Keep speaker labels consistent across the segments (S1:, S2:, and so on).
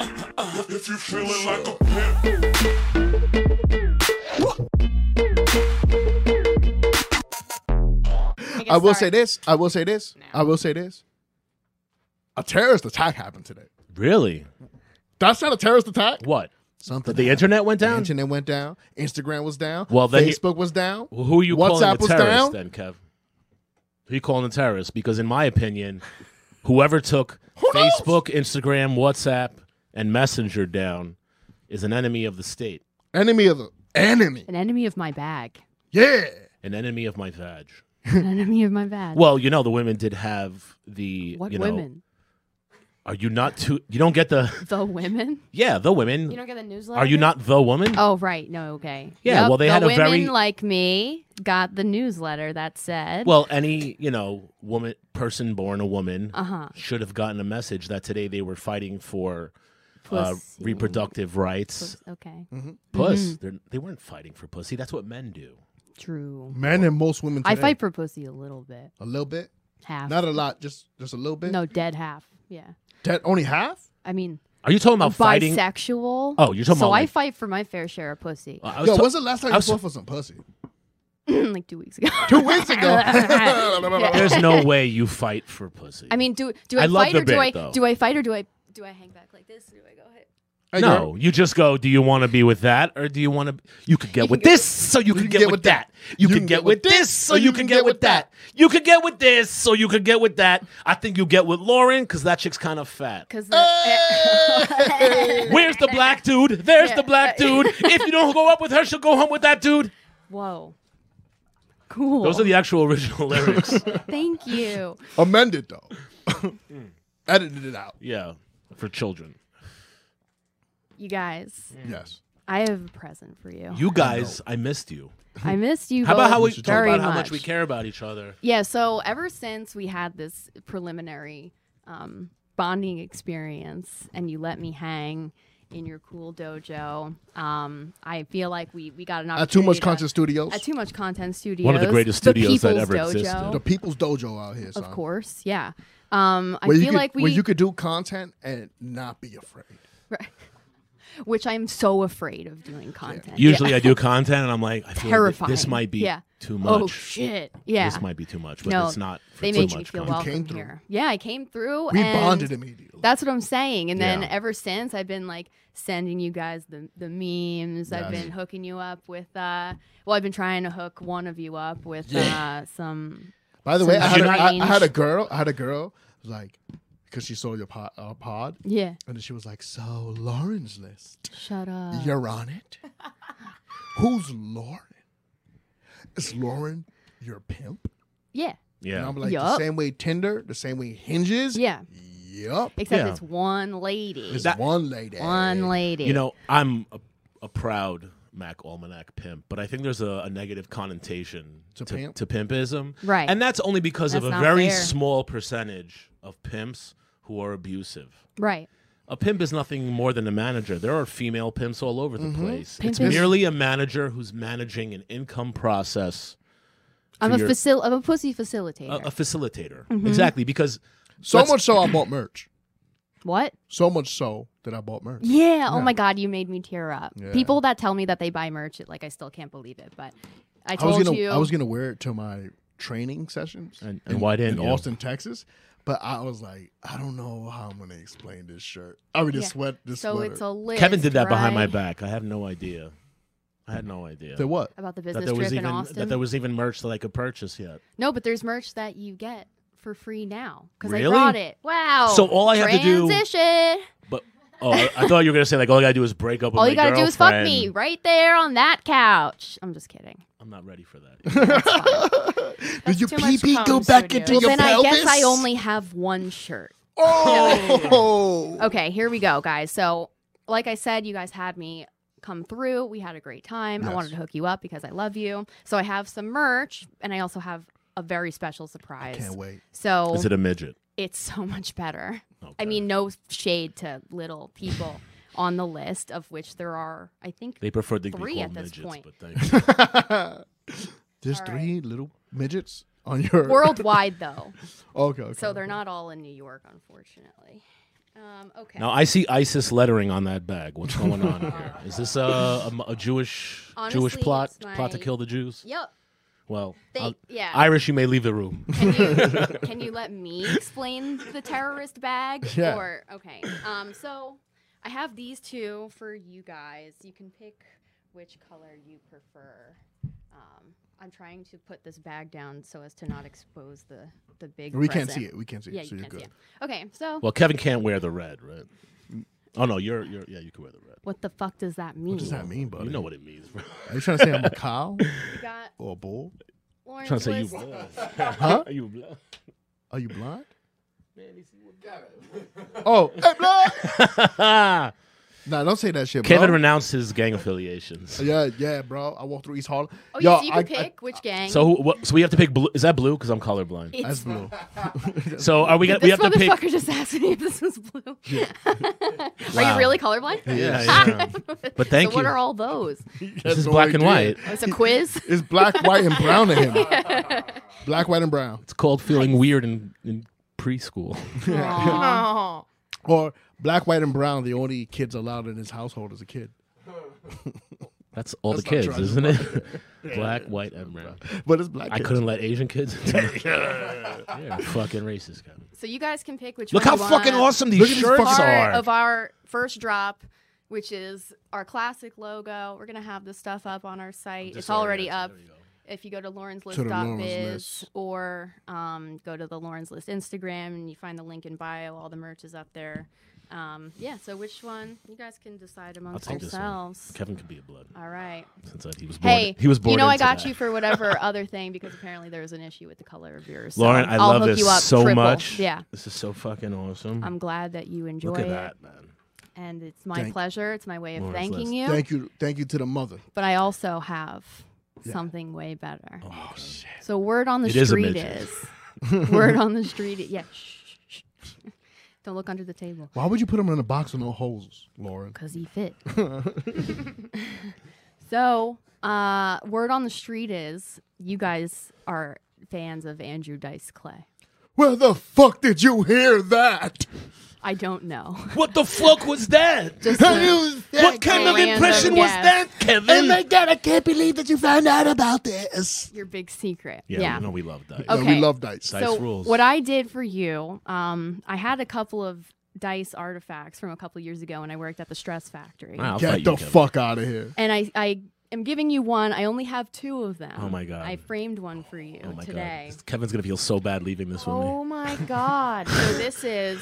S1: pimp if you feeling like a pimp.
S2: Make it
S3: I will
S2: start.
S3: say this. I will say this. I will say this. A terrorist attack happened today.
S4: Really?
S3: That's not a terrorist attack.
S4: What?
S3: Something.
S4: That the internet went
S3: The
S4: down?
S3: internet went down. Instagram was down.
S4: Well, then you-
S3: Facebook was down.
S4: Well, who are you calling
S3: WhatsApp
S4: a
S3: was
S4: terrorist
S3: down.
S4: then, Kev? Who you calling a terrorist? Because in my opinion, whoever took
S3: knows?
S4: Facebook, Instagram, WhatsApp, and Messenger down is an enemy of the state,
S3: Enemy of the enemy.
S2: An enemy of my bag.
S3: Yeah.
S4: an enemy of my vag.
S2: An enemy of my bag.
S4: Well, you know the women did have the
S2: what
S4: you know,
S2: women?
S4: Are you not too? You don't get the
S2: The women?
S4: yeah the women.
S2: You don't get the newsletter?
S4: are you not the woman?
S2: Oh right, no, okay.
S4: Yeah,
S2: Yep,
S4: well, they
S2: the
S4: had a
S2: women
S4: very-
S2: like me got the newsletter that said.
S4: Well, any you know woman person born a woman
S2: Uh-huh.
S4: should have gotten a message that today they were fighting for uh,
S2: Pussy.
S4: reproductive rights.
S2: okay,
S4: Mm. Puss, They're, they weren't fighting for pussy. That's what men do.
S2: true.
S4: Mm,
S3: Men and most women.
S2: I
S3: today.
S2: fight for pussy a little bit,
S3: a little bit,
S2: half.
S3: not a lot, just just a little bit.
S2: no, dead half. Yeah,
S3: That only half.
S2: I mean
S4: Are you talking about Oh, fighting?
S2: bisexual.
S4: Oh, you're talking
S2: so
S4: about,
S2: I
S4: like- Uh,
S2: fight for my fair share of pussy,
S4: I was
S3: Yo,
S4: ta-
S3: when's the last time
S4: I
S3: you
S4: was-
S3: fought for some pussy?
S2: like two weeks ago.
S3: Two weeks ago.
S4: there's no way you fight for pussy.
S2: I mean, do do I,
S4: I love
S2: fight
S4: the
S2: or do
S4: bit,
S2: I
S4: though.
S2: do I fight or do I do I hang back like this? Do I go ahead?
S3: Hey,
S4: no,
S3: girl.
S4: you just go. Do you want to be with that, or do you want to? You could get with this, so you could get, with that. You could get with this, so you could get with that. You could get with this, so you could get with that. I think you get with Lauren because that chick's kind of fat.
S2: Because Uh.
S4: Where's the black dude? There's the black dude. If you don't go up with her, she'll go home with that dude.
S2: whoa, cool.
S4: Those are the actual original lyrics.
S2: Thank you.
S3: amended though, edited it out.
S4: yeah, for children.
S2: You guys,
S3: Yes.
S2: I have a present for you.
S4: You guys, I missed you.
S2: I missed you.
S4: How about
S2: both
S4: how we
S3: should
S4: talk
S2: very
S4: about how much we care about each other?
S2: Yeah. So ever since we had this preliminary um, bonding experience, and you let me hang in your cool dojo, um, I feel like we we got an opportunity.
S3: At too much
S2: to-
S3: conscious studios,
S2: At too much content studios.
S4: One of the greatest studios that
S2: People's
S4: ever
S2: dojo,
S4: existed.
S3: the people's dojo out here. Son.
S2: Of course, yeah. Um, I
S3: Where you
S2: feel
S3: could,
S2: like we,
S3: where you could do content and not be afraid.
S2: which I'm so afraid of doing content.
S4: Usually I do content and I'm like, I feel like
S2: Terrifying.
S4: this might be
S2: Yeah.
S4: too
S2: Yeah.
S4: much.
S2: Oh shit! Yeah.
S4: This might be too much, but
S2: No,
S4: it's not for
S2: they
S4: too
S2: made me
S4: much.
S2: feel
S4: content.
S2: welcome
S3: came through.
S2: here. Yeah, I came through.
S3: We
S2: and
S3: bonded immediately.
S2: That's what I'm saying. And then
S4: Yeah.
S2: ever since, I've been like sending you guys the, the memes. I've
S3: Yes.
S2: been hooking you up with, uh, well, I've been trying to hook one of you up with uh, some.
S3: By the way, I had, a,
S2: Some
S3: I, I had a
S2: strange-
S3: girl. I had a girl like because she saw your pod, uh, pod,
S2: Yeah.
S3: and then she was like, "So Lauren's list,
S2: Shut up.
S3: you're on it. Who's Lauren? Is Lauren your pimp?"
S2: Yeah.
S3: And
S4: Yeah.
S3: I'm like, the
S2: Yup.
S3: same way Tinder, the same way Hinges.
S2: Yeah.
S3: Yep.
S2: Except
S4: Yeah.
S2: it's one lady.
S3: It's
S4: That-
S3: one lady.
S2: One lady.
S4: You know, I'm a, a proud Mac Almanac pimp, but I think there's a, a negative connotation
S3: To pimp?
S4: pimpism.
S2: Right.
S4: And that's only because of
S2: That's
S4: a
S2: not
S4: very
S2: fair.
S4: small percentage of pimps who are abusive.
S2: Right.
S4: A pimp is nothing more than a manager. There are female pimps all over the place.
S2: Mm-hmm. Pimp
S4: it's
S2: is-
S4: merely a manager who's managing an income process,
S2: I'm a,
S4: your- Uh,
S2: facil- I'm a pussy
S4: a,
S2: facilitator.
S4: a facilitator.
S2: Mm-hmm.
S4: Exactly, because
S3: So
S4: Let's-
S3: much so I bought merch.
S2: what?
S3: So much so that I bought merch.
S2: Yeah. Oh my God, you made me tear up.
S3: Yeah.
S2: People that tell me that they buy merch, like I still can't believe it. But I
S3: I was
S2: told
S3: gonna
S2: you.
S3: I was gonna wear it to my training sessions
S4: And- and why didn't
S3: in
S4: you?
S3: Austin, Texas. But I was like, I don't know how I'm gonna explain this shirt. I mean,
S2: Yeah.
S3: this sweat, this
S2: so
S3: sweater.
S2: it's a list.
S4: Kevin did that behind my
S2: right?
S4: back. I have no idea. I had no idea.
S3: To what?
S2: About the
S4: that
S2: business
S4: there
S2: trip
S4: was
S2: in
S4: even
S2: Austin.
S4: that there was even merch that I could purchase yet.
S2: no, but there's merch that you get for free now because I
S4: Really?
S2: brought it. Wow.
S4: So all I have to do-
S2: Oh, transition.
S4: But oh, I, I thought you were gonna say like all I gotta do is break up with
S2: All
S4: my
S2: you gotta do is fuck me
S4: girlfriend.
S2: right there on that couch. I'm just kidding.
S4: I'm not ready for that.
S3: Did your
S5: too much
S3: pee go
S5: cum,
S3: back
S5: studio.
S3: into
S2: Well,
S3: your
S2: then I
S3: pelvis?
S2: guess I only have one shirt.
S3: Oh,
S2: Okay, here we go, guys. So, like I said, you guys had me come through. We had a great time. I
S3: Yes.
S2: wanted to hook you up because I love you. So, I have some merch and I also have a very special surprise.
S3: can't wait.
S2: So,
S4: is it a midget?
S2: it's so much better. I
S4: Okay.
S2: mean, no shade to little people on the list, of which there are, I think,
S4: They prefer to be
S2: Three
S4: called
S2: at this
S4: midgets,
S2: point.
S4: but thank you.
S3: There's
S2: All right.
S3: three little midgets on your
S2: worldwide, though.
S3: Okay, okay.
S2: So, they're not all in New York, unfortunately. Um, okay.
S4: Now I see ISIS lettering on that bag. What's going on here? Is this a, a, a Jewish Jewish
S2: Honestly,
S4: plot
S2: it's my-
S4: plot to kill the Jews?
S2: Yep.
S4: Well,
S2: They-
S4: I'll-
S2: yeah.
S4: Irish, you may leave the room.
S2: Can you, can you let me explain the terrorist bag?
S3: Yeah.
S2: Or okay. Um, so I have these two for you guys. You can pick which color you prefer. Um, I'm trying to put this bag down so as to not expose the the big.
S3: We can't see
S2: present.
S3: it. We can't see
S2: Yeah,
S3: it. So
S2: you
S3: you're
S2: can't see
S3: good.
S2: it. Okay, so
S4: well, Kevin can't wear the red, right? Oh no, you're you're yeah, you can wear the red.
S2: what the fuck does that mean?
S3: What does that mean, buddy?
S4: You know what it means, bro.
S3: Are you trying to say I'm a cow
S2: You got
S3: or a bull?
S2: orange
S4: trying to say you
S2: was- oh,
S4: blind.
S3: Huh?
S4: Are you blind?
S3: Are you blind? Oh, hey, blind! nah, don't say that shit, bro.
S4: Kevin renounced his gang affiliations.
S3: yeah, yeah, bro. I walked through East Harlem.
S2: Oh,
S3: Yo,
S2: yeah, so you can
S3: I- I-
S2: pick which gang.
S4: So who, what, so we have to pick blue. Is that blue? Because I'm colorblind.
S2: it's
S3: That's blue.
S4: So are we? Got,
S2: This
S4: we have to pick.
S2: motherfucker just asked me if this was blue. Are
S4: Wow.
S2: you really colorblind?
S4: Yeah, yeah. But thank
S2: so what
S4: you.
S2: are all those?
S4: this is
S3: That's
S4: black
S3: all
S4: and
S3: I
S4: white.
S3: did.
S2: It's a quiz.
S3: It's black, white, and brown to him. black, white, and brown.
S4: It's called feeling weird in, in preschool.
S5: Oh.
S3: Or black, white, and brown, the only kids allowed in his household as a kid.
S4: That's all the
S3: That's not
S4: kids,
S3: true, I just
S4: isn't it? black, white, and brown.
S3: But it's black.
S4: I
S3: kids.
S4: couldn't let Asian kids. yeah, fucking racist, Kevin.
S2: So you guys can pick which.
S4: Look
S2: one
S4: how
S2: you
S4: fucking
S2: want.
S4: awesome these
S3: Look at these
S4: shirts
S3: fucking-
S4: are.
S2: Part of our first drop, which is our classic logo. We're gonna have this stuff up on our site. It's already up. If you go to
S3: To the Lauren's
S2: Lauren'sList.biz
S3: List.
S2: or um, go to the Lauren's List Instagram and you find the link in bio, all the merch is up there. Um, yeah. So which one you guys can decide amongst
S4: take this one.
S2: yourselves.
S4: Kevin could be a blood
S2: All right.
S4: since that he was born.
S2: Hey,
S4: he was born.
S2: You know, I
S4: into
S2: got
S4: that.
S2: you for whatever other thing because apparently there was an issue with the color of yours. So
S4: Lauren, I
S2: I'll
S4: love
S2: hook
S4: this
S2: you up
S4: so
S2: triple.
S4: much.
S2: Yeah,
S4: this is so fucking awesome.
S2: I'm glad that you enjoy
S4: Look at
S2: it,
S4: that, man.
S2: and it's my
S3: Thank-
S2: pleasure. It's my way of
S4: Lauren's
S2: thanking
S4: list.
S2: you.
S3: Thank you, thank you to the mother.
S2: but I also have something way better.
S4: Oh, shit.
S2: So word on the
S4: It is a
S2: street
S4: midget.
S2: is, word on the street. i- Yeah, shh, shh, shh. don't look under the table
S3: Why would you put him in a box with no holes, Lauren?
S2: because he fit. so uh, word on the street is you guys are fans of Andrew Dice Clay.
S3: Where the fuck did you hear that?
S2: I don't know.
S4: What the fuck was that?
S2: Just
S4: What kind of
S2: Random
S4: impression was
S2: guess.
S4: that, Kevin?
S3: god, I can't believe that you found out about this.
S2: your big secret.
S4: yeah,
S2: Yeah.
S4: no, we love that.
S2: Okay.
S3: Yeah, we love dice.
S4: Dice
S2: So
S4: rules.
S2: what I did for you, um, I had a couple of dice artifacts from a couple years ago when I worked at the Stress Factory,
S4: Wow, I'll fight
S3: Get
S4: you,
S3: the
S4: Kevin.
S3: fuck out of here.
S2: and I I am giving you one. I only have two of them.
S4: Oh my God.
S2: I framed one for you
S4: Oh my
S2: today.
S4: god, Kevin's gonna feel so bad leaving this with me.
S2: Oh my god! so this is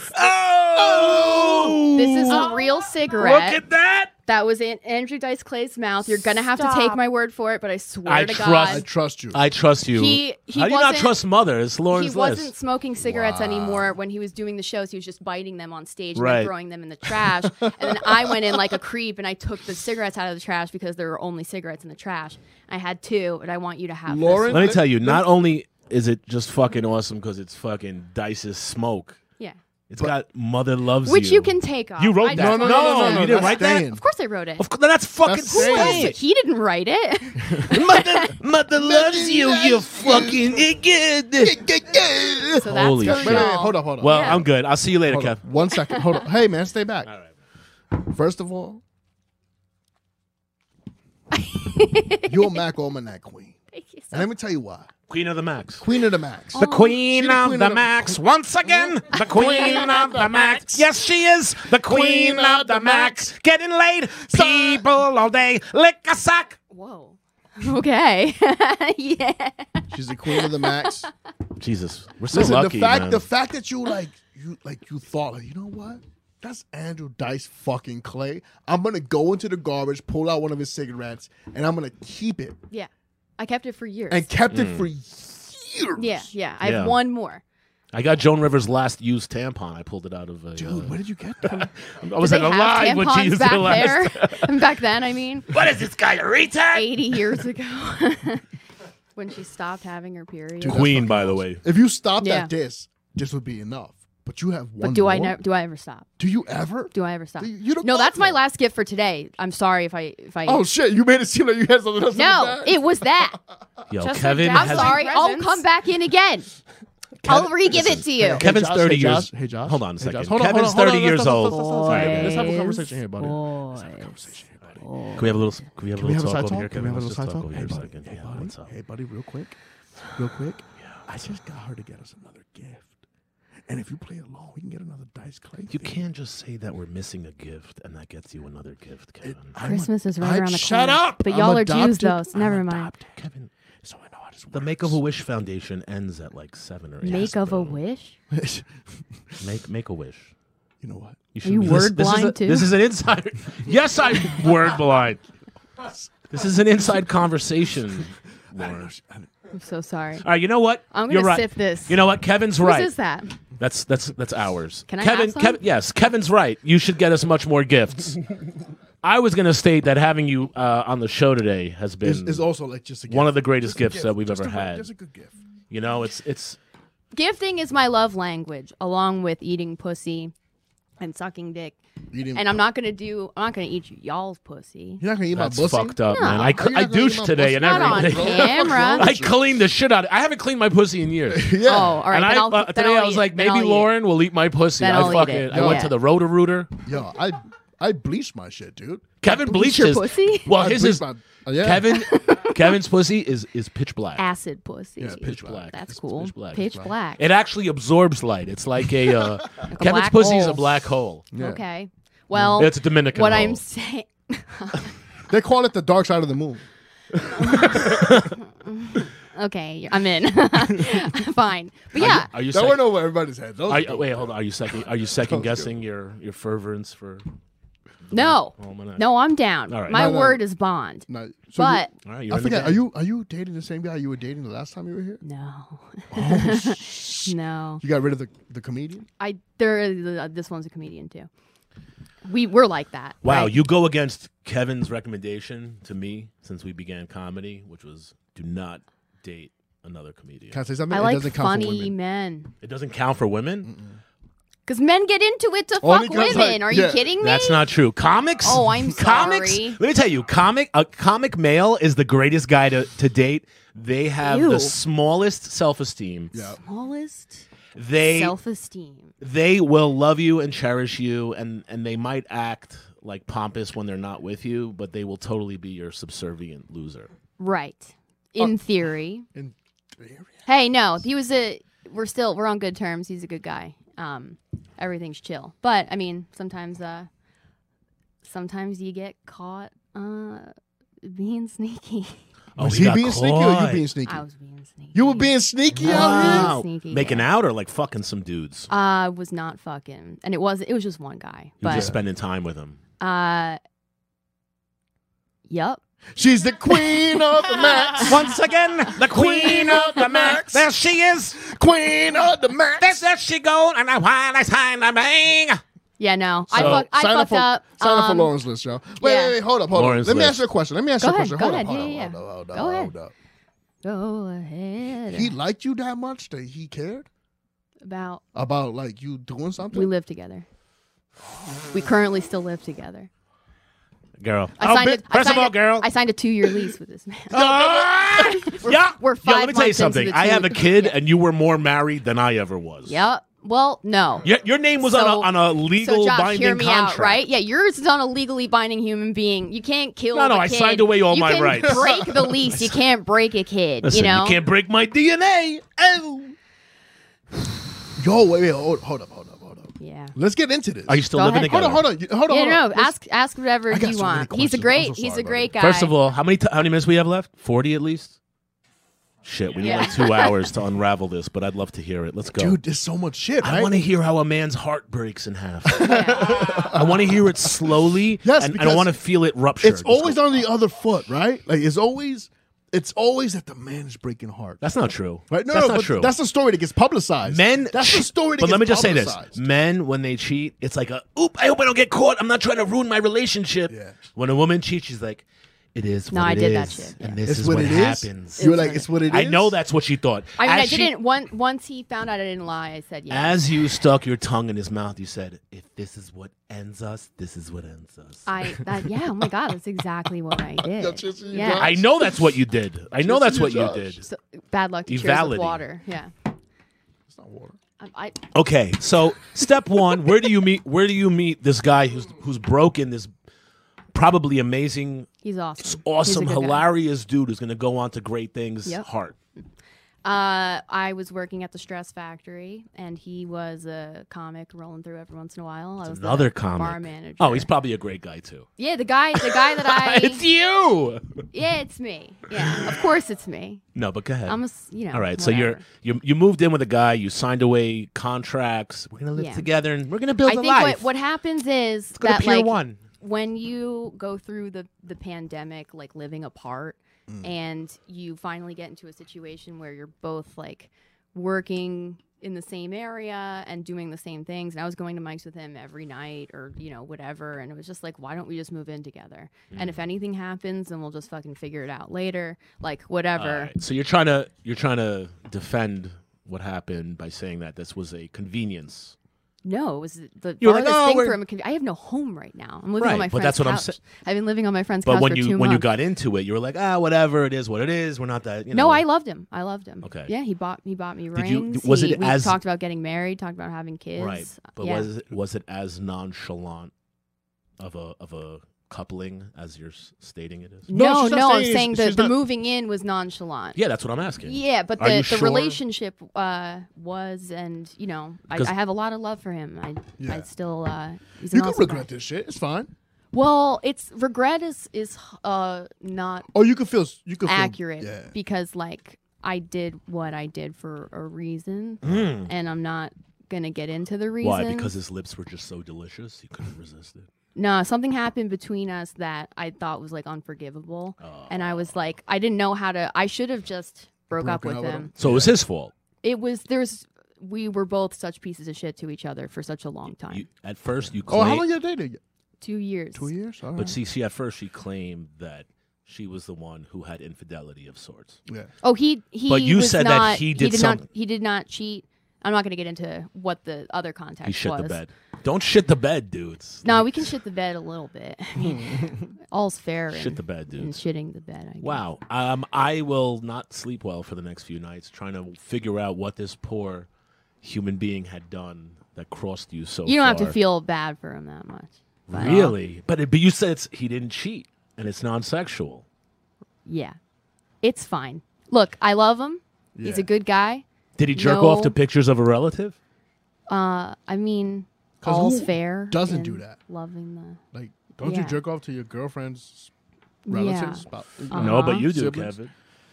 S4: Oh,
S2: this is a real cigarette
S4: Look at that!
S2: that was in Andrew Dice Clay's mouth. You're gonna have to take
S5: Stop.
S2: my word for it, but I swear
S4: I
S2: to
S3: I
S2: God,
S4: trust-
S3: trust you.
S4: I trust you.
S2: He- he
S4: How do you not
S2: wasn't-
S4: trust mother? It's Lauren's
S2: he wasn't
S4: list.
S2: smoking cigarettes anymore when he was doing the shows. He was just biting them on stage and
S4: Right.
S2: then throwing them in the trash. and then I went in like a creep and I took the cigarettes out of the trash because there were only cigarettes in the trash. I had two, and I want you to have this
S3: Lauren-
S2: one.
S4: Let me tell you, not only is it just fucking awesome because it's fucking Dice's smoke.
S2: Yeah,
S4: It's got mother loves
S2: which
S4: you.
S2: you can take off.
S4: You wrote that.
S2: just
S4: No, no,
S2: wanted to
S4: Oh, no, no,
S2: say-
S4: no, you didn't
S3: that's
S4: write that?
S3: staying.
S2: Of course, I wrote it.
S4: Of course, that's fucking
S3: That's
S2: Who
S4: sick.
S3: staying.
S2: else? He didn't write it.
S4: Mother, mother loves you. You fucking idiot.
S2: So that's
S4: Holy
S2: for
S3: Wait,
S4: shit.
S3: wait, wait,
S2: y'all.
S3: hold up, hold up.
S4: Well,
S2: Yeah.
S4: I'm good. I'll see you later,
S3: hold
S4: Kev.
S3: up. One second. Hold up. Hey, man, stay back.
S4: right.
S3: First of all, you're a Mac Almanac queen.
S2: Thank you so
S3: And let me tell you why.
S4: Queen of the Max.
S3: Queen of the Max.
S4: The queen
S3: She's the
S4: of
S3: queen
S4: the
S3: of the-
S4: max, once again, the queen of the max. Yes, she is the queen of the max. Getting laid, people all day, lick a sack.
S2: Whoa. Okay. yeah.
S3: She's the queen of the Max.
S4: Jesus, we're so
S3: Listen, the
S4: lucky,
S3: fact
S4: man.
S3: the fact that you like you like you thought like, you know what? That's Andrew Dice fucking Clay. I'm gonna go into the garbage, pull out one of his cigarettes, and I'm gonna keep it.
S2: Yeah. I kept it for years.
S3: And kept
S4: Mm.
S3: it for years.
S2: yeah, yeah. I
S4: Yeah.
S2: have one more.
S4: I got Joan Rivers' last used tampon. I pulled it out of a. Uh,
S3: Dude, where did you get that?
S4: I was
S2: They
S4: at
S2: have
S4: a live when she
S2: tampons
S4: used
S2: back
S4: it last.
S2: there. and back then, I mean.
S4: What is this guy, a retard?
S2: 80 years ago when she stopped having her period.
S3: Dude,
S4: Queen, by the way.
S3: if you stopped
S2: Yeah.
S3: at this, this would be enough. But you have one.
S2: but do I
S3: more?
S2: never do I ever stop?
S3: Do you ever?
S2: Do I ever stop?
S3: Do you- you don't
S2: no,
S3: fuck
S2: that's my
S3: them.
S2: last gift for today. I'm sorry if I if I
S3: Oh shit! You made it seem like you had something else. in the
S2: No,
S3: bag.
S2: it was that.
S4: Yo,
S5: Just like
S4: Kevin
S5: that.
S2: I'm
S4: has
S2: sorry. I'll
S5: Presents.
S2: come back in again. I'll re-give it to you.
S4: Kevin's
S3: Josh,
S4: 30 years-
S3: Josh, hey, Josh.
S4: Hold on a
S3: Hey,
S4: second.
S3: Josh. Hold on,
S4: Kevin's
S3: hold on, hold
S4: 30
S3: on. Let's-
S4: years
S3: let's-
S4: old.
S3: let's- let's- let's- Let's have a
S2: Boys,
S3: conversation here, buddy. Let's have a
S2: boys.
S3: conversation here, buddy.
S4: Can we have a little? Can we have a
S3: Can we have
S4: little
S3: a side
S4: talk over
S3: talk?
S4: here?
S3: Can we have a
S4: Kevin? Let's
S3: little
S4: just
S3: side
S4: talk
S3: talk?
S4: over
S3: Hey,
S4: here for a
S3: buddy.
S4: second.
S3: Hey,
S4: Yeah,
S3: buddy.
S4: what's up?
S3: Hey, buddy, real quick. Real quick. I just got her to get us another gift. And if you play along, we can get another dice clay.
S4: You can't just say that we're missing a gift and that gets you another gift, Kevin.
S2: Christmas is right around the
S3: shut
S2: corner.
S3: up!
S2: But
S3: I'm
S2: y'all are Jews,
S3: adopted.
S2: though, so
S3: I'm
S2: never mind.
S3: adopted.
S4: Kevin,
S3: So I know how this
S4: the Make of a Wish Foundation ends at like seven or eight.
S2: Make of a
S4: bro.
S2: wish?
S3: works.
S4: Make Make a Wish.
S3: you know what?
S4: You should
S2: you
S4: be-
S2: word
S4: this,
S2: blind,
S4: this is a-
S2: too?
S4: This is an insider. yes, I'm word blind. This is an inside conversation.
S3: I don't know. She- I don't-
S2: I'm so sorry.
S3: Uh,
S4: All right, you know what?
S2: I'm
S4: You're
S2: gonna
S4: right.
S2: sip this.
S4: You know what? Kevin's
S2: Whose
S4: right.
S2: is that?
S4: That's that's that's ours.
S2: Can I
S4: Kevin,
S2: have some?
S4: Kevin, yes, Kevin's right. You should get us much more gifts. I was going to state that having you uh, on the show today has been
S3: It's, it's also like just a gift.
S4: one of the greatest
S3: Just a
S4: gifts
S3: gift.
S4: that we've
S3: Just
S4: ever
S3: a-
S4: had.
S3: Just a good gift.
S4: you know, it's it's
S2: Gifting is my love language, along with eating pussy and sucking dick.
S3: Eating-
S2: And I'm not gonna do. I'm not gonna eat y'all's pussy.
S3: You're not gonna eat
S4: that's
S3: my pussy.
S4: fucked up, man.
S2: No.
S4: I cl-
S3: Are you
S4: I
S3: not gonna eat
S4: douched
S3: my
S4: today
S3: pussy?
S4: and
S2: Not on
S4: everything.
S2: camera.
S4: I cleaned the shit out. of I haven't cleaned my pussy in years.
S3: Yeah.
S2: Oh, all right.
S4: and
S2: then
S4: I
S2: I'll-
S4: uh,
S2: then
S4: today
S2: I'll
S4: I was
S2: eat it.
S4: like,
S2: Then
S4: maybe
S2: I'll eat it.
S4: Lauren will eat my pussy.
S2: Then
S4: I
S2: I'll eat
S4: fucking
S2: it.
S4: I went
S2: Yeah.
S4: to the rotor rooter.
S3: Yo, I I bleached my shit, dude.
S4: Kevin bleached
S2: your
S4: his
S2: pussy?
S4: Well,
S3: I
S4: Oh, his
S3: bleached
S4: is
S3: my- yeah.
S4: Kevin. Kevin's pussy is is pitch black.
S2: Acid pussy.
S3: Yeah,
S4: pitch black.
S2: That's
S4: It's
S2: cool.
S4: Pitch black.
S2: Pitch black.
S4: It actually absorbs light. It's like a uh, Kevin's
S2: black
S4: pussy is a
S2: hole.
S4: black hole.
S3: Yeah.
S2: Okay. Well,
S4: It's a Dominican.
S2: what
S4: hole.
S2: I'm saying.
S3: They call it the dark side of the moon.
S2: Okay, you're- I'm in. Fine. But
S4: Are you-
S2: yeah,
S4: Are you,
S3: That
S4: sec-
S3: went over everybody's head. Those
S4: are
S3: are
S4: you- uh, wait, hold on. Are you second? Are you second guessing your your fervorance for?
S2: no,
S4: Oh, my God.
S2: no, I'm down.
S4: All right.
S2: My
S3: No, no.
S2: word is bond.
S3: not- so you-
S2: But
S4: All right, you're
S3: I
S4: in the
S3: forget.
S4: game.
S3: Are you are you dating the same guy you were dating the last time you were here?
S2: no,
S3: Oh,
S2: no,
S3: You got rid of the, the comedian.
S2: I there. uh, This one's a comedian too. We we're like that.
S4: Wow,
S2: right?
S4: you go against Kevin's recommendation to me since we began comedy, which was do not date another comedian.
S3: Can I say something?
S2: I
S3: it
S2: like
S3: doesn't count for
S2: funny
S3: women.
S2: men
S4: It doesn't count for women.
S2: because men get into it to
S3: Only
S2: fuck
S3: 'cause,
S2: women.
S3: like,
S2: Are you
S3: yeah.
S2: kidding me?
S4: That's not true. Comics.
S2: Oh, I'm
S4: comics.
S2: sorry.
S4: Let me tell you, comic a comic male is the greatest guy to, to date. They have
S2: Ew.
S4: the smallest self esteem.
S3: Yeah.
S2: smallest
S4: They
S2: self-esteem.
S4: they will love you and cherish you, and and they might act like pompous when they're not with you, but they will totally be your subservient loser.
S2: Right.
S3: Oh.
S2: In theory.
S3: In theory.
S2: Hey, no, he was a. We're still we're on good terms. He's a good guy. Um, everything's chill. But I mean, sometimes uh, sometimes you get caught uh being sneaky.
S4: Oh,
S3: was
S4: he
S3: he
S4: got
S3: being sneaky or
S4: caught.
S3: you being sneaky?
S2: I was being sneaky.
S3: you were being sneaky out here.
S4: Wow.
S2: Sneaky,
S4: Making out or like fucking some dudes.
S2: I was not fucking, and it was it was just one guy.
S4: You're
S2: But
S4: just spending time with him.
S2: uh, yep.
S3: She's the queen of the max.
S4: Once again, the queen of the max. There she is.
S3: Queen of the max.
S4: That's that she go and I want I sign a bang.
S2: Yeah, no, I
S4: So,
S2: fuck, I
S3: sign up
S2: fucked
S3: for,
S2: up.
S3: Sign up for
S2: Um,
S3: Lauren's list, y'all. Wait,
S2: yeah.
S3: wait, wait, hold up, hold up.
S4: Lauren's
S3: Let me
S4: list.
S3: ask you a question. Let me ask
S2: Go
S3: you a
S2: ahead,
S3: question.
S2: go
S3: hold
S2: ahead.
S3: up, hold
S2: Yeah,
S3: up,
S2: yeah.
S3: hold up, hold up,
S2: Go
S3: hold
S2: ahead.
S3: up.
S2: Go ahead.
S3: He liked you that much that he cared
S2: about
S3: about like you doing something.
S2: we live together. We currently still live together.
S4: Girl.
S2: I signed a, I
S4: Oh, first of
S2: signed
S4: all,
S2: a-
S4: girl.
S2: I signed a two-year lease with this man.
S4: Ah! yeah.
S2: We're
S4: yeah,
S2: five
S4: let me tell you
S2: months into
S4: something.
S2: the
S4: I
S2: two-
S4: have a kid
S2: Yeah.
S4: and you were more married than I ever was.
S2: yep. Well, no.
S4: Your, your name was
S2: So-
S4: on, a, on a legal
S2: so Josh,
S4: binding
S2: hear me
S4: contract.
S2: out, right? Yeah, yours is on a legally binding human being. You can't kill.
S4: No, no,
S2: the
S4: I
S2: kid.
S4: signed away all
S2: you
S4: my
S2: can
S4: rights.
S2: Break the lease. You can't break a kid.
S4: Listen,
S2: you know.
S4: can't break my DNA. Oh.
S3: Yo, wait, wait, hold, hold up, hold up, hold up.
S2: yeah.
S3: Let's get into this.
S4: Are you still
S2: Go
S4: living
S2: ahead.
S4: together?
S3: Hold on, hold on, you- hold on.
S2: Yeah,
S3: hold
S2: no.
S3: on.
S2: no, Ask, ask whatever
S3: I got
S2: you
S3: so many
S2: want. He's a
S3: questions.
S2: great.
S3: I'm so
S2: he's
S3: sorry,
S2: a great guy.
S4: First of all, how many t- how many minutes we have left? Forty at least. Shit, we need
S2: Yeah.
S4: like two hours to unravel this, but I'd love to hear it. Let's go.
S3: dude, there's so much shit.
S4: I
S3: right?
S4: want to hear how a man's heart breaks in half.
S2: Yeah.
S4: I want to hear it slowly,
S3: Yes,
S4: and I
S3: because
S4: want to feel it rupture.
S3: It's always on the other foot, right? Like it's always, it's always that the man is breaking heart.
S4: that's not true.
S3: Right? No,
S4: that's
S3: no,
S4: not
S3: but
S4: true.
S3: That's the story that gets publicized.
S4: men.
S3: That's the
S4: Shh.
S3: story. That
S4: But
S3: gets
S4: let me just say this:
S3: publicized.
S4: men, when they cheat, it's like a oop. I hope I don't get caught. I'm not trying to ruin my relationship.
S3: Yeah.
S4: When a woman cheats, she's like, "It is
S2: No,
S4: what
S2: I
S4: it
S2: did that
S4: is,
S2: shit.
S4: and
S2: Yeah.
S4: this
S3: It's
S4: is
S3: what
S4: what,
S3: it is?
S4: happens."
S3: You were like, it's what it is.
S4: I know that's what she thought.
S2: I mean,
S4: As
S2: I
S4: she-
S2: didn't. One, once he found out I didn't lie, I said yes.
S4: As you stuck your tongue in his mouth, you said, "If this is what ends us, this is what ends us." I,
S2: I that, yeah. Oh my god, that's exactly what I did.
S3: just- you
S2: yeah.
S3: got-
S4: know that's what you did. I know that's what you
S3: Josh.
S4: did.
S2: So, bad luck to cheers with
S4: Evality.
S2: water. Yeah.
S3: It's not water.
S2: I, I,
S4: Okay, so step one, where do you meet? Where do you meet this guy who's who's broken this probably amazing,
S2: he's awesome.
S4: awesome,
S2: He's a good guy.
S4: hilarious dude who's going to go on to great things?
S2: Yep.
S4: Heart.
S2: Uh, I was working at the Stress Factory, and he was a comic rolling through every once in a while. I was the
S4: Another comic.
S2: bar manager.
S4: Oh, he's probably a great guy too.
S2: yeah, the guy, the guy that I,
S4: it's you.
S2: yeah, it's me. Yeah, of course it's me.
S4: No, but go ahead.
S2: I'm a, s- you know.
S4: All right, so you're
S2: whatever.
S4: you you moved in with a guy, you signed away contracts. We're gonna live
S2: Yeah.
S4: together, and we're gonna build
S2: I
S4: a
S2: think
S4: life.
S2: what, what happens is
S4: go to
S2: that
S4: Pier
S2: like
S4: One.
S2: when you go through the the pandemic, like living apart,
S4: Mm.
S2: and you finally get into a situation where you're both like working in the same area and doing the same things. And I was going to mics with him every night, or you know whatever. And it was just like, why don't we just move in together? And
S4: Mm.
S2: if anything happens, then we'll just fucking figure it out later. Like
S4: All
S2: whatever.
S4: right, so you're trying to you're trying to defend what happened by saying that this was a convenience.
S2: No, it was the- the
S4: You were like,
S2: farthest
S4: "Oh,
S2: thing
S4: we're-"
S2: for him. I have no home right now. I'm living
S4: Right,
S2: on my
S4: but
S2: friend's
S4: that's what I'm
S2: couch.
S4: sa-
S2: I've been living on my friend's
S4: But
S2: couch
S4: when
S2: for
S4: you
S2: two
S4: when you
S2: months.
S4: got into it, you were like, ah, whatever it is, what it is. We're not that. You know.
S2: no, I loved him. I loved him.
S4: Okay.
S2: Yeah, he bought he bought me
S4: Did you-
S2: rings.
S4: was
S2: He-
S4: it
S2: we
S4: as-
S2: talked about getting married, talked about having kids.
S4: Right, but
S2: yeah.
S4: was it was it as nonchalant of a of a coupling as you're s- stating it is?
S3: No,
S2: no,
S3: she's
S2: no,
S3: not
S2: I'm
S3: saying
S2: saying
S3: she's-
S2: the,
S3: she's
S2: the
S3: not-
S2: moving in was nonchalant.
S4: Yeah, that's what I'm asking.
S2: Yeah, but
S4: Are
S2: the,
S4: you
S2: the
S4: sure?
S2: relationship uh, was, and you know, I,
S4: 'Cause-
S2: I have a lot of love for him. I,
S3: Yeah.
S2: I still, uh, he's an
S3: You can
S2: awesome guy.
S3: regret this shit. It's fine.
S2: Well, it's regret is is uh not
S3: Or Oh, you can feel. You can feel-
S2: accurate
S3: yeah.
S2: because like I did what I did for a reason, and I'm not gonna get into the reason.
S4: Hmm. Mm-hmm. Why? Because his lips were just so delicious, he couldn't resist it.
S2: No, something happened between us that I thought was like unforgivable,
S4: Oh.
S2: and I was like, I didn't know how to. I should have just broke up with
S3: Broken
S2: him.
S3: up with
S4: So it was his fault.
S2: It was there's we were both such pieces of shit to each other for such a long time.
S4: You, at first, you
S3: Oh,
S4: claimed,
S3: how long you dated?
S2: two years.
S3: Two years. All right.
S4: but see, she at first she claimed that she was the one who had infidelity of sorts.
S3: yeah.
S2: Oh, he he.
S4: But you
S2: was
S4: said that
S2: not,
S4: he did
S2: not.
S4: some-
S2: He did not cheat. I'm not going to get into what the other context
S4: He shit
S2: was.
S4: the bed. Don't shit the bed, dudes.
S2: No, we can shit the bed a little bit. I mean, all's fair.
S4: Shit
S2: in-
S4: the bed,
S2: in
S4: dudes.
S2: shitting the bed. I guess.
S4: Wow. Um, I will not sleep well for the next few nights trying to figure out what this poor human being had done that crossed you so.
S2: You don't have to
S4: far.
S2: feel bad for him that much. but-
S4: really, but it, but you said it's, he didn't cheat and it's non-sexual.
S2: Yeah. It's fine. Look, I love him. He's
S3: Yeah.
S2: a good guy.
S4: Did he jerk
S2: No.
S4: off to pictures of a relative?
S2: Uh, I mean,
S3: 'Cause
S2: all's
S3: who
S2: fair.
S3: doesn't
S2: in
S3: do that?
S2: Loving the.
S3: Like, don't you
S2: Yeah.
S3: jerk off to your girlfriend's
S2: Yeah.
S3: relatives? About-
S4: No,
S2: Uh-huh.
S4: but you do,
S3: Siblings?
S4: Kevin.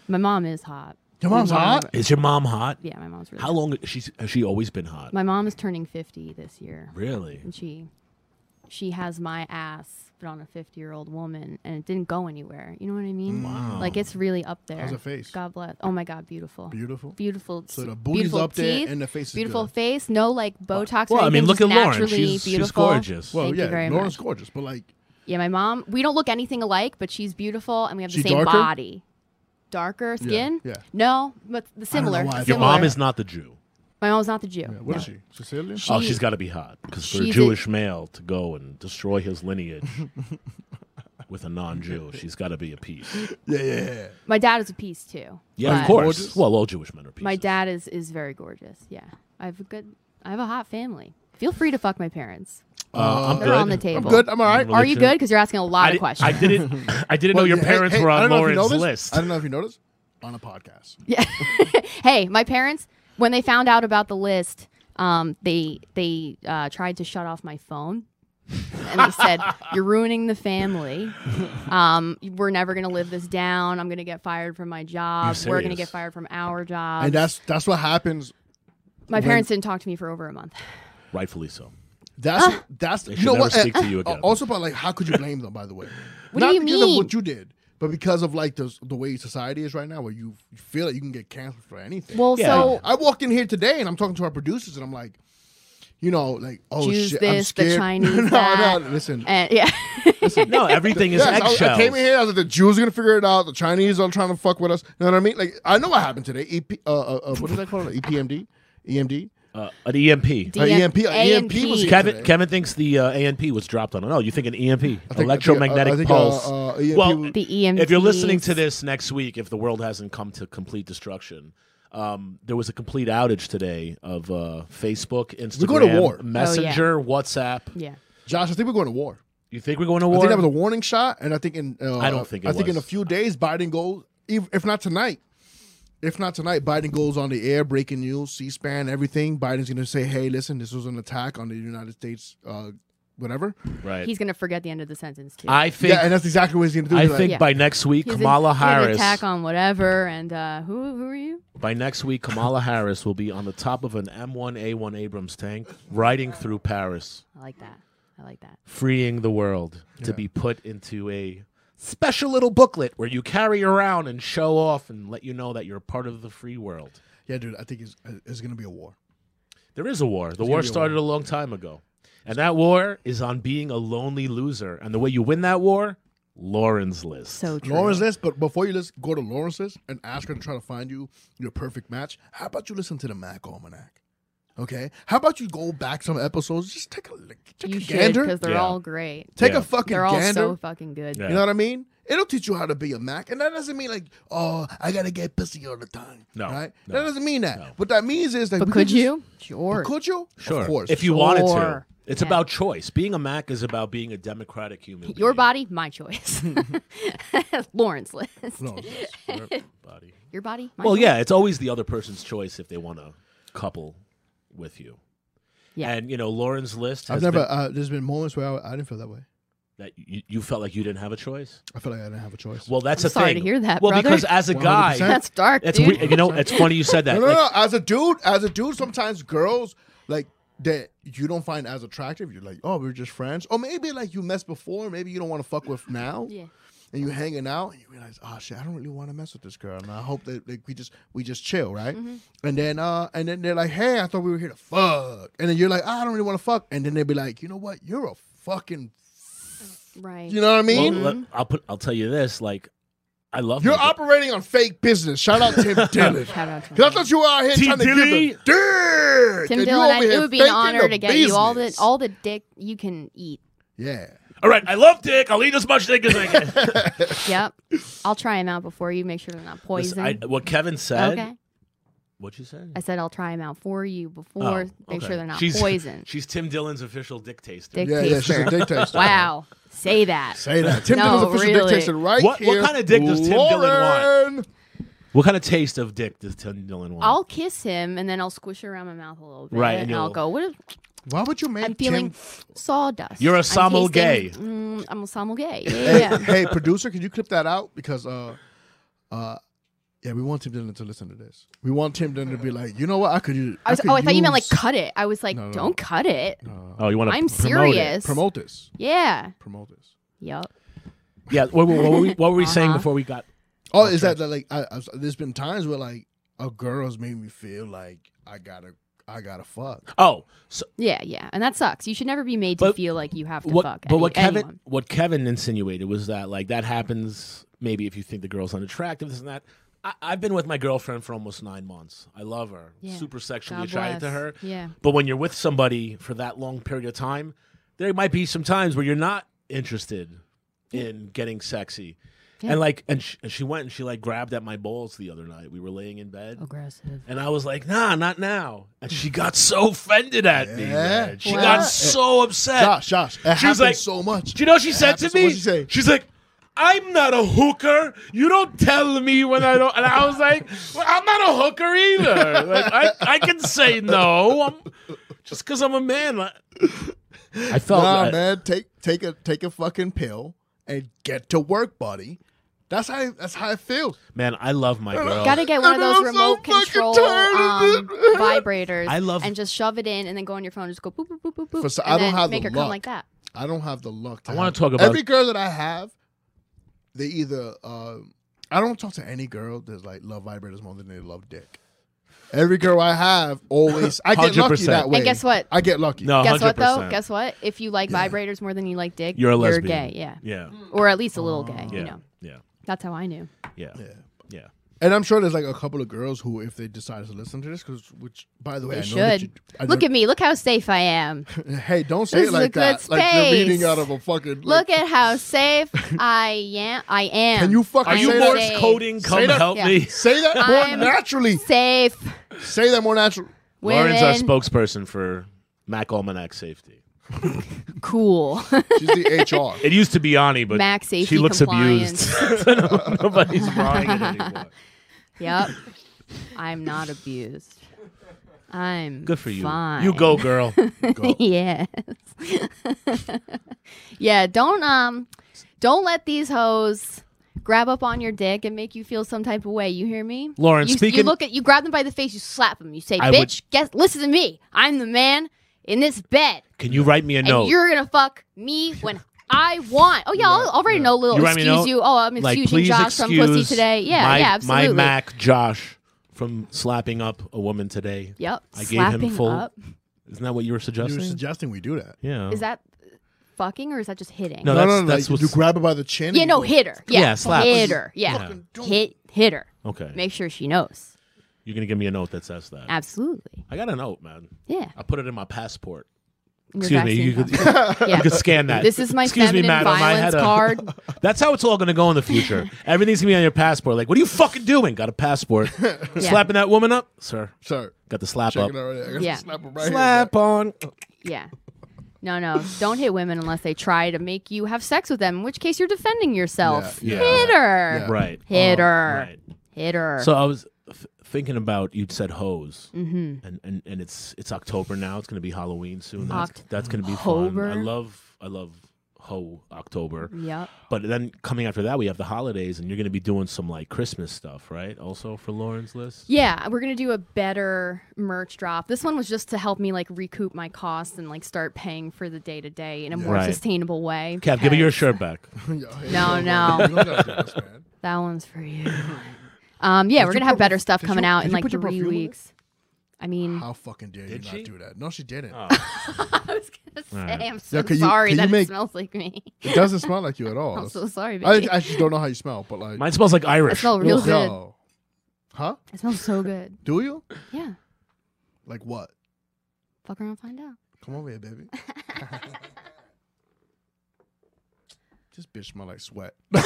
S2: My mom is hot.
S3: Your mom's
S2: My mom-
S3: hot?
S4: Is your mom hot?
S2: Yeah, my mom's really
S4: How
S2: hot.
S4: long she's has she always been hot?
S2: My mom is turning 50 this year.
S4: Really?
S2: And she she has my ass, but on a 50 year old woman, and it didn't go anywhere. You know what I mean?
S4: Wow.
S2: Like, it's really up there.
S3: How's her face?
S2: God bless. Oh, my God, beautiful.
S3: Beautiful.
S2: Beautiful.
S3: So the booty's
S2: beautiful
S3: up there
S2: teeth,
S3: and the face is
S2: Beautiful
S3: good.
S2: face. No, like, Botox
S4: Well,
S2: or
S4: I mean,
S2: anything,
S4: look at
S2: just
S4: Lauren.
S2: naturally
S4: She's
S2: beautiful.
S4: she's gorgeous.
S3: Well,
S2: Thank you
S3: yeah,
S2: very
S3: Lauren's
S2: much.
S3: gorgeous, but like,
S2: Yeah, my mom. We don't look anything alike, but she's beautiful, and we have the
S3: She
S2: same
S3: darker?
S2: body. Darker skin?
S3: yeah.
S2: No, but the similar.
S3: why I
S4: Your
S3: Similar.
S4: mom is not the Jew.
S2: My mom's not the Jew.
S3: yeah, what
S2: no.
S3: is she? Sicilian?
S4: oh,
S2: She-
S4: she's got to be hot because for a
S2: she's a-
S4: Jewish male to go and destroy his lineage with a non-Jew, she's got to be a piece.
S3: yeah, yeah, yeah.
S2: My dad is a piece too.
S4: Yeah, of
S2: but
S4: course.
S3: Gorgeous.
S4: Well, all Jewish men are pieces.
S2: My dad is is very gorgeous. Yeah, I have a good. I have a hot family. Feel free to fuck my parents.
S4: Uh, I'm
S2: They're
S4: good.
S2: on the table.
S3: I'm good. I'm all right.
S4: Well,
S2: Are you
S4: Religion.
S2: good? Because you're asking a lot
S4: I,
S2: of
S4: di-
S2: questions.
S4: I didn't. I didn't know
S3: Well,
S4: your
S3: hey,
S4: parents
S3: hey,
S4: were
S3: I don't
S4: on
S3: know if you
S4: Lauren's
S3: know this.
S4: list.
S3: I don't know if you noticed on a podcast.
S2: Yeah. hey, my parents, when they found out about the list, um, they they uh, tried to shut off my phone. and they said, "You're ruining the family. Um, we're never gonna live this down. I'm gonna get fired from my job.
S4: You're
S2: We're gonna get
S4: serious?
S2: fired from our job."
S3: And that's that's what happens.
S2: my parents didn't talk to me for over a month.
S4: Rightfully so.
S3: That's
S2: Ah.
S3: that's
S4: They
S3: you
S4: should
S3: know
S4: never
S3: what.
S4: speak
S3: uh,
S4: to you again.
S3: uh, Also, but like, how could you blame them? By the way,
S2: What do
S3: not
S2: you
S3: because of
S2: mean?
S3: what you did, but because of like the the way society is right now, where you you feel like you can get canceled for anything.
S2: Well,
S4: Yeah.
S2: so
S3: I walked in here today and I'm talking to our producers and I'm like, you know, like oh
S2: Jews
S3: shit, I'm
S2: this,
S3: scared.
S2: the Chinese
S3: no,
S2: that,
S3: no, listen.
S2: and yeah,
S4: No, everything is
S3: Yes, I- I,
S4: eggshell.
S3: came in here. I was like, the Jews are gonna figure it out. The Chinese are trying to fuck with us. You know what I mean? Like, I know what happened today. EP, uh, uh, uh, what did I call it? EPMD, EMD,
S4: Uh, an EMP.
S3: Uh,
S2: E
S3: EMP, uh, EMP was
S2: A&P.
S4: Kevin,
S3: today.
S4: Kevin thinks the uh, ANP was dropped on. No, you think an EMP,
S3: think-
S4: electromagnetic
S3: I think, uh,
S4: pulse.
S3: uh, EMP
S4: well,
S2: the E EMP.
S4: if you're listening to this next week, if the world hasn't come to complete destruction, Um, there was a complete outage today of uh, Facebook, Instagram,
S3: going to war. Oh, yeah.
S4: Messenger, WhatsApp.
S2: Yeah.
S3: Josh, I think we're going to war.
S4: You think we're going to
S3: I
S4: war?
S3: think that was a warning shot, and I think in uh,
S4: I don't think it
S3: I think in a
S4: was.
S3: few days Biden goes if, if not tonight, if not tonight, Biden goes on the air, breaking news, C-SPAN, everything. Biden's going to say, "Hey, listen, this was an attack on the United States, uh, whatever."
S4: right.
S2: He's gonna forget the end of the sentence too.
S4: I think.
S3: yeah, and that's exactly what he's going to do.
S4: I
S3: He's like,
S4: think
S2: Yeah.
S4: by next week,
S2: He's in-
S4: Kamala
S2: he had an
S4: Harris.
S2: attack on whatever, and uh, who who are you?
S4: By next week, Kamala Harris will be on the top of an M1A1 Abrams tank, riding through Paris,
S2: I like that. I like that.
S4: freeing the world to be put into a special little booklet where you carry around and show off and let you know that you're part of the free world.
S3: yeah, dude, I think it's, uh, it's going to be a war.
S4: There is a war. The war
S3: be a
S4: started a long time ago. And that war is on being a lonely loser. And the way you win that war, Lauren's list.
S2: So true.
S3: Lawrence List, but before you list, go to Lawrence List and ask her to try to find you your perfect match. How about you listen to the Mac Almanac? Okay. How about you go back some episodes? Just take a look, take
S2: you
S3: a
S2: should
S3: gander.
S2: because they're
S4: Yeah.
S2: all great.
S3: Take
S4: Yeah.
S3: a fucking
S2: They're all
S3: gander.
S2: so fucking good.
S4: Yeah.
S3: You know what I mean? It'll teach you how to be a Mac, and that doesn't mean like, oh, I gotta get pussy all the time.
S4: No,
S3: right?
S4: no,
S3: that doesn't mean that. What that means is that
S2: But
S3: we
S2: could
S3: just-
S2: you?
S3: But
S2: Sure.
S3: could you?
S4: Sure.
S3: Of course.
S4: If you wanted to.
S2: Sure.
S4: It's
S2: Yeah.
S4: about choice. Being a Mac is about being a democratic human.
S2: Your
S4: being.
S2: body, my choice. Lawrence list.
S3: No,
S4: Your body.
S2: Your body, my
S4: Well,
S2: choice.
S4: yeah, it's always the other person's choice if they want to couple with you.
S2: Yeah.
S4: And, you know, Lauren's list has
S3: I've never.
S4: been-
S3: Uh, there's been moments where I, I didn't feel that way.
S4: that you, you felt like you didn't have a choice.
S3: I felt like I didn't have a choice.
S4: Well, that's
S2: I'm
S4: a
S2: sorry
S4: thing.
S2: to hear that,
S4: Well,
S2: brother.
S4: because as a guy,
S3: 100%.
S2: That's dark,
S4: it's
S2: dude.
S4: we- you know, it's funny you said that.
S3: No, no,
S4: Like,
S3: no. As a dude, as a dude, sometimes girls like that you don't find as attractive. You're like, oh, we're just friends, or maybe like you messed before, maybe you don't want to fuck with now.
S2: Yeah.
S3: And you hanging out, and you realize, oh shit, I don't really want to mess with this girl, and I hope that like we just we just chill, right? And then uh, and then they're like, hey, I thought we were here to fuck, and then you're like, "Ah, I don't really want to fuck, and then they'd be like, you know what, you're a fucking,
S2: Right.
S3: you know what I
S4: well,
S3: mean?
S4: let- I'll put. I'll tell you this. Like, I love
S3: you're
S4: my-
S3: operating on fake business. Shout out Tim Dillon.
S2: Shout out to
S3: Cause I
S2: him.
S3: thought you were out here
S4: T.
S3: trying to give
S4: Diddy?
S3: the dirt.
S2: Tim
S3: and you
S2: Dillon,
S3: over
S2: I, it
S3: here
S2: would be an
S3: faking
S2: honor
S3: the
S2: to get you all the
S3: business.
S2: all the dick you can eat.
S3: Yeah.
S4: All right, I love dick. I'll eat as much dick as I can.
S2: Yep. I'll try them out before you. Make sure they're not
S4: Listen,
S2: poison.
S4: I, what Kevin said.
S2: okay.
S4: What you said?
S2: I said I'll try them out for you
S4: Oh,
S2: before. make
S4: okay.
S2: sure they're not
S4: She's-
S2: poison.
S4: She's Tim Dillon's official dick taster.
S2: Dick
S3: Yeah, yeah, she's
S2: taster.
S3: a dick taster.
S2: wow. Say that.
S3: Say that. Tim
S2: No,
S3: Dillon's official
S2: really.
S3: dick taster right
S4: What- what
S3: here.
S4: kind of dick does Tim Dillon want?
S3: Lauren! want?
S4: What kind of taste of dick does Tim Dillon want?
S2: I'll kiss him and then I'll squish it around my mouth a little bit.
S4: Right, and
S2: And, I'll
S4: you'll-
S2: go, what if
S3: Why would you make
S2: I'm feeling
S3: Tim...
S2: sawdust?
S4: You're a
S2: I'm
S4: Samuel
S2: tasting-
S4: gay.
S2: Mm, I'm a Samuel gay.
S3: Hey,
S2: Yeah.
S3: hey, producer, can you clip that out? Because, uh, uh, yeah, we want Tim Dillon to listen to this. We want Tim Dillon to be like, you know what? I could use...
S2: I was,
S3: could
S2: oh, I thought you meant like
S3: use-
S2: cut it. I was like,
S3: No, no,
S2: don't cut it.
S4: oh, you want to?
S2: I'm serious.
S3: Promote this.
S2: Yeah.
S3: Promote this.
S2: Yep.
S4: Yeah. What, what- what were we, what were we saying
S2: Uh-huh.
S4: before we got?
S3: Oh, is that that, like... I, I've, there's been times where, like, a girl has made me feel like I gotta... I gotta fuck.
S4: Oh, so
S2: Yeah, yeah. And that sucks. You should never be made to
S4: But
S2: feel like you have to
S4: what?
S2: fuck.
S4: but
S2: any-
S4: what Kevin?
S2: anyone.
S4: What Kevin insinuated was that like that happens maybe if you think the girl's unattractive, this and that. I, I've been with my girlfriend for almost nine months. I love her.
S2: Yeah.
S4: Super sexually
S2: God
S4: attracted to
S2: bless.
S4: her.
S2: Yeah.
S4: But when you're with somebody for that long period of time, there might be some times where you're not interested in getting sexy.
S2: Yeah.
S4: And like, and she, and she went and she like grabbed at my balls the other night. We were laying in bed.
S2: Oh. Aggressive.
S4: And I was like, nah, not now. And she got so offended at me.
S3: Yeah.
S4: man. She
S2: Wow.
S4: got so upset.
S3: Josh, Josh, it happens
S4: like-
S3: so much.
S4: Do you know what she said to
S3: happens.
S4: me?
S3: What'd she say?
S4: She's like, I'm not a hooker. You don't tell me when I don't. And I was like, well, I'm not a hooker either. Like, I, I can say no. I'm, just because I'm a man. like- I felt
S3: nah,
S4: that-
S3: man, take take a take a fucking pill and get to work, buddy. That's how that's how it feels.
S4: Man, I love my girl.
S2: Gotta get one of
S3: And
S2: those
S3: I'm so
S2: remote
S3: fucking
S2: control
S3: tired of
S2: um,
S3: it.
S2: vibrators.
S4: I love-
S2: and just shove it in and then go on your phone. Just go boop boop boop boop boop.
S3: For so-
S2: and
S3: I don't
S2: then
S3: have the
S2: make her come
S3: luck.
S2: like that.
S3: I don't have the luck. To
S4: I wanna
S3: have-
S4: talk about-
S3: every girl that I have. They either uh, I don't talk to any girl that's like love vibrators more than they love dick. Every girl I have always I get lucky
S4: 100%.
S3: that way.
S2: And guess what?
S3: I get lucky.
S4: No,
S2: Guess what though?
S4: 100%.
S2: Guess what? If you like vibrators more than you like dick,
S4: You're a lesbian.
S2: gay. Yeah.
S4: Yeah.
S2: Or at least a little gay.
S4: Yeah.
S2: You know.
S4: Yeah.
S2: That's how I knew.
S4: Yeah.
S3: Yeah.
S4: Yeah.
S3: And I'm sure there's like a couple of girls who, if they decide to listen to this, because which, by the way,
S2: They
S3: I know that
S2: should.
S3: you- I
S2: Look
S3: know-
S2: at me. Look how safe I am.
S3: Hey, don't say
S2: This
S3: it
S2: is a
S3: like
S2: good
S3: that. Like you're reading
S2: space.
S3: out of a fucking.
S2: Look
S3: like,
S2: at how safe I am. I am.
S3: Can you fucking
S4: Are you
S3: say
S2: more
S4: Morse
S3: that?
S2: safe.
S4: coding? Come
S3: that-
S4: help
S2: Yeah.
S4: me.
S3: Say that more
S2: I'm-
S3: naturally.
S2: safe?
S3: Say that more naturally.
S2: Women,
S4: Lauren's our spokesperson for Mac Almanac Safety.
S2: cool.
S3: She's the HR.
S4: It used to be Ani, but
S2: Mac
S4: she
S2: safety
S4: looks
S2: compliance.
S4: abused. No- Nobody's buying it anymore.
S2: yep. I'm not abused. I'm
S4: Good for you.
S2: Fine.
S4: You go, girl. Go.
S2: yes. yeah, don't um don't let these hoes grab up on your dick and make you feel some type of way. You hear me?
S4: Lauren,
S2: you,
S4: speaking-
S2: you look at you grab them by the face, you slap them. You say,
S4: I
S2: "Bitch,
S4: would-
S2: guess listen to me. I'm the man in this bed
S4: Can you write me a
S2: and
S4: note?
S2: you're going to fuck me when I want. Oh yeah, I'll already know little
S4: You write me a
S2: excuse
S4: note?
S2: you. Oh, I'm
S4: like,
S2: excusing
S4: please
S2: Josh
S4: excuse
S2: from pussy today. Yeah,
S4: my,
S2: yeah, absolutely.
S4: My Mac Josh from slapping up a woman today.
S2: Yep.
S4: I gave him
S2: slapping
S4: full-
S2: up.
S4: Isn't that what you were
S3: You're
S4: suggesting?
S3: suggesting we do that.
S4: yeah.
S2: Is that fucking or is that just hitting?
S4: No,
S3: No,
S4: that's-
S3: no, no.
S4: that's
S3: like,
S4: what's-
S3: you grab her by the chin.
S2: Yeah,
S3: and
S2: no,
S3: you-
S2: hit her.
S4: Yeah,
S2: Yeah,
S4: slap.
S2: Hit her. Yeah.
S3: Fucking don't.
S2: Hit hit her.
S4: okay?
S2: Make sure she knows.
S4: You're gonna give me a note that says that.
S2: Absolutely.
S4: I got a note, man.
S2: Yeah.
S4: I put it in my passport.
S2: Your
S4: Uh, Excuse me.
S2: vaccine
S4: You could,
S2: card.
S4: you
S2: yeah.
S4: could scan that.
S2: This is my
S4: Excuse me,
S2: feminine
S4: madam, I had
S2: violence
S4: a-
S2: card.
S4: That's how it's all going to go in the future. Everything's going to be on your passport. Like, what are you fucking doing? Got a passport. Slapping that woman up? Sir,
S3: Sorry.
S4: got the slap
S3: Checking
S4: up.
S3: out right there. I gotta
S2: Yeah.
S3: Slap her right
S4: Slap on.
S2: Yeah. No, no. Don't hit women unless they try to make you have sex with them, in which case you're defending yourself.
S4: Yeah. Yeah.
S2: Hit her.
S3: Yeah.
S4: Right. Oh,
S2: Hit her.
S4: Right.
S2: Hit her.
S4: So I was f- thinking about, you'd said hose. Mm-hmm. And, and, and it's it's October now. It's going to be Halloween soon. That's,
S2: Oct-
S4: that's going to be fun. I
S2: Hober.
S4: love, I love ho October.
S2: yep.
S4: But then coming after that, we have the holidays, and you're going to be doing some like Christmas stuff, right? Also for Lauren's list?
S2: Yeah, we're gonna do a better merch drop. This one was just to help me like recoup my costs and like start paying for the day to day in a more
S4: Right.
S2: sustainable way.
S4: Kev, give me your
S2: because-
S4: shirt back.
S3: there. Yo, hey,
S2: No,
S3: you
S2: no.
S3: don't gotta do this, man.
S2: That one's for you. Um, yeah, we're
S3: you
S2: gonna have
S3: put-
S2: better stuff
S3: did
S2: coming
S3: you-
S2: out
S3: did
S2: in
S3: you
S2: like
S3: put your
S2: three
S3: perfume in it?
S2: weeks. I mean,
S3: How fucking dare you
S4: Did she? Oh.
S3: not do that? No, she didn't.
S2: I was gonna say,
S4: right.
S2: I'm so
S3: Yeah, can you-
S2: sorry
S3: can you
S2: that
S3: make-
S2: it smells like me.
S3: It doesn't smell like you at all.
S2: I'm so sorry,
S3: I
S2: baby. I,
S3: actually don't know how you smell, but like
S4: Mine smells like Irish.
S2: smell real
S3: Yo.
S2: good.
S3: Huh?
S2: It smells so good.
S3: Do you?
S2: Yeah,
S3: Like what?
S2: fuck around, and find out.
S3: Come over here, baby. this bitch smell like sweat.
S2: A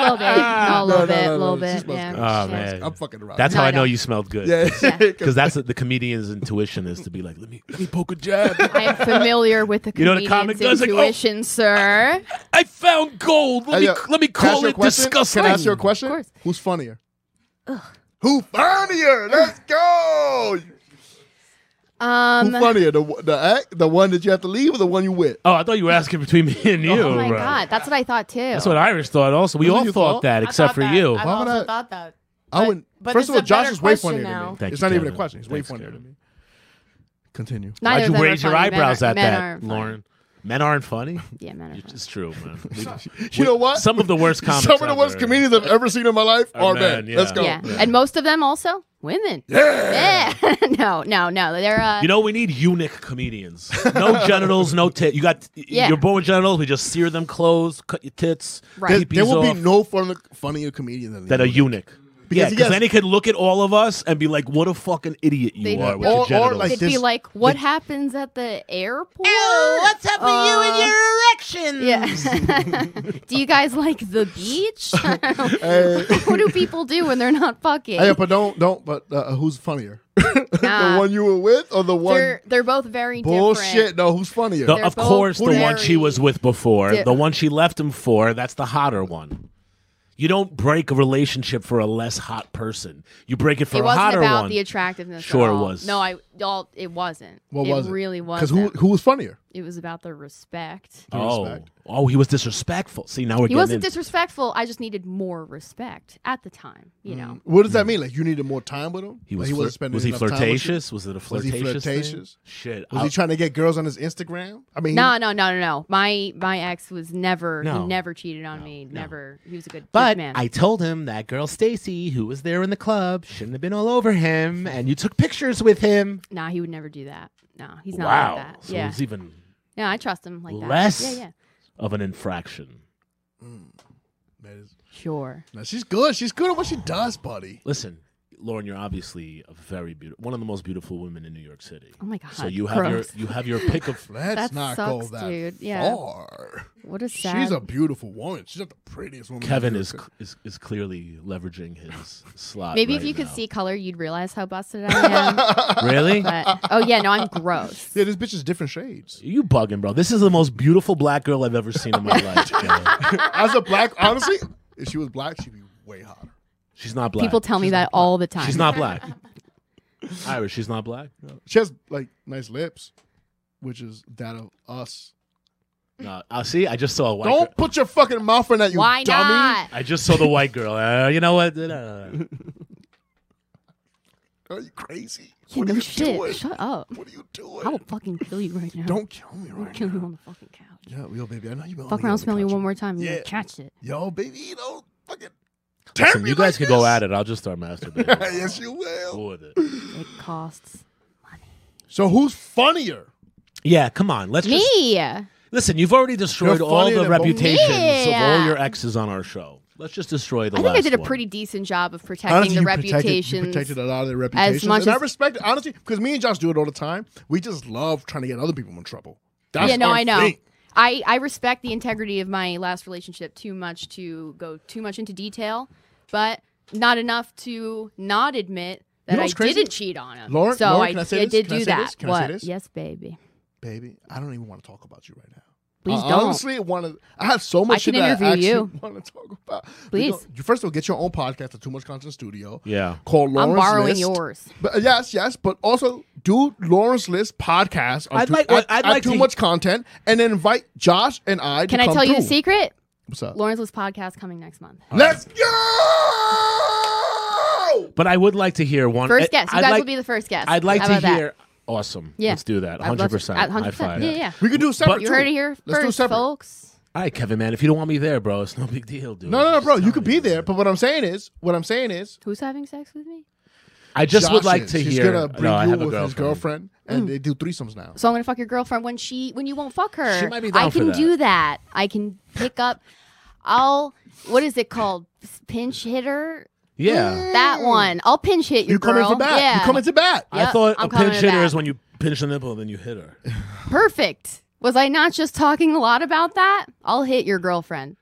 S2: little bit, no, a little
S3: No, no,
S2: bit, a
S3: no, no,
S2: little
S3: she
S2: bit.
S3: smells
S2: Yeah.
S3: good.
S4: Oh,
S2: She
S4: man.
S2: smells-
S3: I'm fucking around.
S4: That's
S2: No,
S4: how I
S2: I
S4: know
S2: don't.
S4: you smelled good.
S3: yeah.
S4: Because that's the comedian's intuition is to be like, let me let me poke a jab.
S2: I am familiar with the
S4: You know the
S2: comedian's
S4: comic does, like, oh.
S2: intuition, sir.
S4: I found gold. Let
S3: Hey,
S4: me
S3: yo,
S4: let me
S3: Can I ask
S4: call
S3: you a
S4: it
S3: question?
S4: disgusting.
S3: Can I ask you a question?
S2: Of course.
S3: Who's funnier? Who funnier? Let's go. Who
S2: Um,
S3: funnier? The the act, the one that you have to leave, or the one you with?
S4: oh, I thought you were asking between me and you.
S2: oh my
S4: bro.
S2: god, that's what I thought too.
S4: That's what Irish thought. Also, we
S3: Wasn't
S4: all
S3: you
S4: thought,
S3: thought?
S4: that,
S5: I
S4: except
S5: thought
S4: for
S5: that.
S4: you.
S5: I
S3: Why would
S5: also
S3: I-
S5: thought that.
S3: I wouldn't.
S5: but
S3: first
S5: it's
S3: of all,
S5: a
S3: Josh
S5: better
S3: is way
S5: question
S3: funnier
S5: now.
S3: than me.
S4: Thank
S3: it's
S4: you,
S3: not even a
S4: Kevin.
S3: question. It's way
S4: Thanks,
S3: funnier
S4: Kevin.
S3: than me. Continue.
S2: Neither
S4: Why'd
S2: of
S4: you
S2: them are
S4: raise your
S2: funny. Men
S4: eyebrows
S2: are-
S4: at
S2: men are
S4: that,
S2: funny.
S4: Lauren? Men aren't funny.
S2: Yeah, men are. funny.
S4: It's true, man. We-
S3: You know what?
S4: Some of the worst comics.
S3: Some of the worst
S4: ever.
S3: comedians I've ever seen in my life
S4: Are
S3: are
S4: men,
S3: men.
S4: yeah.
S3: Let's go.
S2: Yeah. and most of them also women. Yeah. no, no, no. They're uh,
S4: You know, we need eunuch comedians. No genitals, no tits. You got
S2: Yeah.
S4: you're born with genitals. We just sear them closed, cut your tits.
S3: There,
S2: Right.
S4: peepees
S3: there will
S4: off.
S3: be no fun, funnier comedian than
S4: that
S3: you.
S4: a eunuch.
S3: Because
S4: yeah,
S3: he
S4: because
S3: has-
S4: then he could look at all of us and be like, "What a fucking idiot you
S2: They-
S4: are!" With
S3: Or-
S4: your
S3: or
S4: genitals.
S3: like
S2: It'd
S3: this-
S2: be like, what happens at the airport? Oh.
S5: What's up with you and your erection?
S2: Uh, Yeah. do you guys like the beach?
S3: Hey,
S2: what do people do when they're not fucking?
S3: hey, but don't don't. But uh, who's funnier? the
S2: Nah.
S3: one you were with or the one?
S2: they're they're both very
S3: Bullshit.
S2: different.
S3: No, who's funnier?
S4: The-
S2: they're
S4: of
S2: both
S4: course, the one she
S2: very
S4: was with before,
S2: di-
S4: the one she left him for, that's the hotter one. You don't break a relationship for a less hot person. You break it for
S2: It
S4: a
S2: wasn't
S4: hotter
S2: about
S4: one.
S2: the attractiveness. at
S4: Sure it
S2: all.
S4: was.
S2: No, I all it wasn't.
S3: what
S2: it
S3: was it?
S2: really
S3: Because
S2: wasn't.
S3: who who was funnier?
S2: it was about the respect.
S4: oh,
S3: respect.
S4: oh, he was disrespectful. See, now we're
S2: He
S4: getting
S2: wasn't
S4: in-
S2: disrespectful. I just needed more respect at the time. You know.
S3: What does that mean? Like you needed more time with him?
S4: Hmm. He was.
S3: Like,
S4: flir-
S3: wasn't spending
S4: was he
S3: enough time with you?
S4: flirtatious? Uh, Was it a
S3: he
S4: flirtatious?
S3: flirtatious?
S4: Thing? Shit. Oh.
S3: Was
S4: I'll-
S3: he trying to get girls on his Instagram? I mean,
S2: No,
S3: he-
S2: no, no, no, no. My my ex was never.
S4: Mm. No.
S2: He never cheated on me. Never. He was a good
S4: But
S2: good man.
S4: I told him that girl Stacy, who was there in the club, shouldn't have been all over him, and you took pictures with him.
S2: Nah, he would never do that. Nah, he's not
S4: wow.
S2: like that.
S4: So it
S2: yeah.
S4: was even
S2: Yeah, I trust him like that.
S4: less
S2: Yeah, yeah.
S4: of an infraction.
S3: That is,
S2: Sure.
S3: no, she's good. She's good at what she does, buddy.
S4: Listen, Lauren, you're obviously a very beautiful, one of the most beautiful women in New York City.
S2: Oh my god.
S4: So you have
S2: gross.
S4: your you have your pick of
S3: Let's
S2: That
S3: not go
S2: sucks,
S3: that
S2: dude. Yeah.
S3: far.
S2: what a sad.
S3: She's a beautiful woman. She's not the prettiest woman. in
S4: Kevin
S3: New
S4: is,
S3: York.
S4: is is clearly leveraging his slot.
S2: Maybe if
S4: right
S2: you could
S4: now.
S2: see color, you'd realize how busted I am.
S4: really.
S2: but oh yeah, no, I'm gross.
S3: Yeah, this bitch is different shades.
S4: You bugging, bro. This is the most beautiful black girl I've ever seen in my life. Kevin.
S3: As a black, honestly, if she was black, she'd be way hotter.
S4: She's not black.
S2: People tell me that all the time.
S4: she's not black. Irish. She's not black.
S3: She has like nice lips, which is that of us.
S4: No. I Uh, see. I just saw a white.
S3: Don't
S4: girl.
S3: put your fucking mouth in that, you
S2: Why
S3: dummy.
S2: not?
S4: I just saw the white girl. Uh, you know what? No, no, no.
S3: Are you crazy?
S2: You
S3: what
S2: know
S3: are you
S2: shit.
S3: doing?
S2: Shut up.
S3: What are you doing?
S2: I will fucking kill you right now.
S3: Don't kill me
S2: I'll
S3: right
S2: kill
S3: now.
S2: you on the fucking couch.
S3: Yeah, yo, baby, I know you been
S2: Fuck
S3: only
S2: around,
S3: on the
S2: smell you
S3: couch.
S2: one more time. You're
S3: Yeah.
S2: gonna catch it.
S3: Yo, baby, you don't fucking.
S4: Listen, you guys could go at it. I'll just start masturbating.
S3: yes, you will.
S4: Cool with it.
S2: It costs
S3: So who's funnier?
S4: Yeah, come on. Let's just
S2: me.
S4: listen. You've already destroyed
S3: You're
S4: all
S3: funnier
S4: the
S3: than both-
S4: reputations of all
S2: Yeah.
S4: your exes on our show. Let's just destroy the.
S2: I think I
S4: last
S2: did a
S4: one.
S2: pretty decent job of protecting
S3: Honestly,
S2: the
S3: you protected, you
S2: reputations.
S3: protected a lot of their reputations,
S2: much
S3: and I
S2: as-
S3: respect it honestly because me and Josh do it all the time. We just love trying to get other people in trouble. That's
S2: yeah, no,
S3: our
S2: I know.
S3: Thing.
S2: I, I respect the integrity of my last relationship too much to go too much into detail, but not enough to not admit that
S3: You know
S2: I
S3: what's crazy?
S2: didn't cheat on him.
S3: Lauren-
S2: so
S3: Lauren,
S2: I,
S3: can I say
S2: I
S3: this?
S2: did
S3: Can I
S2: do
S3: say
S2: that.
S3: this? Can I
S2: what?
S3: say this?
S2: Yes, baby.
S3: baby. I don't even want to talk about you right now.
S2: Please
S3: I
S2: don't.
S3: Honestly, want to? I have so much
S2: can
S3: shit that I
S2: interview you.
S3: actually want to talk about. We
S2: Please.
S3: don't- you first of all get your own podcast at Too Much Content Studio.
S4: Yeah.
S3: called Lawrence.
S2: I'm borrowing
S3: List.
S2: yours.
S3: But uh, yes, yes, but also do Lawrence List podcast. on
S4: I'd
S3: Too-
S4: like-
S3: at,
S4: I'd
S3: at
S4: like
S3: Too
S4: to-
S3: Much Content, and then invite Josh and I.
S2: Can
S3: to
S2: I
S3: come
S2: tell you the
S3: through.
S2: secret?
S3: What's up?
S2: Lauren's List podcast coming next month.
S3: Let's go.
S4: But I would like to hear one.
S2: First
S4: I-
S2: guest. You
S4: I'd
S2: guys
S4: like,
S2: will be the first guest.
S4: I'd like
S2: How
S4: to
S2: about that?
S4: hear. Awesome.
S2: Yeah.
S4: Let's do that.
S2: I'd love to-
S4: 100. percent
S2: at
S4: High five.
S2: Yeah, yeah.
S3: We could do a separate.
S4: But-
S2: You
S3: too.
S2: heard it here
S3: Let's do
S2: first,
S3: separate.
S2: folks.
S4: All right, Kevin, man. If you don't want me there, bro, it's no big deal, dude.
S3: No, no, no,
S4: Just
S3: bro. You
S4: telling
S3: could be there, but what I'm saying is, what I'm saying is,
S2: Who's having sex with me?
S4: I just
S3: Josh
S4: would like
S3: is.
S4: to
S3: He's
S4: hear.
S3: gonna bring
S4: no,
S3: you
S4: I have a
S3: with his
S4: girlfriend.
S3: girlfriend,
S2: Mm.
S3: and they do threesomes now.
S2: So I'm gonna fuck your girlfriend when she when you won't fuck her.
S4: She might be down
S2: I
S4: for
S2: can
S4: that.
S2: do that. I can pick up. I'll what is it called? S- Pinch hitter.
S4: Yeah.
S2: That one. I'll pinch hit your
S3: You coming
S2: girl.
S3: for bat?
S2: Yeah.
S3: You coming to bat?
S4: I
S2: Yep,
S4: thought
S2: I'm
S4: a
S2: coming
S4: pinch
S2: to
S4: hitter
S2: that.
S4: is when you pinch the nipple and then you hit her.
S2: Perfect. Was I not just talking a lot about that? I'll hit your girlfriend.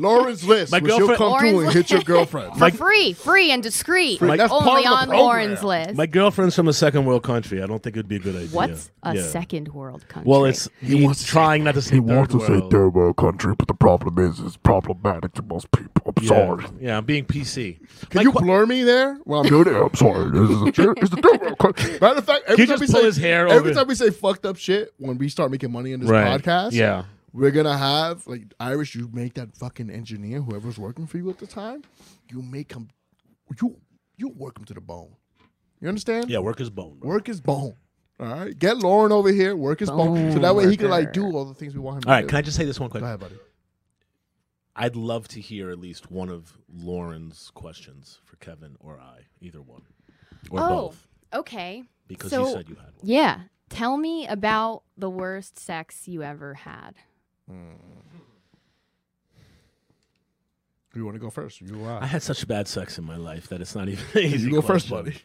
S3: Lawrence List.
S4: My
S3: where she'll
S4: girlfriend-
S3: come through and
S2: Lawrence
S3: hit your girlfriend.
S2: For free, free and discreet.
S3: Free. That's part
S2: only
S3: of the
S2: on
S3: program.
S2: Lauren's list.
S4: My girlfriend's from a second world country. I don't think it'd be a good idea.
S2: What's a
S4: Yeah.
S2: second world country?
S4: Well, it's he
S3: wants to say-
S4: trying not to say
S6: He
S4: third
S6: wants to say
S4: world.
S6: third world country, but the problem is it's problematic to most people. I'm sorry.
S4: Yeah. yeah, I'm being PC.
S3: Can you blur me there? Well, I'm
S6: No, no, I'm sorry. This is a, it's the third world country.
S3: Matter of fact, every
S4: He
S3: time we
S4: just pull
S3: say,
S4: his hair
S3: every
S4: over-
S3: time we say fucked up shit when we start making money in this
S4: Right.
S3: podcast,
S4: Yeah.
S3: we're gonna have like Irish. You make that fucking engineer, whoever's working for you at the time, you make him, you you work him to the bone. You understand?
S4: Yeah, work is bone. bro.
S3: Work his bone. All right, get Lauren over here. Work his bone, so
S2: Bone
S3: that way he can like do
S2: worker.
S3: all the things we want him.
S4: All
S3: to
S4: right,
S3: do.
S4: can I just say this one quick?
S3: Go ahead, buddy.
S4: I'd love to hear at least one of Lauren's questions for Kevin or I, either one or
S2: oh,
S4: both,
S2: okay.
S4: because
S2: so
S4: you said you had one.
S2: Yeah. Tell me about the worst sex you ever had.
S3: You want to go first? You
S4: I
S3: uh,
S4: had such bad sex in my life that it's not even an easy.
S3: you go first,
S4: question.
S3: buddy.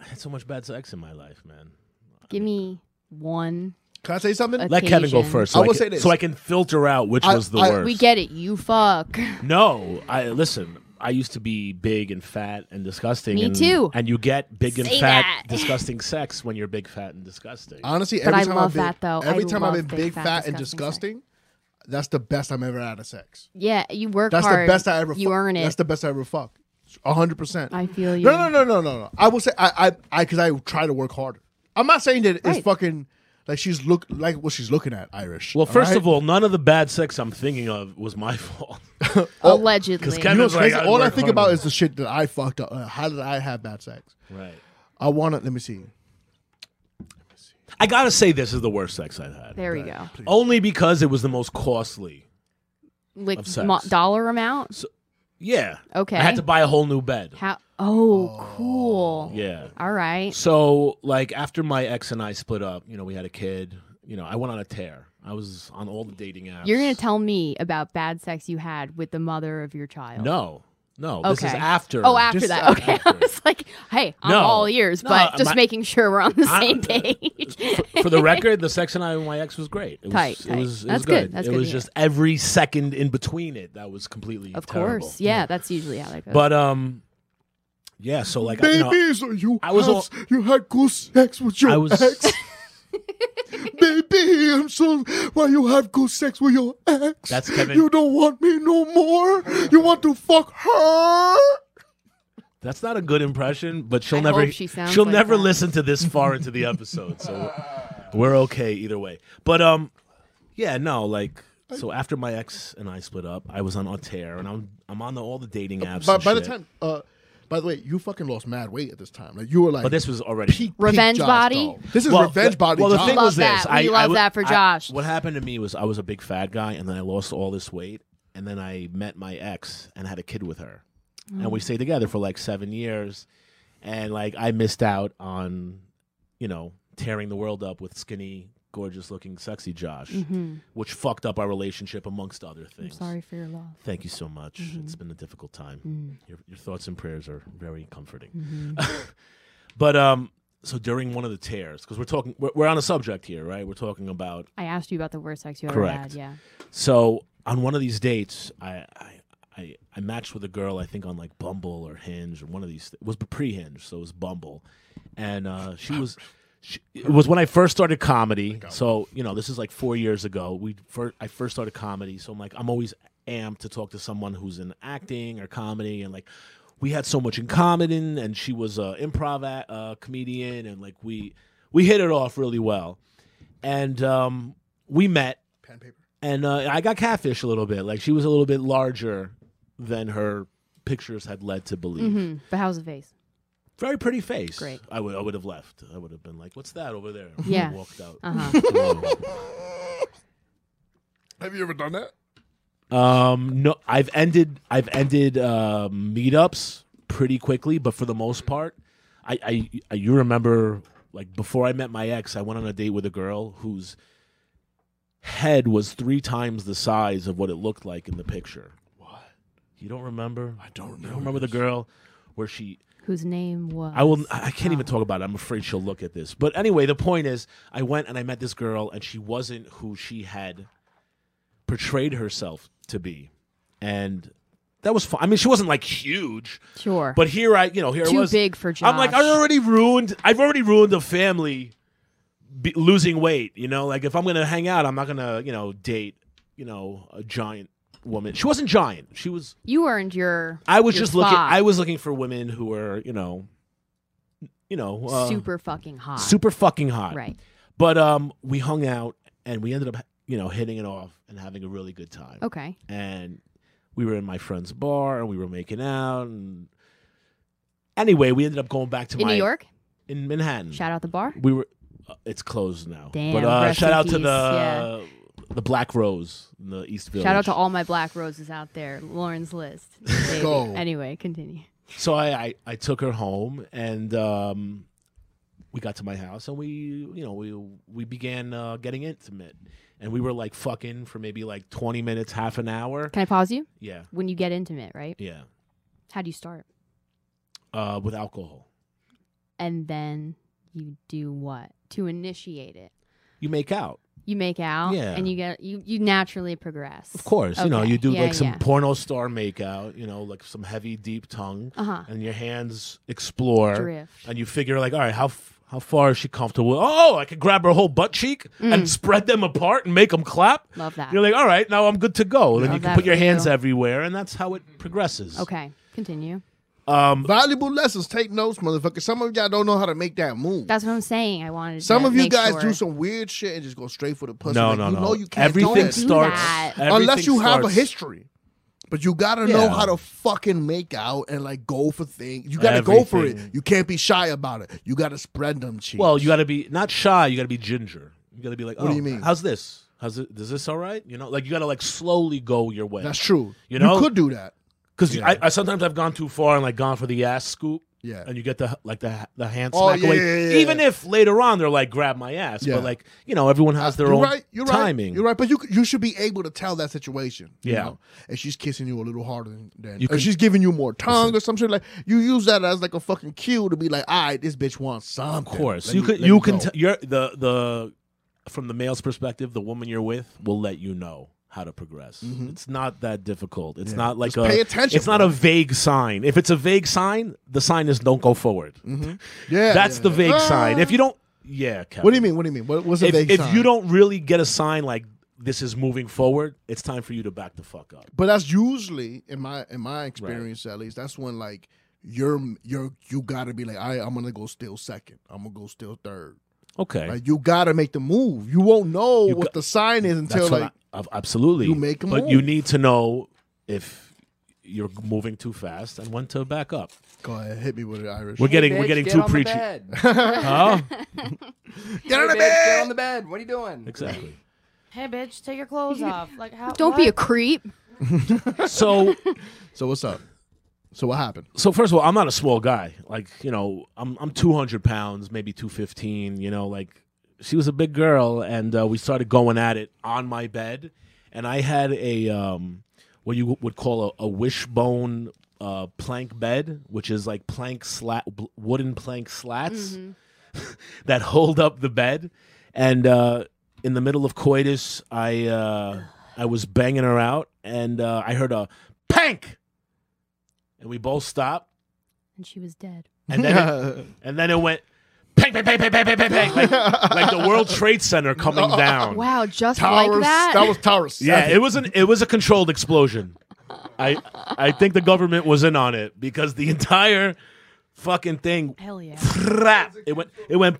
S4: I had so much bad sex in my life, man.
S2: Give me one.
S3: Can I say something?
S2: Uh,
S4: Let Kevin go
S2: Occasion.
S4: first.
S3: I
S4: So I,
S3: will
S4: can,
S3: say this.
S4: so I can filter out which
S3: I-
S4: was the
S3: I-
S4: worst.
S2: We get it. You fuck.
S4: no. I listen. I used to be big and fat and disgusting.
S2: Me
S4: and,
S2: too.
S4: And you get big and
S2: Say
S4: fat,
S2: that.
S4: disgusting sex when you're big, fat, and disgusting.
S3: Honestly,
S2: But
S3: every
S2: I
S3: time
S2: love
S3: I've been,
S2: that, though.
S3: Every
S2: I
S3: time
S2: love
S3: I've been
S2: big,
S3: big,
S2: fat,
S3: fat, and
S2: disgusting
S3: disgusting, that's the best I'm ever out of sex.
S2: Yeah, you work
S3: That's
S2: hard.
S3: the best I ever.
S2: You
S3: fuck-
S2: earn it.
S3: That's the best I ever fuck. hundred percent.
S2: I feel you.
S3: No, no, Oh, no, no, no, no. I will say I, I, I, because I try to work harder. I'm not saying that
S2: Right.
S3: it's fucking like she's look like what she's looking at Irish.
S4: well, first
S3: alright?
S4: of all, none of the bad sex I'm thinking of was my fault.
S2: Allegedly.
S4: 'Cause
S3: you
S4: Kevin-
S3: know what's
S4: like,
S3: crazy?
S4: I'd
S3: all I
S4: work
S3: think
S4: harder.
S3: about is the shit that I fucked up. Uh, how did I have bad sex?
S4: right.
S3: I want to. Let me see.
S4: I gotta say, this is the worst sex I've had.
S2: there we go.
S4: Only because it was the most costly.
S2: Like
S4: sex.
S2: mo- dollar amount.
S4: Yeah.
S2: Okay.
S4: I had to buy a whole new bed.
S2: How? Oh, cool.
S4: Yeah.
S2: All right.
S4: So like after my ex and I split up, you know, we had a kid. You know, I went on a tear. I was on all the dating apps.
S2: You're gonna tell me about bad sex you had with the mother of your child.
S4: No, no. This is
S2: Okay.
S4: after.
S2: Oh, after
S4: just
S2: that. Okay. I
S4: after.
S2: was like, hey, I'm
S4: No.
S2: all ears,
S4: No,
S2: but just
S4: my-
S2: making sure we're on the
S4: I-
S2: same page.
S4: For the record, the sex and I with my ex was great. It was,
S2: Tight,
S4: It
S2: tight.
S4: was, it
S2: That's
S4: was
S2: good.
S4: good.
S2: That's
S4: it
S2: good to
S4: was
S2: hear.
S4: just every second in between it that was completely.
S2: of
S4: terrible.
S2: course. Yeah, that's usually how that goes.
S4: But um, yeah. So like, I, you know,
S3: Baby, so you
S4: I was
S3: had,
S4: all-
S3: you had good sex with your
S4: I was-
S3: ex. Baby, I'm so why you have good sex with your ex.
S4: That's Kevin-
S3: You don't want me no more. You want to fuck her.
S4: that's not a good impression. But she'll
S2: I
S4: never.
S2: hope she sounds
S4: she'll
S2: like
S4: never
S2: that.
S4: listen to this far into the episode. So we're okay either way. But um, yeah. No, like. So after my ex and I split up, I was on Altair and I'm I'm on the, all the dating apps.
S3: But
S4: and
S3: by the
S4: shit.
S3: time, uh, by the way, you fucking lost mad weight at this time. Like you were like,
S4: but this was already
S3: peak, peak
S2: Revenge
S3: Josh
S2: body?
S3: doll. This is revenge
S4: the-
S3: body.
S4: Well, the
S3: Josh.
S4: thing
S2: Love
S4: was this:
S2: that.
S4: I,
S2: We
S4: I
S2: love
S4: wa-
S2: that for
S4: I-
S2: Josh.
S4: what happened to me was I was a big fat guy, and then I lost all this weight, and then I met my ex and had a kid with her, and
S2: Mm.
S4: we stayed together for like seven years, and like I missed out on, you know, tearing the world up with skinny, gorgeous-looking, sexy Josh, which fucked up our relationship amongst other
S2: Mm-hmm. I'm
S4: things.
S2: sorry for your loss.
S4: Thank you so much. It's been a difficult time. Your, your thoughts and prayers are very comforting. but um, so during one of the tears, because we're talking, we're, we're on a subject here, right? We're talking about
S2: I asked you about the worst sex you ever
S4: Correct.
S2: had. Yeah.
S4: so on one of these dates, I, I I I matched with a girl I think on like Bumble or Hinge or one of these. It was pre Hinge, so it was Bumble, and uh, she was. She, it was when I first started comedy, so you know this is like four years ago. We first I first started comedy, so I'm like I'm always amped to talk to someone who's in acting or comedy, and like we had so much in common, and, and she was a improv a, uh, comedian, and like we we hit it off really well, and um, we met
S3: Pen and paper.
S4: and uh, I got catfish a little bit. Like she was a little bit larger than her pictures had led to believe.
S2: hmm But how's the face?
S4: Very pretty face.
S2: Great.
S4: I would I would have left. I would have been like, "What's that over there?"
S2: Yeah.
S4: Walked out.
S2: Uh-huh.
S3: Have you ever done that?
S2: Uh.
S4: Um, no, I've ended I've ended uh, meetups pretty quickly, but for the most part, I, I I you remember like before I met my ex, I went on a date with a girl whose head was three times the size of what it looked like in the picture. What? You don't remember? I don't remember. You don't remember the girl where she
S2: Whose name was
S4: I will. I I can't even talk about it. I'm afraid she'll look at this. But anyway, the point is, I went and I met this girl, and she wasn't who she had portrayed herself to be, and that was fun. I mean, she wasn't like huge,
S2: Sure.
S4: but here I, you know, here I
S2: Too
S4: was.
S2: big for
S4: I'm like,
S2: Josh.
S4: I already ruined. I've already ruined a family, be, losing weight. You know, like if I'm gonna hang out, I'm not gonna, you know, date, you know, a giant woman. She wasn't giant. She was
S2: you earned your
S4: I was
S2: your
S4: just looking.
S2: spot.
S4: I was looking for women who were, you know, you know, uh,
S2: super fucking hot.
S4: super fucking hot.
S2: right.
S4: But um, we hung out and we ended up, you know, hitting it off and having a really good time.
S2: Okay.
S4: And we were in my friend's bar and we were making out. And anyway, we ended up going back to
S2: In
S4: my Mm.
S2: New York?
S4: in Manhattan.
S2: Shout out the bar?
S4: We were. Uh, it's closed now.
S2: Damn,
S4: but uh,
S2: rest
S4: shout
S2: in
S4: out to
S2: peace,
S4: the
S2: yeah.
S4: the Black Rose in the East Village.
S2: Shout out to all my black roses out there. Lauren's list. Baby.
S3: Go.
S2: Anyway, continue.
S4: So I, I, I took her home and um, we got to my house and we you know we we began uh, getting intimate and we were like fucking for maybe like twenty minutes, half an hour.
S2: Can I pause you?
S4: Yeah,
S2: When you get intimate, right?
S4: yeah,
S2: How do you start?
S4: uh, with alcohol.
S2: And then you do what? To initiate it.
S4: You make out,
S2: You make out
S4: Yeah.
S2: and you get you, you naturally progress.
S4: of course. You know
S2: Okay.
S4: you do
S2: Yeah,
S4: like some
S2: yeah.
S4: porno star make out. You know like some heavy deep tongue
S2: Uh-huh.
S4: and your hands explore
S2: Drift.
S4: and you figure like all right how. F- how far is she comfortable? Oh, I could grab her whole butt cheek
S2: Mm.
S4: and spread them apart and make them clap.
S2: Love that.
S4: You're like, all right, now I'm good to go. Then
S2: Love
S4: you can
S2: that
S4: put your
S2: for
S4: hands
S2: you.
S4: everywhere, and that's how it progresses.
S2: okay. Continue.
S4: Um,
S3: Valuable lessons. Take notes, motherfucker. Some of y'all don't know how to make that move.
S2: That's what I'm saying. I wanted to
S3: Some of you
S2: make
S3: guys
S2: sure.
S3: do some weird shit and just go straight for the pussy.
S4: no,
S3: Like,
S4: no,
S3: you
S4: no.
S3: Know you can't do
S4: everything
S3: that.
S2: do
S4: starts
S2: that.
S4: everything
S3: unless you have a
S4: starts-
S3: history. But you gotta know
S4: Yeah.
S3: how to fucking make out and like go for things. You gotta go for it.
S4: Everything.
S3: You can't be shy about it. You gotta spread them cheeks.
S4: Well, you got to be not shy. You got to be ginger. You got to be like,
S3: What
S4: oh,
S3: do you mean?
S4: How's this? How's it? Is this all right? You know, like you got to like slowly go your way.
S3: that's true.
S4: You know?
S3: could do that.
S4: Because I, I sometimes I've gone too far and like gone for the ass scoop.
S3: Yeah.
S4: and you get the like the the hand
S3: Oh,
S4: smack
S3: yeah,
S4: away.
S3: yeah, yeah.
S4: Even if later on they're like grab my ass,
S3: Yeah. Uh,
S4: but like you know everyone has their own timing.
S3: Right. You're right, but you c- you should be able to tell that situation. you
S4: Yeah.
S3: know? and she's kissing you a little harder than, than
S4: You
S3: or
S4: can-
S3: she's giving you more tongue or some shit like you use that as like a fucking cue to be like, all right, this bitch wants
S4: Of
S3: something.
S4: course,
S3: Let
S4: you
S3: me-
S4: could
S3: let
S4: you
S3: me
S4: can
S3: go.
S4: t- you're the the from the male's perspective, the woman you're with will let you know how to progress. It's not that difficult. It's not like
S3: Mm-hmm. Just
S4: a
S3: pay attention,
S4: It's not
S3: bro.
S4: a vague sign. If it's a vague sign, the sign is don't go forward.
S3: yeah,
S4: That's
S3: Mm-hmm. yeah,
S4: the
S3: yeah.
S4: vague
S3: Ah.
S4: sign. If you don't, yeah. Kevin.
S3: What do you mean? What do you mean? What was the
S4: if,
S3: vague
S4: if
S3: sign?
S4: you don't really get a sign like this is moving forward, it's time for you to back the fuck up.
S3: But that's usually in my in my experience at least. That's when like you're you're you gotta be like, all right, I'm gonna go still second. I'm gonna go still third.
S4: Okay,
S3: Like you gotta make the move. You won't know
S4: You
S3: what
S4: got-
S3: the sign is
S4: that's
S3: until
S4: what
S3: like
S4: I- ab- absolutely.
S3: you make a
S4: but
S3: move.
S4: you need to know if you're moving too fast and when to back up.
S3: go ahead, hit me with it, Irish.
S4: We're getting we're getting too
S7: on
S4: preachy.
S7: The bed.
S4: Huh?
S3: Get
S7: Hey,
S3: out
S7: bitch,
S3: of
S7: get on
S3: bed.
S7: the bed. What are you doing?
S4: Exactly.
S8: Hey, bitch, take your clothes off. Like, how?
S2: Don't be a
S8: what?
S2: creep.
S4: So
S3: So what's up? So what happened?
S4: so first of all, I'm not a small guy. Like you know, I'm I'm 200 pounds, maybe 215. You know, like she was a big girl, and uh, we started going at it on my bed, and I had a um, what you would call a, a wishbone uh, plank bed, which is like plank slat, bl- wooden plank slats that hold up the bed, and uh, in the middle of coitus, I uh, I was banging her out, and uh, I heard a pank, and we both stopped.
S2: And she was dead.
S4: And then
S2: Uh,
S4: it, and then it went bang, bang, bang, bang, bang, bang, bang, bang, like, like the World Trade Center coming down.
S2: Wow, just
S3: Towers.
S2: like that.
S3: was towers.
S4: Yeah, it was an it was a controlled explosion. I I think the government was in on it because the entire fucking thing
S8: Hell yeah.
S4: prrap. It went it went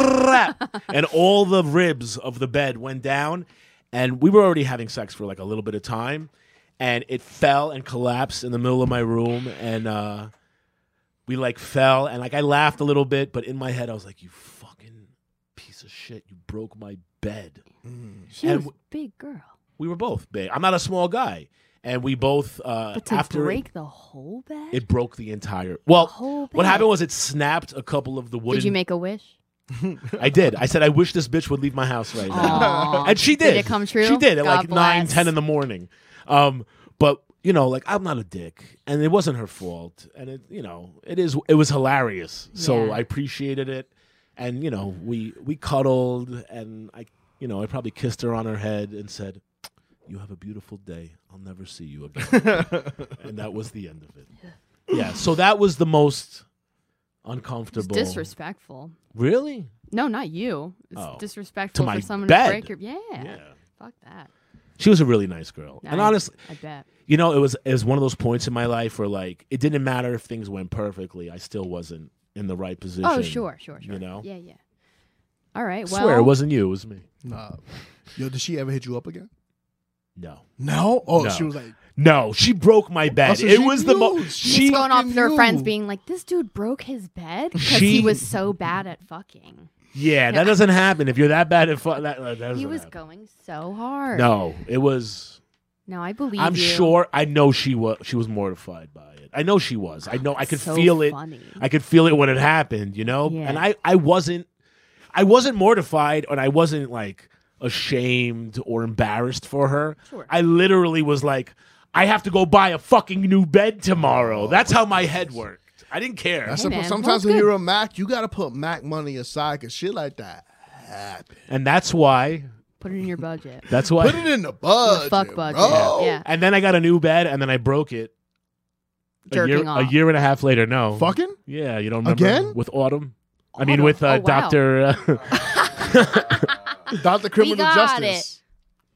S4: prrap, and all the ribs of the bed went down, and we were already having sex for like a little bit of time, and it fell and collapsed in the middle of my room, and uh, we like fell, and like I laughed a little bit, but in my head I was like, "You fucking piece of shit! You broke my bed."
S2: she
S4: and
S2: was a
S4: w-
S2: big girl.
S4: We were both big. I'm not a small guy, and we both uh,
S2: But to
S4: after it-
S2: break Oh, the whole bed?
S4: It broke the entire. Well,
S2: whole
S4: what
S2: bed.
S4: happened was it snapped a couple of the wooden.
S2: Did you make a wish?
S4: I did. I said, I wish this bitch would leave my house right now.
S2: Aw.
S4: and she did.
S2: Did it come true?
S4: She did at
S2: God
S4: like nine,
S2: bless.
S4: ten in the morning. Um, but you know, like I'm not a dick, and it wasn't her fault. And it, you know, it is. It was hilarious. So
S2: Yeah.
S4: I appreciated it, and you know, we we cuddled, and I, you know, I probably kissed her on her head and said. You have a beautiful day. I'll never see you again. and that was the end of it. Yeah. So that was the most
S2: It's
S4: uncomfortable.
S2: disrespectful.
S4: Really?
S2: No, not you. It's
S4: Oh.
S2: disrespectful
S4: To my
S2: for someone
S4: bed.
S2: to break your. Yeah. Fuck that.
S4: She was a really nice girl. And
S2: Nice.
S4: honestly,
S2: I bet.
S4: you know, it was it was one of those points in my life where like it didn't matter if things went perfectly, I still wasn't in the right position.
S2: Oh, sure, sure, sure.
S4: You know?
S2: Yeah, yeah. All right.
S4: I
S2: Well,
S4: swear it wasn't you, it was me.
S3: Nah. Yo, did she ever hit you up again?
S4: No.
S3: No. Oh,
S4: No.
S3: she was like,
S4: No, she broke my bed.
S3: Oh, so
S4: it
S3: she
S4: was the
S3: knew.
S4: most
S3: She
S4: she
S2: It's going off with her
S3: Fucking
S2: friends
S3: you.
S2: being like, this dude broke his bed because
S4: She-
S2: he was so bad at fucking.
S4: Yeah, that doesn't happen if you're that bad at fun. That, that doesn't
S2: He was
S4: happen.
S2: going so hard.
S4: No, it was
S2: No, I believe
S4: I'm
S2: you.
S4: sure I know she was she was mortified by it. I know she was. I know I could
S2: So
S4: feel it.
S2: funny.
S4: I could feel it when it happened, you know?
S2: Yeah.
S4: And I, I wasn't I wasn't mortified and I wasn't like ashamed or embarrassed for her.
S2: Sure.
S4: I literally was like, I have to go buy a fucking new bed tomorrow. That's how my head worked. I didn't care.
S3: that's
S2: Hey,
S3: a-
S2: man,
S3: sometimes
S2: Oh. that's
S3: when
S2: good.
S3: you're a Mac, you gotta put Mac money aside because shit like that happen.
S4: and that's why
S2: Put it in your budget.
S4: that's why
S3: Put it in the budget.
S2: fuck budget.
S3: bro.
S2: Yeah.
S4: and then I got a new bed and then I broke it.
S2: Jerking
S4: a year,
S2: off.
S4: A year and a half later, no.
S3: Fucking.
S4: Yeah, you don't remember
S3: Again?
S4: with Autumn. I mean,
S2: Autumn.
S4: with uh,
S2: Oh, wow.
S4: Doctor. Uh,
S3: Doctor Criminal
S2: got
S3: Justice.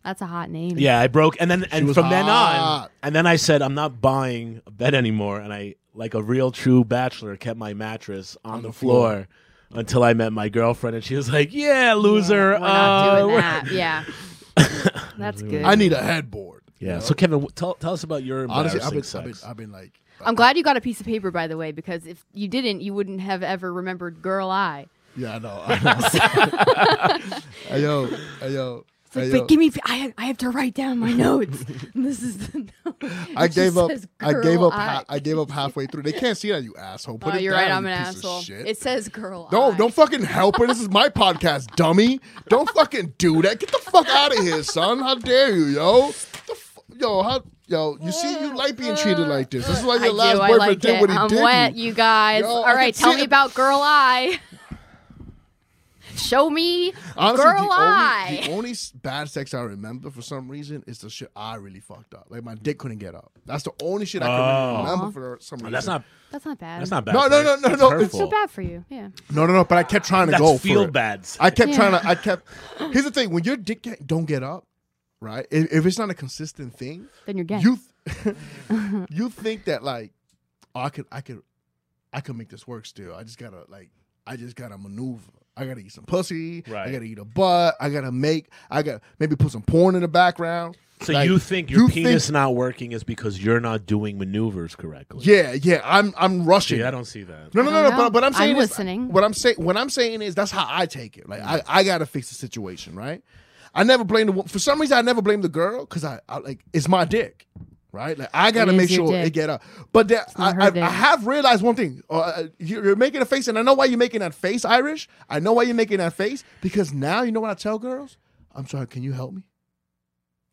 S2: That's a hot name.
S4: yeah, I broke, and then and
S3: was
S4: from then on,
S3: hot.
S4: and then I said I'm not buying a bed anymore, and I like a real true bachelor kept my mattress on, the,
S3: the
S4: floor.
S3: floor.
S4: Until I met my girlfriend, and she was like, "Yeah, loser."
S2: We're not
S4: uh,
S2: doing
S4: we're-"
S2: that. Yeah. That's good.
S3: I need a headboard.
S4: Yeah. So Kevin, w- tell, tell us about your
S3: Honestly,
S4: embarrassing
S3: I've been, I've been,
S4: sex.
S3: I've been like,
S2: I'm glad you got a piece of paper, by the way, because if you didn't, you wouldn't have ever remembered Girl I.
S3: yeah, I know. I know. Hey, yo, hey, yo.
S2: It's like,
S3: I
S2: wait,
S3: know.
S2: give me. I have, I have to write down my notes. And this is the note.
S3: I
S2: It just
S3: gave up.
S2: says,
S3: I gave
S2: "Girl
S3: up. ha-
S2: I."
S3: I gave up halfway through. They can't see that you asshole. Put
S2: oh,
S3: it
S2: you're
S3: down,
S2: right. I'm
S3: you
S2: an
S3: piece of
S2: asshole.
S3: shit.
S2: It says girl.
S3: No,
S2: I.
S3: don't fucking help her. This is my podcast, dummy. Don't fucking do that. Get the fuck out of here, son. How dare you, yo? The fu- yo, how, yo, you see, you like being treated like this. This is why
S2: I
S3: your last
S2: do. I
S3: boyfriend
S2: like
S3: did
S2: it.
S3: what he
S2: I'm
S3: did.
S2: wet, you guys.
S3: Yo, I
S2: All
S3: can
S2: right,
S3: see
S2: tell me
S3: it.
S2: about girl eye. Show me
S3: Honestly,
S2: girl
S3: the,
S2: eye.
S3: Only, the only s- bad sex I remember for some reason is the shit I really fucked up. Like my dick couldn't get up. That's the only shit I can
S4: Oh.
S3: remember for some reason.
S4: That's not.
S2: That's not bad.
S4: That's not bad.
S3: No, no, no, no,
S4: That's
S3: no, it's
S4: hurtful.
S2: so bad for you. Yeah.
S3: No, no, no. But I kept trying to
S4: That's
S3: go
S4: feel
S3: for it.
S4: bads.
S3: I kept
S2: Yeah.
S3: trying to. I kept. Here's the thing: when your dick get, don't get up, right? If, if it's not a consistent thing,
S2: Then you're gay.
S3: you th- you think that like, oh, I could, I could, I could make this work. Still, I just gotta like, I just gotta maneuver. I gotta eat some pussy. I
S4: Right.
S3: gotta eat a butt. I gotta make. I gotta maybe put some porn in the background.
S4: So
S3: Like,
S4: you think your
S3: you think-
S4: penis not working is because you're not doing maneuvers correctly?
S3: Yeah, yeah. I'm I'm rushing.
S4: Gee, I don't see that.
S3: No, no,
S2: I
S3: no, no.
S2: don't know.
S3: But, but I'm
S2: I'm
S3: saying is-
S2: listening.
S3: What I'm saying, what I'm saying is that's how I take it. Like I, I gotta fix the situation, right? I never blame the wo- for some reason I never blame the girl because I, I like it's my dick, right? Like I gotta
S2: It is
S3: make
S2: your
S3: sure
S2: dick.
S3: it get up. But there,
S2: not her
S3: I, I,
S2: dick.
S3: I have realized one thing. Uh, Uh, you- you're making a face, and I know why you're making that face, Irish. I know why you're making that face because now you know what I tell girls. I'm sorry. Can you help me?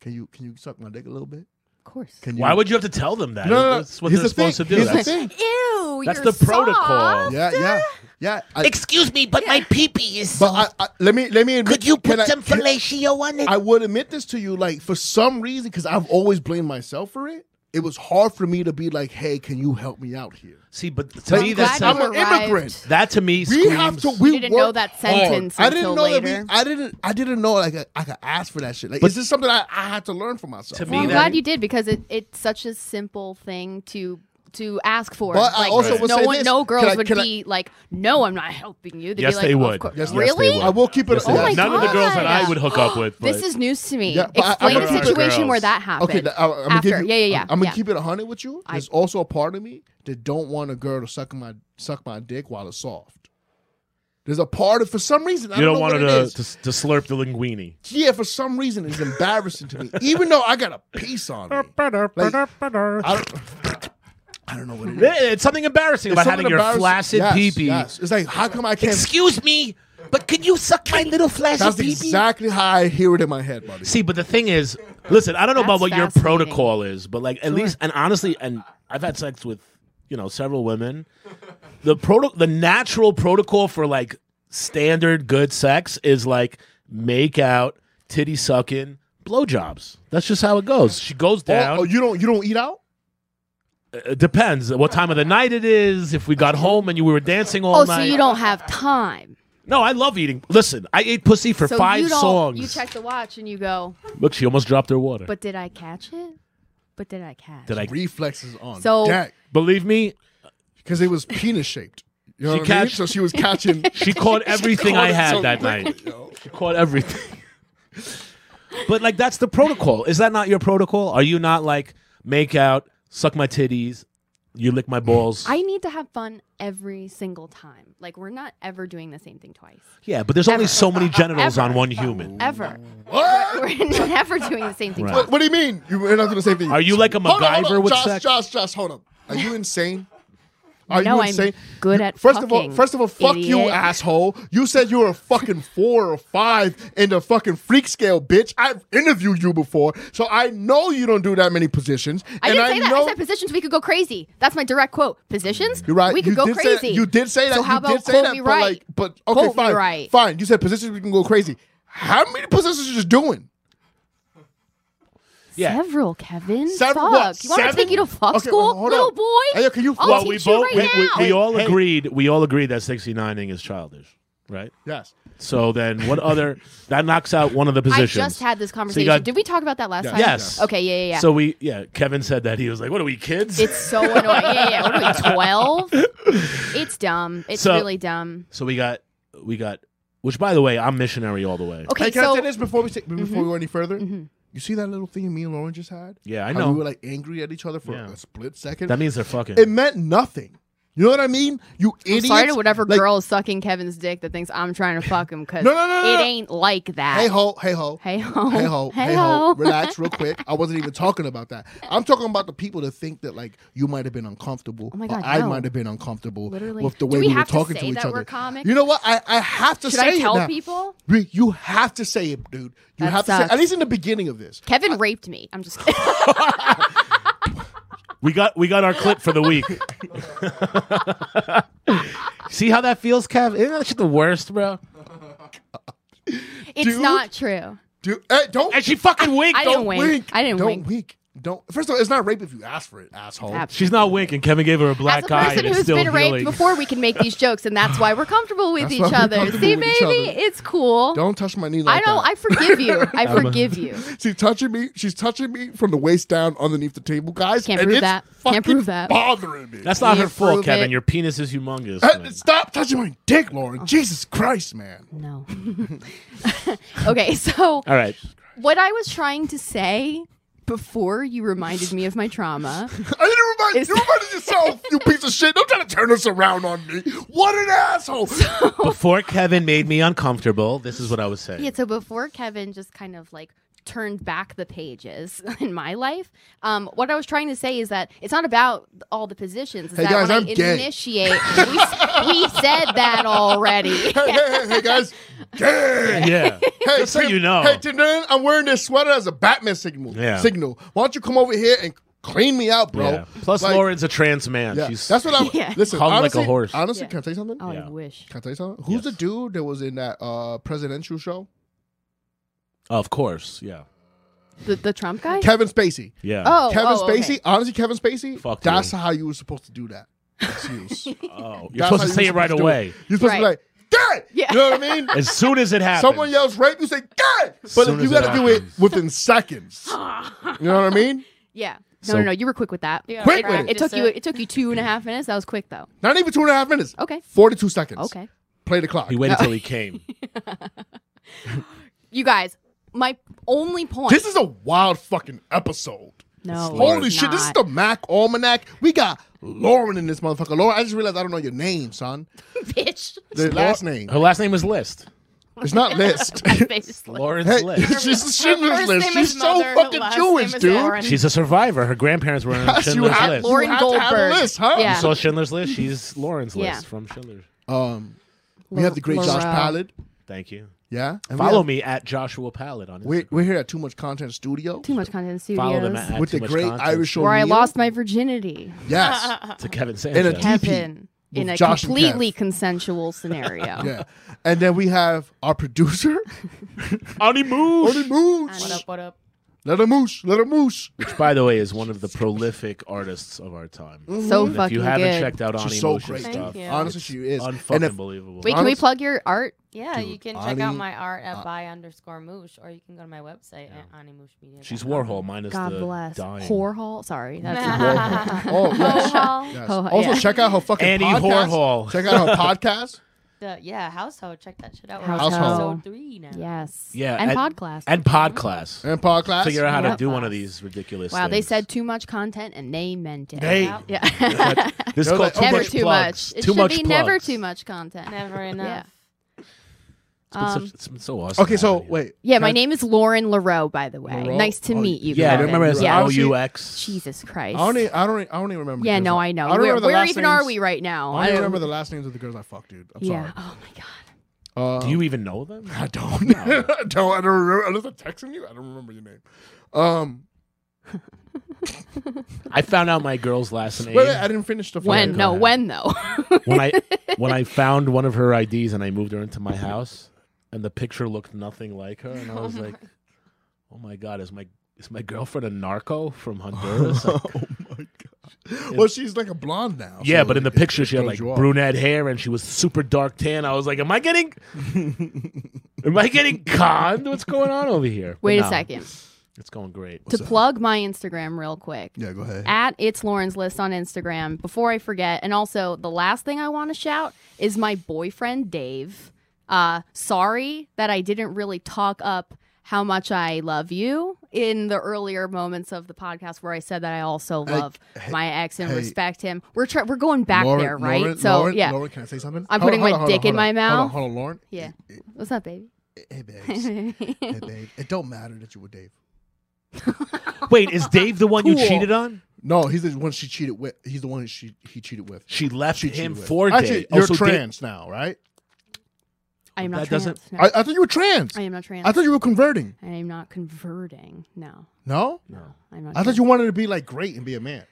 S3: Can you can you suck my dick a little bit?
S2: of course.
S3: Can you?
S4: Why would you have to tell them that?
S3: No, no, no.
S4: That's what
S3: Here's
S4: they're
S3: the thing.
S4: supposed to do.
S3: Here's the
S4: That's,
S3: thing.
S2: Ew.
S4: that's
S2: you're
S4: the protocol.
S2: soft.
S3: Yeah, yeah, yeah. I,
S5: Excuse me, but my peepee is.
S3: but I, I, let me let me. Admit,
S5: Could you put
S3: can I-
S5: some
S3: can-
S5: fellatio on it?
S3: I would admit this to you, like for some reason, because I've always blamed myself for it. It was hard for me to be like, "Hey, can you help me out here?"
S4: See, but to
S2: I'm
S4: me,
S2: glad
S4: that
S2: you
S3: I'm
S4: sounds,
S3: an
S2: arrived.
S3: immigrant.
S4: that to me
S3: We have
S4: screams-
S3: to. We
S2: You didn't know
S3: work
S2: that
S3: hard.
S2: sentence
S3: I didn't
S2: until
S3: know
S2: later.
S3: that we. I didn't. I didn't know like I, I could ask for that shit. Like, is this something I, I had to learn for myself?
S4: To me,
S2: Well, I'm
S4: that-
S2: glad you did because it, it's such a simple thing to to ask for.
S3: But I
S2: Like,
S3: also would
S2: no
S3: say
S2: one,
S3: this.
S2: no
S3: Can
S2: girls
S3: I-
S2: would
S3: can I-
S2: be like, "No, I'm not helping you." They'd
S4: Yes,
S2: be like,
S4: they
S2: "of
S4: would.
S2: cour-
S4: Yes, they
S2: really?
S4: would.
S3: I will keep it.
S4: Yes,
S2: Oh
S4: yes.
S2: my
S4: None of the girls that I
S2: God.
S4: would hook up with. But
S2: This is news to me.
S3: Yeah, but I-
S2: Explain
S3: I'm
S2: a
S3: gonna-
S2: situation where that happened.
S3: Okay, I, I'm
S2: after,
S3: gonna give you,
S2: yeah, yeah, yeah.
S3: I'm gonna
S2: yeah.
S3: keep it hundred with you. There's also a part of me that don't want a girl to suck my suck my dick while it's soft. There's a part of for some reason I
S4: you
S3: don't,
S4: don't
S3: know
S4: want
S3: what
S4: her
S3: it
S4: to,
S3: is.
S4: to, to slurp the linguini.
S3: yeah, for some reason it's embarrassing to me, even though I got a piece on me. Like, I, don't, I don't know what it is.
S4: It- uh, It's something embarrassing
S3: It's
S4: about
S3: something
S4: having your
S3: embarrassing-
S4: flaccid
S3: yes,
S4: pee pee.
S3: yes. It's like, how come I can't?
S5: Excuse me, but can you suck my little flash
S3: That's
S5: of peepee?
S3: exactly how I hear it in my head, buddy.
S4: See, but the thing is, listen, I don't know
S2: That's
S4: about what your
S2: fascinating.
S4: protocol is, but like at least, and honestly, and I've had sex with you know several women. The proto, the natural protocol for like standard good sex is like make out, titty sucking, blowjobs. That's just how it goes. She goes
S3: oh,
S4: down.
S3: oh, you don't you don't eat out?
S4: It depends what time of the night it is. If we got home and you were dancing all
S2: Oh,
S4: night.
S2: so you don't have time.
S4: No, I love eating. Listen, I ate pussy for
S2: So
S4: five
S2: you don't,
S4: songs.
S2: You check the watch and you go,
S4: Look, she almost dropped her water.
S2: but did I catch it? But did I catch?
S4: Did I?
S3: Reflexes on
S2: So-
S3: deck
S4: Believe me,
S3: because it was penis shaped. You know
S4: She
S3: what I mean?
S4: catch-
S3: So she was catching.
S4: She caught everything I had that night.
S3: yo.
S4: She caught everything. but like that's the protocol. Is that not your protocol? Are you not like make out, suck my titties, you lick my balls?
S2: I need to have fun every single time. Like we're not ever doing the same thing twice.
S4: yeah, but there's only
S2: Ever.
S4: so many genitals on
S2: Ever.
S4: one human.
S3: Mm.
S2: Ever.
S3: What?
S2: We're never doing the same thing
S4: Right.
S2: twice.
S3: What do you mean? You- You're not doing the same thing.
S4: Are you like a
S3: Hold on, hold
S4: MacGyver
S3: on.
S4: with
S3: Josh,
S4: sex?
S3: Josh, Josh, hold up. Are you insane? Are
S2: No,
S3: you
S2: I'm
S3: insane?
S2: good
S3: You-
S2: at
S3: first of all,
S2: fucking,
S3: first of all, fuck you,
S2: idiot.
S3: asshole. You said you were a fucking four or five in the fucking freak scale, bitch. I've interviewed you before, so I know you don't do that many positions.
S2: I didn't
S3: and
S2: say
S3: I
S2: that.
S3: know
S2: I said positions we could go crazy. That's my direct quote. Positions
S3: You're right.
S2: we could
S3: you
S2: go
S3: did
S2: crazy.
S3: Say that, you did say that.
S2: So how
S3: you
S2: about
S3: did say
S2: quote
S3: that,
S2: me
S3: but
S2: right?
S3: like, but okay,
S2: Quote me
S3: fine,
S2: right.
S3: fine. You said positions we can go crazy. How many positions you just doing?
S4: Yeah.
S2: Several, Kevin.
S3: Several
S2: fuck.
S3: what?
S2: You want me to take
S3: Seven?
S2: you to fuck
S3: Okay,
S2: school,
S3: well, hold
S2: little
S3: on.
S2: boy?
S3: Hey, yo, can you-
S2: I'll
S3: Well,
S2: teach
S4: we
S2: you
S4: both
S2: right
S4: we,
S2: now.
S4: we, we all
S3: Hey, hey.
S4: agreed we all agreed that 69ing is childish, right?
S3: Yes.
S4: So then what other that knocks out one of the
S2: I
S4: positions.
S2: just had this conversation.
S4: got-
S2: Did we talk about that last time?
S4: Yes.
S2: Okay. Yeah. Yeah. yeah.
S4: So we yeah, Kevin said that he was like, "What are we kids?"
S2: It's so annoying. Yeah, yeah. What are we, 12? It's dumb. It's
S4: So-
S2: really dumb.
S4: so we got we got which by the way, I'm missionary all the way.
S2: Okay,
S3: hey, can
S2: so Mm-hmm.
S3: I say this before we take, before we go any further? You see that little thing me and Lauren just had?
S4: Yeah, I
S3: How
S4: know.
S3: we were like angry at each other for
S4: Yeah.
S3: a split second.
S4: That means they're fucking.
S3: it meant nothing. You know what I mean? You
S2: I'm
S3: idiot.
S2: sorry to whatever
S3: Like,
S2: girl is sucking Kevin's dick that thinks I'm trying to fuck him because
S3: No, no, no,
S2: it
S3: no, no.
S2: ain't like that.
S3: Hey ho, hey ho.
S2: Hey ho.
S3: Hey ho.
S2: Hey
S3: Hey ho.
S2: ho.
S3: Relax real quick. I wasn't even talking about that. I'm talking about the people that think that like you might have been uncomfortable.
S2: Oh my
S3: or
S2: God,
S3: I
S2: no.
S3: might have been uncomfortable
S2: Literally.
S3: with
S2: Do
S3: the way
S2: we
S3: were
S2: have to
S3: talking
S2: say
S3: each
S2: that
S3: other.
S2: we're comics?
S3: You know what? I, I have to
S2: Should
S3: say
S2: I tell
S3: it now.
S2: people?
S3: We- You have to say it, dude. You
S2: That
S3: have to
S2: sucks.
S3: say at least in the beginning of this.
S2: Kevin raped me. I'm just kidding.
S4: We got we got our clip for the week. See how that feels, Kev? Isn't that shit the worst, bro?
S2: It's
S3: Dude.
S2: not true.
S3: Dude, hey, don't
S4: And she fucking winked.
S2: I didn't
S4: don't-
S2: wink. I didn't
S3: don't
S2: wink.
S3: Don't first of all, it's not rape if you ask for it, asshole.
S2: Absolutely.
S4: She's not winking. Kevin gave her a
S2: As
S4: black
S2: a
S4: eye
S2: person
S4: and it's
S2: who's
S4: still
S2: been raped
S4: healing.
S2: before, we can make these jokes, and that's why we're comfortable with
S3: That's
S2: each
S3: why we're
S2: other.
S3: comfortable
S2: See,
S3: with each
S2: baby,
S3: other.
S2: it's cool.
S3: Don't touch my knee
S2: I
S3: like
S2: don't.
S3: that.
S2: I forgive you. I forgive you.
S3: She's touching me. She's touching me from the waist down underneath the table, guys.
S2: Can't
S3: and
S2: prove
S3: it's
S2: that. Can't
S3: fucking
S2: prove that.
S3: Bothering me.
S4: That's not
S2: You
S4: her fault,
S2: prove
S4: Kevin.
S2: it.
S4: Your penis is humongous.
S3: Hey,
S4: man.
S3: stop touching my dick,
S2: Oh.
S3: Lauren. Jesus Christ, man.
S2: No. okay, so
S4: All right.
S2: what I was trying to say before you reminded me of my trauma
S3: I didn't remind
S2: It's-
S3: you. Reminded yourself, you piece of shit. Don't try to turn us around on me. What an asshole.
S4: Before Kevin made me uncomfortable, this is what I was saying.
S2: Yeah, so before Kevin just kind of like turned back the pages in my life, um, what I was trying to say is that it's not about all the positions. It's
S3: Hey,
S2: that
S3: guys,
S2: when
S3: I'm
S2: I
S3: gay.
S2: initiate, we, s- we said that already.
S3: hey, hey, hey, hey, guys. Yeah.
S4: Yeah.
S3: Hey,
S4: Just so
S3: Tim-
S4: you know.
S3: Hey, Tim, I'm wearing this sweater as a Batman signal.
S4: Yeah.
S3: Signal. Why don't you come over here and clean me out, bro?
S4: Yeah. Plus,
S3: Like,
S4: Lauren's a trans man.
S3: Yeah.
S4: She's
S3: That's what I'm.
S2: Yeah.
S3: Listen,
S4: Hung like a
S3: honestly,
S4: horse.
S3: Honestly,
S2: Yeah.
S3: can I tell you something?
S2: Oh,
S4: Yeah.
S2: I wish.
S3: Can I tell you something? Who's the
S4: Yes.
S3: dude that was in that uh, presidential show?
S4: Oh, of course. Yeah.
S2: The, the Trump guy?
S3: Kevin Spacey.
S4: Yeah.
S2: oh,
S3: Kevin
S2: oh, okay.
S3: Spacey. Honestly, Kevin Spacey.
S4: Fuck
S3: that's
S4: you.
S3: how you were supposed to do that. Excuse.
S4: Oh, you're
S3: That's
S4: supposed
S3: how
S4: to
S3: you
S4: say
S3: were
S4: it
S3: supposed
S4: right
S3: to do
S4: away.
S3: You're supposed
S2: Right.
S3: to be like, gay.
S2: Yeah.
S3: You know what I mean?
S4: As soon as it happens.
S3: Someone yells rape, you say gay. But
S4: soon
S3: you
S4: as it
S3: got to do it
S4: happens.
S3: within seconds. you know what I mean?
S2: Yeah. No,
S4: So-
S2: no, no. You were quick with that.
S8: Yeah,
S3: Quick
S2: It-
S3: with
S2: it,
S3: it.
S2: took you. It took you two and a half minutes. That was quick though.
S3: Not even two and a half minutes.
S2: Okay.
S3: Forty-two seconds.
S2: Okay.
S3: Play the clock.
S4: He waited until he came.
S2: You guys, my only point.
S3: This is a wild fucking episode.
S2: no.
S3: Holy
S2: it's
S3: shit, this is
S2: not.
S3: the Mac Almanac. We got Lauren in this motherfucker. Lauren, I just realized I don't know your name, son.
S2: bitch.
S3: The last name.
S4: Her last name is List.
S3: It's not List.
S2: Basically.
S4: Lawrence
S3: Hey,
S4: List.
S3: she's
S8: Her
S3: Schindler's
S8: first
S3: List.
S8: name is
S3: She's so
S8: Mother, her
S3: fucking
S8: last
S3: Jewish,
S8: name is
S3: dude.
S8: Lauren.
S4: She's a survivor. Her grandparents were on
S3: Yes, you
S4: Schindler's
S3: have-
S4: List.
S2: Lauren
S3: Lauren- You have to have a
S2: Goldberg.
S3: list, huh?
S2: Yeah.
S4: You saw Schindler's List. She's Lauren's List
S2: Yeah.
S4: from Schindler's.
S3: Um, we have the great
S2: Laurel.
S3: Josh Pallad.
S4: Thank you.
S3: Yeah. And we
S4: Follow
S3: have-
S4: me at Joshua Pallet on
S3: We're,
S4: Instagram.
S3: we're here at Too Much Content Studio
S2: Too much content studios.
S4: Follow them at
S3: with
S4: Too
S3: the
S4: Much
S3: great
S4: Content.
S3: Irish O'Neill.
S2: where I lost my virginity.
S3: Yes.
S4: to Kevin
S3: And a
S4: Sanchez.
S3: DP.
S2: Kevin. In
S3: With
S2: a
S3: Josh and
S2: completely
S3: Kev.
S2: consensual scenario.
S3: yeah. And then we have our producer,
S4: Ani Moose.
S3: Only Moose.
S8: What up? What up?
S3: Let her moosh. Let her moosh.
S4: which by the way is one of the prolific artists of our time.
S2: So
S4: And if
S2: fucking
S4: you haven't
S2: good.
S4: checked out Ani
S3: Mm, She's so
S4: Moosh's
S3: great.
S8: Thank
S4: stuff,
S8: you. Yeah.
S3: Honestly, she is.
S4: unfucking
S3: And if- Oh,
S4: believable.
S2: Wait, can we
S3: Honest-
S2: plug your art?
S8: Yeah,
S3: Dude, uh,
S8: you can check out
S3: Ani-
S8: my art at by underscore moosh, or you can go to my website at animooshmedia.
S4: She's Warhol minus
S2: God
S4: the
S2: bless.
S4: dying.
S2: Horhol. Sorry. That's not
S3: Warhol. oh, yes. yes.
S2: Ho-
S3: also,
S2: Oh, yeah.
S3: check out her fucking
S4: Annie
S3: podcast.
S4: Warhol.
S3: Check out her podcast.
S8: The, yeah, household. Check that shit out. We're
S2: House
S8: on
S2: Ho.
S8: episode three now.
S2: Yes.
S4: Yeah,
S2: And,
S4: and-
S2: podcast.
S4: and podcast.
S3: And podcast.
S4: Figure out how to
S2: Yep.
S4: do one of these ridiculous.
S2: wow, they
S4: things.
S2: said too much content and they meant it.
S3: They-
S8: Yep.
S2: yeah.
S4: this is
S3: They're
S4: called
S3: like,
S4: too
S2: never
S4: much
S2: too
S4: plugs.
S2: much. It
S4: too
S2: should
S4: much
S2: be never
S4: plugs.
S2: too much content.
S8: Never enough.
S4: It's been,
S2: Um,
S4: such, it's been so awesome.
S3: Okay, so
S4: having you.
S3: wait.
S2: Yeah, my
S3: Can-
S2: name is Lauren LaRoe, by the way.
S3: LaRoe?
S2: Nice to
S3: Oh,
S2: meet you.
S4: Yeah, I
S2: Kevin.
S4: remember it's
S2: yeah.
S4: O U X.
S2: Jesus Christ.
S3: I don't, e- I don't. e- I don't even remember. the
S2: yeah,
S3: girls
S2: no,
S3: I
S2: I know.
S3: I don't
S2: where
S3: remember the
S2: where
S3: last
S2: even
S3: names.
S2: are we right now?
S3: I don't remember the last names of the girls I fucked, dude. I'm
S2: Yeah.
S3: sorry.
S2: Oh my god.
S3: Uh,
S4: Do you even know them?
S3: I don't. I Um, don't. I don't remember. Unless I'm texting you, I don't remember your name. Um,
S4: I found out my girl's last name
S3: wait, wait, I didn't finish the.
S2: When?
S3: fucking-
S2: No,
S4: ahead.
S2: when though?
S4: when I when I found one of her IDs and I moved her into my house, and the picture looked nothing like her, and I was like, "Oh my god, is my is my girlfriend a narco from Honduras?" Like,
S3: oh my god. Well, she's like a blonde now.
S4: yeah,
S3: so
S4: but in the
S3: it-
S4: picture
S3: it
S4: she had
S3: throws
S4: like
S3: you off.
S4: brunette hair and she was super dark tan. I was like, "Am I getting am I getting conned? What's going on over here?" But
S2: Wait a
S4: no,
S2: second.
S4: it's going great.
S2: to plug my Instagram real quick.
S3: Yeah, go ahead.
S2: At it's Lauren's list on Instagram. Before I forget, and also the last thing I want to shout is my boyfriend Dave. Uh, sorry that I didn't really talk up how much I love you in the earlier moments of the podcast where I said that I also love my ex and
S3: hey.
S2: respect him. We're try- we're going back
S3: Lauren,
S2: there, right?
S3: Lauren,
S2: so
S3: Lauren,
S2: yeah,
S3: Lauren, can I say something?
S2: I'm
S3: Hold
S2: putting my
S3: on, hold on,
S2: dick
S3: hold
S2: in
S3: on,
S2: my
S3: Hold on,
S2: mouth.
S3: hold on, Lauren.
S2: yeah. What's up, baby?
S3: Hey, babes. hey, babe. It don't matter that you were Dave.
S4: Wait, is Dave the one you
S2: Cool.
S4: cheated on?
S3: No, he's the one she cheated with. He's the one that she he cheated with.
S4: She left
S3: She
S4: him
S3: cheated with.
S4: for
S3: Actually,
S4: Dave. Oh,
S3: you're
S4: so Dave-
S3: trans now, right?
S2: I am not
S4: That
S2: trans.
S4: doesn't-
S2: no.
S3: I, I thought you were trans.
S2: I am not trans.
S3: I thought you were converting.
S2: I am not converting. No,
S3: No,
S2: I'm not.
S3: I thought
S2: trans.
S3: you wanted to be like great and be a man.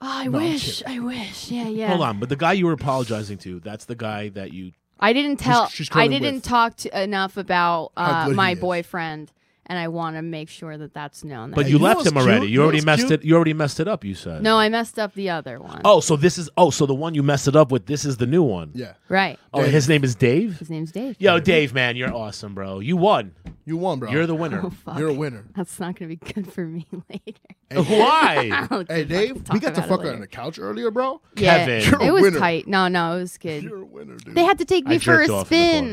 S2: Oh, I
S3: No, I'm
S2: wish. I wish. Yeah, yeah.
S4: Hold on, but the guy you were apologizing to, that's the guy that you.
S2: I didn't tell.
S3: she's
S2: I
S3: currently
S2: didn't
S3: with-
S2: talk to enough about
S3: How
S2: uh,
S3: good
S2: my
S3: he is.
S2: boyfriend, and I want to make sure that that's known. that-
S4: But
S3: Hey,
S4: you
S3: you know
S4: left
S3: what's
S4: him already.
S3: cute?
S4: You
S3: You know
S4: already
S3: what's
S4: messed
S3: cute?
S4: it. You already messed it up. You said.
S2: no, I messed up the other one.
S4: Oh, so this is. Oh, so the one you messed it up with. This is the new one.
S3: Yeah,
S2: right.
S4: Oh, his name is Dave.
S2: His name's Dave.
S4: Yo, Dave, man, you're awesome, bro. You won.
S3: you won, bro.
S4: You're the winner.
S2: Oh fuck.
S3: You're a winner.
S2: That's not gonna be good for me later.
S3: Oh.
S4: Why?
S2: I'll
S3: Hey, Dave, we
S2: talk
S3: got the
S2: about it
S3: fuck out
S2: later.
S3: on the couch earlier, bro.
S2: Yeah,
S4: Kevin.
S3: You're a
S2: it was
S3: winner.
S2: tight. No, no, it was good.
S3: You're a winner, dude.
S2: They had to take
S4: I
S2: me for
S4: jerked
S2: a
S4: off in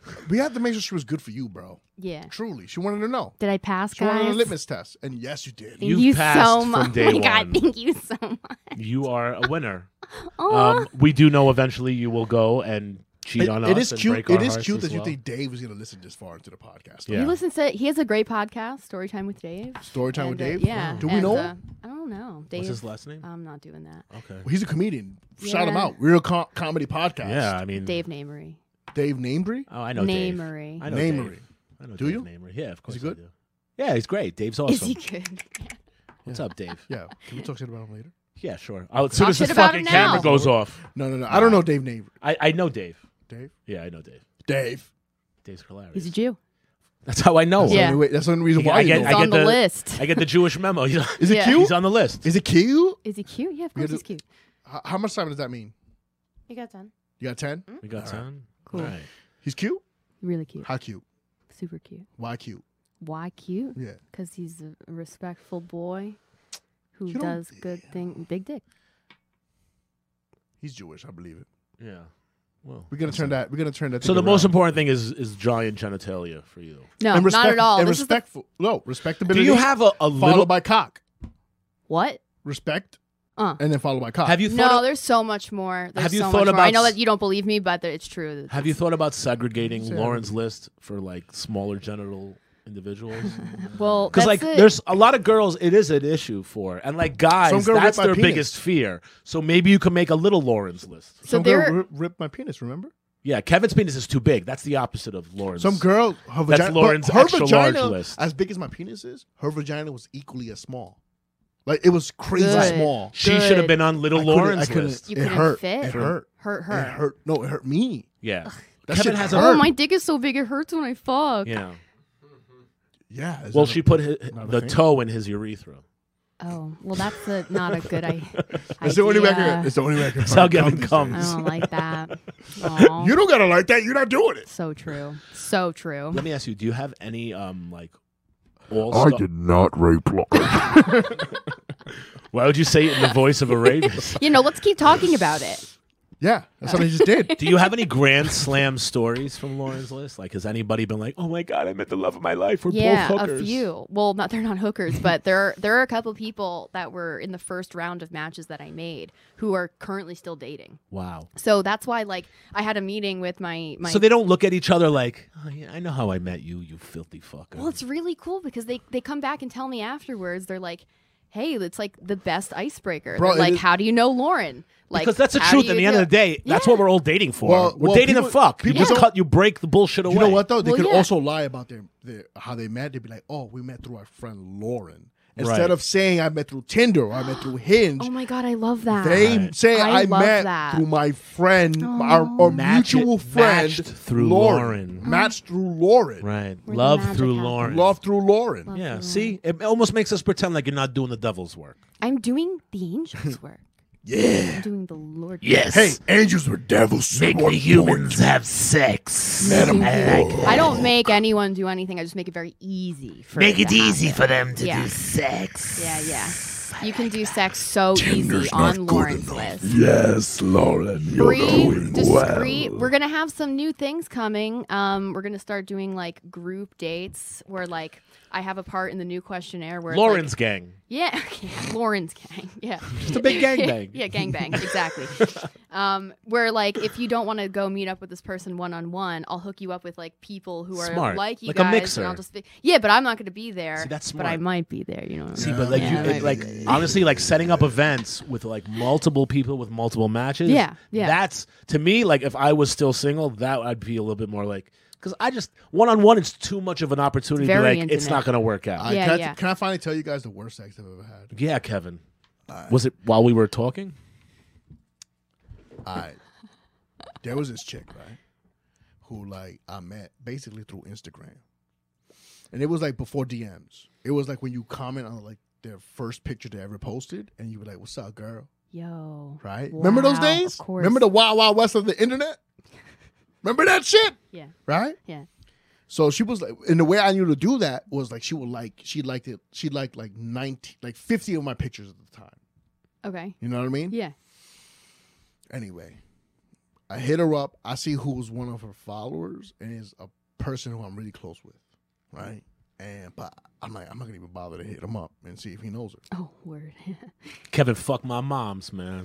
S4: the corner.
S2: spin.
S3: we had to make sure she was good for you, bro.
S2: Yeah.
S3: Truly, she wanted to know.
S2: Did I pass,
S3: She wanted a
S2: guys?
S3: litmus test, and yes, you did.
S2: Thank
S4: You've
S2: you
S4: passed
S2: so
S4: from
S2: much.
S4: day
S2: oh my
S4: one.
S2: god, thank you so much.
S4: you are a winner.
S2: Aw.
S4: Um, we do know eventually you will go and cheat
S3: It-
S4: on
S3: it
S4: us.
S3: is
S4: and
S3: cute.
S4: break our
S3: It is
S4: hearts
S3: cute
S4: as
S3: that you
S4: well.
S3: think Dave was going to listen this far into the podcast.
S4: Yeah.
S2: He listens to. He has a great podcast, Storytime with Dave.
S3: Story time with
S2: And, uh,
S3: Dave.
S2: yeah.
S3: Do we
S2: and,
S3: know
S2: uh,
S3: him?
S2: I don't know. Dave.
S4: What's his last name?
S2: I'm not doing that.
S3: Oh.
S4: Okay.
S3: He's a comedian. Shout him
S2: Yeah.
S3: out. Real com- comedy podcast.
S4: Yeah, I mean,
S2: Dave Namery.
S3: Dave Namery.
S4: Oh, I know Dave.
S2: Namery.
S4: I know
S3: Namery.
S4: Dave. I know
S3: Do
S4: Dave
S3: you?
S4: Namery. Yeah, of
S3: he
S4: course. I
S3: good?
S4: do. Yeah, he's great. Dave's awesome.
S2: Is he good?
S4: What's up, Dave?
S3: Yeah. Can we talk shit about him later?
S4: Yeah, sure. Oh, as soon
S2: Talk
S4: as this
S2: shit about
S4: fucking
S2: him
S4: camera
S2: now.
S4: goes off,
S3: No, no, no. I don't know Dave Namery.
S4: I, I know Dave.
S3: Dave.
S4: Yeah, I know Dave.
S3: Dave.
S4: Dave's hilarious.
S2: He's a Jew.
S4: That's how I know. him.
S2: Yeah.
S3: Anyway, that's the only reason
S4: Oh, I
S3: why. you
S4: get-
S3: know
S4: I
S2: He's
S3: him.
S2: on the,
S4: the-
S2: list.
S4: I get the Jewish memo. He's on,
S3: Is it
S2: Yeah.
S3: cute?
S4: he's on the list.
S3: Is it cute?
S2: Is he cute? Yeah, of
S3: We
S2: course
S3: gotta-
S2: he's cute.
S3: H- How much time does that mean?
S8: You got done.
S3: You got ten.
S2: Hmm?
S4: We got time.
S2: Mm-hmm. Cool.
S4: All right.
S3: He's cute.
S2: Really cute.
S3: How cute?
S2: Super cute.
S3: Why cute?
S2: Why cute?
S3: Yeah.
S2: Because he's a respectful boy who
S3: You don't-
S2: does good thing. Big dick.
S3: He's Jewish. I believe it.
S4: Yeah. Well.
S3: We're gonna turn that. We're gonna turn that.
S4: So
S3: thing
S4: the most
S3: around.
S4: important thing is is giant genitalia for you.
S2: No, not
S3: And
S2: at
S3: respect-
S2: all.
S3: And
S2: This is the-
S3: respectful. No respectability.
S4: Do you have a, a
S3: followed
S4: little?
S3: by cock?
S2: what?
S3: Respect
S2: Uh.
S3: and then followed by cock.
S4: Have you
S2: No,
S4: thought?
S2: there's so much more. There's
S4: Have you
S2: so
S4: thought
S2: much more. I
S4: about
S2: know
S4: s-
S2: that you don't believe me, but that it's true.
S4: Have you thought about segregating
S3: Say
S4: Lauren's list for like smaller genital individuals?
S2: Well,
S4: Because
S2: because
S4: like,
S2: it.
S4: there's a lot of girls, it is an issue for, and like guys,
S3: girl ripped
S4: that's
S3: my
S4: their
S3: penis.
S4: biggest fear. So maybe you can make a little Lauren's list.
S2: so
S3: Some girl
S2: there.
S3: ri- ripped my penis. Remember?
S4: Yeah, Kevin's penis is too big. That's the opposite of Lauren's.
S3: Some girl. Her vagina, but
S4: Lauren's
S3: her
S4: extra large
S3: vagina,
S4: list.
S3: As big as my penis is, her vagina was equally as small. Like it was crazy
S2: Good.
S3: small.
S4: She should have
S2: Good.
S4: been on little
S3: I couldn't- I
S4: Lauren's
S3: couldn't-
S4: list.
S2: You
S3: it
S2: couldn't
S3: hurt.
S2: fit?
S3: It hurt.
S2: Hurt her.
S3: It hurt. No, it hurt me.
S4: Yeah,
S3: That
S4: Kevin
S3: shit
S4: has
S3: hurt.
S4: a
S2: Oh, my dick is so big it hurts when I fuck.
S4: yeah.
S3: Yeah. is
S4: Well,
S3: that a-
S4: she put his,
S3: Not a
S4: the
S3: thing.
S4: toe in his urethra.
S2: Oh, well, that's a, not a good idea.
S3: It's the only way I can.
S2: I
S3: It's the only way I can.
S4: That's how
S3: fucking
S4: Kevin
S3: come these
S4: comes.
S2: don't like that. Aw. Oh.
S3: days. You don't gotta like that. You're not doing it.
S2: so true. So true.
S4: Let me ask you: Do you have any um like all?
S6: I
S4: star-
S6: did not reply.
S4: Why would you say it in the voice of a rapist?
S2: You know, let's keep talking about it.
S3: Yeah, that's what I just did.
S4: Do you have any grand slam stories from Lauren's list? Like, has anybody been like, "Oh my god, I met the love of my life"? We're
S2: Yeah,
S4: both
S2: a
S4: hookers.
S2: few. Well, not they're not hookers, but there are, there are a couple people that were in the first round of matches that I made who are currently still dating.
S4: Wow.
S2: So that's why, like, I had a meeting with my my
S4: So they don't look at each other like, oh, yeah, I know how I met you, you filthy fucker.
S2: Well, it's really cool because they they come back and tell me afterwards. They're like, "Hey, it's like the best icebreaker."
S3: Bro,
S2: They're
S3: it
S2: like,
S3: is-
S2: how do you know Lauren? Like,
S4: because that's the
S2: how
S4: truth.
S2: do
S4: At the
S2: you
S4: end
S2: do
S4: of the day, that's
S2: Yeah.
S4: what we're all dating for.
S3: Well-
S4: we're
S3: well,
S4: dating
S3: people-
S4: the fuck. You
S3: people
S4: just
S3: don't-
S4: cut. You break the bullshit away.
S3: You know what though? They
S2: Well,
S3: could
S2: yeah.
S3: also lie about their, their how they met. They'd be like, "Oh, we met through our friend Lauren," instead
S4: Right.
S3: of saying I met through Tinder or I met through Hinge.
S2: Oh my god, I love that.
S3: they say
S2: I
S3: I,
S2: love
S3: met
S2: that. Oh.
S3: through my friend, our, our
S4: Match it-
S3: mutual friend,
S4: matched through Lauren.
S3: matched through Lauren,
S4: Right.
S2: Where the
S4: Love
S2: magic Mm-hmm.
S4: through
S2: happens.
S4: Lauren.
S3: love through Lauren.
S4: Yeah. See, it almost makes us pretend like you're not doing the devil's work.
S2: I'm doing the angels' work.
S3: Yeah.
S2: I'm doing the Lord.
S3: Hey, angels were devils. Make the humans
S5: have sex.
S2: I don't make anyone do anything. I just make it very easy for.
S5: Make
S2: them
S5: it
S2: to
S5: easy
S2: happen.
S5: for them to
S2: Yeah.
S5: do sex.
S2: Yeah, yeah. You can do sex so easy on Lauren's list.
S5: Yes, Lauren,
S2: Free, discreet. We're gonna have some new things coming. Um, we're gonna start doing like group dates where like I have a part in the new questionnaire where it's, like-
S4: Lauren's gang.
S2: yeah, Lauren's gang, yeah,
S4: It's a big gang bang.
S2: yeah, gangbang, exactly. um, where like if you don't want to go meet up with this person one on one, I'll hook you up with like people who are
S4: Smart.
S2: like you
S4: Like a
S2: guys,
S4: mixer.
S2: and I'll just be, yeah, but I'm not gonna be there.
S4: See, that's
S2: But I
S4: smart.
S2: might be there. You know. What I
S4: See,
S2: mean?
S4: but like
S2: Yeah,
S4: you,
S2: right.
S4: it, like honestly, like setting up events with like multiple people with multiple matches.
S2: Yeah, yeah.
S4: That's to me like if I was still single, that I'd be a little bit more like because I just one on one, it's too much of an opportunity. to be
S2: very
S4: like it's
S2: intimate.
S4: not going to work out.
S3: I,
S2: Yeah,
S3: can, I,
S2: yeah.
S3: can I finally tell you guys the worst sex I've ever had?
S4: yeah, Kevin. Was it while we were talking?
S3: I there was this chick right who like I met basically through Instagram, and it was like before DMs. It was like when you comment on like their first picture they ever posted, and you were like, "What's up, girl?"
S2: yo,
S3: Right? Remember those
S2: Wow,
S3: days?
S2: Of course.
S3: Remember the wild wild west of the internet? Remember that shit?
S2: yeah,
S3: Right?
S2: yeah.
S3: So she was like, and the way I knew to do that was like she would like she liked it. She liked like ninety, like fifty of my pictures at the time.
S2: Okay,
S3: You know what I mean?
S2: yeah.
S3: Anyway, I hit her up. I see who's one of her followers and is a person who I'm really close with, right? And but I'm like, I'm not gonna even bother to hit him up and see if he knows her.
S2: Oh, word.
S4: Kevin, fuck my moms, man.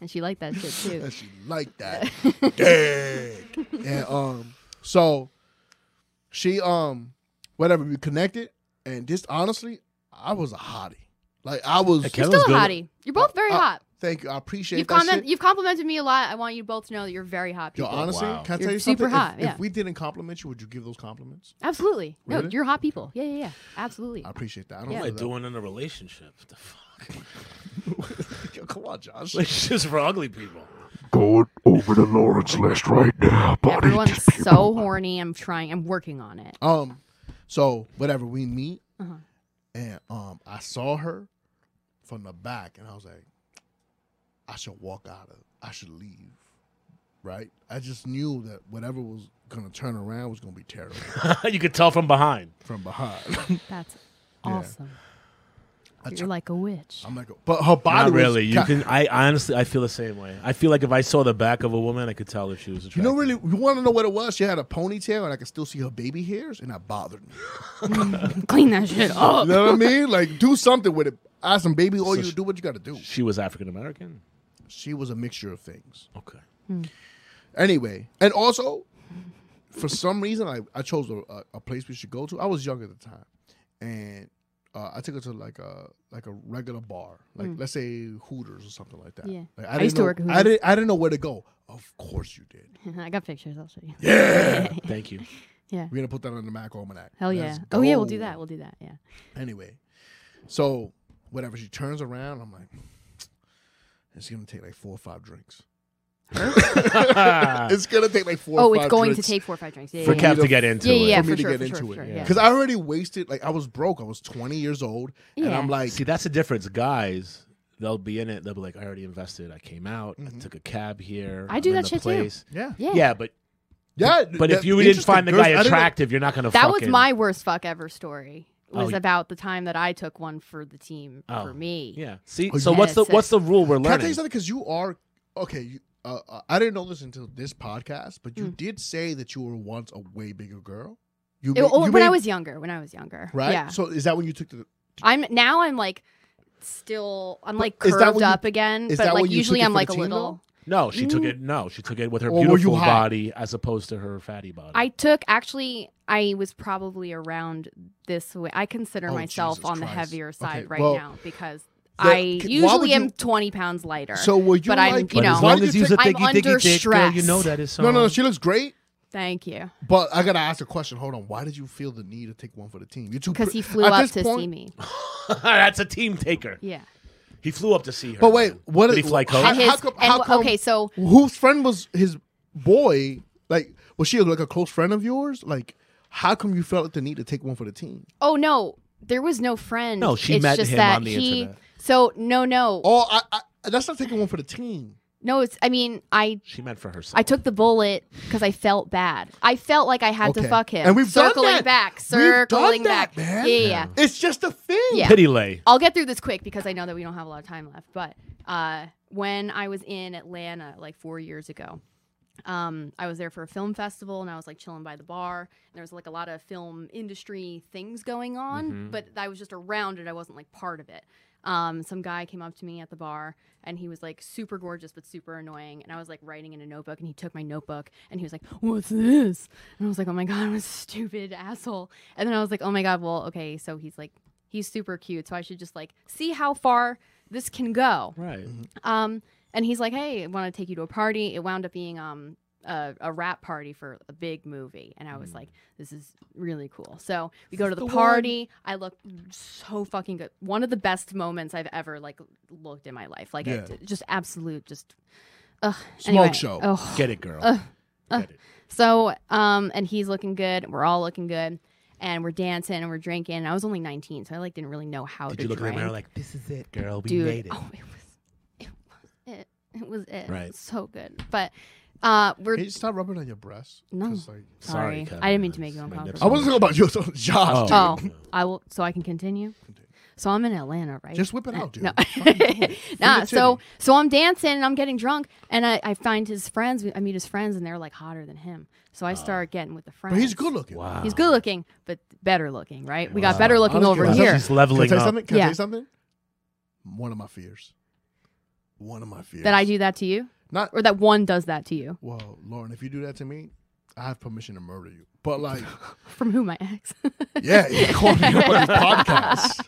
S2: and she liked that shit too.
S3: And she liked that. Dick. And um, so she um, whatever we connected, and just honestly, I was a hottie. Like I was.
S4: Hey, Kevin
S2: You're
S4: was
S2: still a
S4: good.
S2: hottie. You're both very
S3: Uh,
S2: hot.
S3: Thank you. I appreciate
S2: You've
S3: that
S2: comment,
S3: shit.
S2: you've complimented me a lot. I want you both to know that you're very hot
S3: Yo,
S2: people.
S3: honestly,
S4: Wow.
S3: can I tell
S2: You're
S3: you
S2: super
S3: something? If-
S2: hot,
S3: if,
S2: yeah.
S3: we didn't compliment you, would you give those compliments?
S2: Absolutely. No,
S3: Really?
S2: you're hot people. Yeah, yeah, yeah. Absolutely.
S3: I appreciate that. I don't
S2: Yeah.
S3: know
S4: What am
S3: that.
S4: I doing in a relationship? What the fuck?
S3: Yo, come on, Josh.
S4: Relationships for ugly people.
S6: Going over to Lauren's list right now, buddy.
S2: Everyone's so horny. I'm trying. I'm working on it.
S3: Um, so whatever we meet,
S2: Uh-huh.
S3: and um, I saw her from the back, and I was like, I should walk out of, I should leave, right? I just knew that whatever was gonna turn around was gonna be terrible
S4: you could tell from behind.
S3: from behind.
S2: That's
S3: Yeah.
S2: awesome.
S3: I
S2: You're
S3: tr-
S2: like a witch.
S3: I'm like, but her body
S4: Not
S3: was
S4: really. You
S3: ca-
S4: can. I honestly, I feel the same way. I feel like if I saw the back of a woman, I could tell if she was attractive.
S3: You know, really, you want to know what it was? She had a ponytail, and I could still see her baby hairs, and that bothered me.
S2: Clean that shit
S3: You
S2: up.
S3: know what I mean? Like, do something with it. Ask some baby oil.
S4: So
S3: you
S4: sh-
S3: do what you got to do.
S4: She was African American.
S3: She was a mixture of things.
S4: Okay.
S3: Anyway, and also, for some reason, I, I chose a, a, a place we should go to. I was young at the time, and uh, I took her to like a like a regular bar, like let's say Hooters or something like that.
S2: Mm. Yeah.
S3: Like,
S2: I
S3: didn't
S2: used to
S3: know-
S2: work at
S3: I
S2: Hooters.
S3: didn't I didn't know where to go. Of course you did.
S2: I got pictures. I'll show you.
S4: Thank you.
S2: Yeah.
S3: We're gonna put that on the Mac Almanac.
S2: Hell yeah.
S3: Let's
S2: Oh yeah, we'll do
S3: go.
S2: that. We'll do that. Yeah.
S3: Anyway, so whatever she turns around, I'm like, it's gonna take like four or five drinks. it's gonna take like four.
S2: Oh,
S3: or
S2: it's
S3: five
S2: going
S3: drinks
S2: to take four or five drinks. Yeah,
S4: For
S2: yeah, yeah.
S4: Kev to get into
S2: Yeah, yeah,
S4: it.
S2: yeah.
S3: for me
S2: for
S3: to
S2: sure,
S3: get
S2: for
S3: into
S2: sure,
S3: it
S2: for sure, yeah.
S3: because I already wasted. Like I was broke. I was 20 years old, and
S2: Yeah.
S3: I'm like,
S4: See, that's the difference. Guys, they'll be in it. They'll be like, I already invested. I came out.
S3: Mm-hmm.
S4: I took a cab here.
S2: I do
S4: I'm
S2: that
S4: in the
S2: shit too.
S4: place.
S3: yeah,
S2: Yeah.
S4: Yeah, but
S3: yeah.
S4: but if
S3: that-
S4: you didn't
S3: interesting,
S4: find the
S3: girls,
S4: guy
S3: I didn't-
S4: attractive, you're not gonna.
S2: That was
S4: fucking-
S2: my worst fuck ever story. Was
S4: Oh, y-
S2: about the time that I took one for the team
S4: Oh,
S2: for me.
S4: Yeah. See.
S3: Oh,
S4: so
S2: yeah.
S4: what's the
S2: Yes,
S4: what's the rule we're
S3: Can I tell you
S4: learning?
S3: something? Because you are okay. You, uh, uh, I didn't know this until this podcast, but you did say that you were once a way bigger girl. You,
S2: It-
S3: ma-
S2: Mm. oh,
S3: you
S2: when I
S3: made-
S2: was younger. When I was younger.
S3: right.
S2: Yeah.
S3: So is that when you took the?
S2: I'm now. I'm like still. I'm like
S3: is that
S2: curved
S3: when you-
S2: up again.
S3: is
S2: But
S3: that
S2: like
S3: when you
S2: usually
S3: took it
S2: I'm
S3: for
S2: like
S3: the
S2: a
S3: team,
S2: little.
S4: No, she
S2: Mm-hmm.
S4: took it. No, she took it with her
S3: Or were you
S4: beautiful
S3: high?
S4: body as opposed to her fatty body.
S2: I took actually. I was probably around this way. I consider
S3: Oh,
S2: myself
S3: Jesus
S2: on the
S3: Christ.
S2: heavier side
S3: Okay,
S2: right
S3: well,
S2: now because
S3: that-
S2: I
S3: can- why would
S2: usually am
S3: you-
S2: 20 pounds lighter.
S3: So were you
S2: But
S3: like?
S2: I'm, you know-
S4: as
S3: why
S4: long
S3: did
S4: as
S3: you
S4: you's a
S3: take-
S2: I'm
S4: diggy diggy dick, girl, you
S2: under
S4: know that is so.
S3: no, no, no. She looks great,
S2: thank you.
S3: but I gotta ask a question. Hold on. Why did you feel the need to take one for the team? You too
S2: Because
S3: pre-
S2: he flew
S3: at
S2: up
S3: this
S2: to
S3: point-
S2: see me.
S4: That's a team taker.
S2: Yeah.
S4: He flew up to see her.
S3: But wait,
S4: man.
S3: what?
S4: Did he fly coach?
S3: How,
S2: And his-
S3: how come,
S2: and
S3: how
S2: wh-
S3: come-
S2: okay, so-
S3: whose friend was his boy? Like, was she like a close friend of yours? Like, how come you felt the need to take one for the team?
S2: Oh no, there was no friend.
S4: No, she
S2: it's
S4: met
S2: just
S4: him
S2: that
S4: on the
S2: he,
S4: internet.
S2: So no, no,
S3: Oh, I, I that's not taking one for the team.
S2: No, it's. I mean, I
S4: She meant for herself.
S2: I took the bullet because I felt bad. I felt like I had to
S3: Okay.
S2: fuck him.
S3: And we've done
S2: circling
S3: that.
S2: back,
S3: We've done
S2: circling
S3: that,
S2: back.
S3: man.
S2: Yeah, yeah, yeah.
S3: It's just a thing.
S2: Yeah.
S4: Pity lay.
S2: I'll get through this quick because I know that we don't have a lot of time left. But uh, when I was in Atlanta like four years ago, um, I was there for a film festival and I was like chilling by the bar. And there was like a lot of film industry things going on, but I was just around it. I wasn't like part of it. Um, some guy came up to me at the bar and he was like super gorgeous but super annoying. And I was like writing in a notebook and he took my notebook and he was like, What's this? And I was like, Oh my God, I'm a stupid asshole. And then I was like, Oh my God, well, okay. So he's like, He's super cute. So I should just like see how far this can go.
S4: Right.
S2: Um, and he's like, "Hey, I want to take you to a party." It wound up being um a, a rap party for a big movie, and I was
S4: Mm.
S2: like, "This is really cool." So we go to the, party. I look so fucking good. One of the best moments I've ever like looked in my life. Like
S3: Yeah.
S2: it, just absolute, just ugh.
S3: Smoke
S2: Anyway, Oh.
S3: show.
S2: Ugh.
S4: Get it, girl. Get it.
S2: So, um, and he's looking good. We're all looking good, and we're dancing and we're drinking. I was only 19, so I like didn't really know how
S4: Did
S2: to
S4: you look in the
S2: drink.
S4: mirror like, this is it, girl? We
S2: dude.
S4: made it.
S2: Oh, it was, it was it. It was it.
S4: Right.
S2: So good. But uh, we're
S3: Can you stop rubbing on your breast?
S2: No.
S3: 'Cause, like-
S4: Sorry,
S2: sorry.
S4: Kevin.
S2: I didn't mean to make you
S4: It's my
S2: uncomfortable.
S4: nips
S3: I wasn't talking about you. I was talking about Josh. dude.
S2: Oh, I will. So I can continue. So I'm in Atlanta, right?
S3: Just whip it out, dude.
S2: No.
S3: Fucking do it.
S2: nah.
S3: Finger
S2: So
S3: titty.
S2: so I'm dancing and I'm getting drunk and I, I find his friends. I meet his friends and they're like hotter than him. So I start getting with the friends.
S3: Ah. But he's good looking.
S4: Wow.
S2: He's good looking, but better looking, right? We got better looking
S3: Honest
S2: over
S3: to God.
S2: here.
S4: She's leveling
S3: Can I tell you
S4: up.
S3: something? Can I
S2: Yeah.
S3: tell you something? One of my fears. One of my fears.
S2: That I do that to you,
S3: Not
S2: or that one does that to you.
S3: well, Lauren. If you do that to me, I have permission to murder you. But like,
S2: From who, my ex?
S3: yeah, you called me up on this podcast.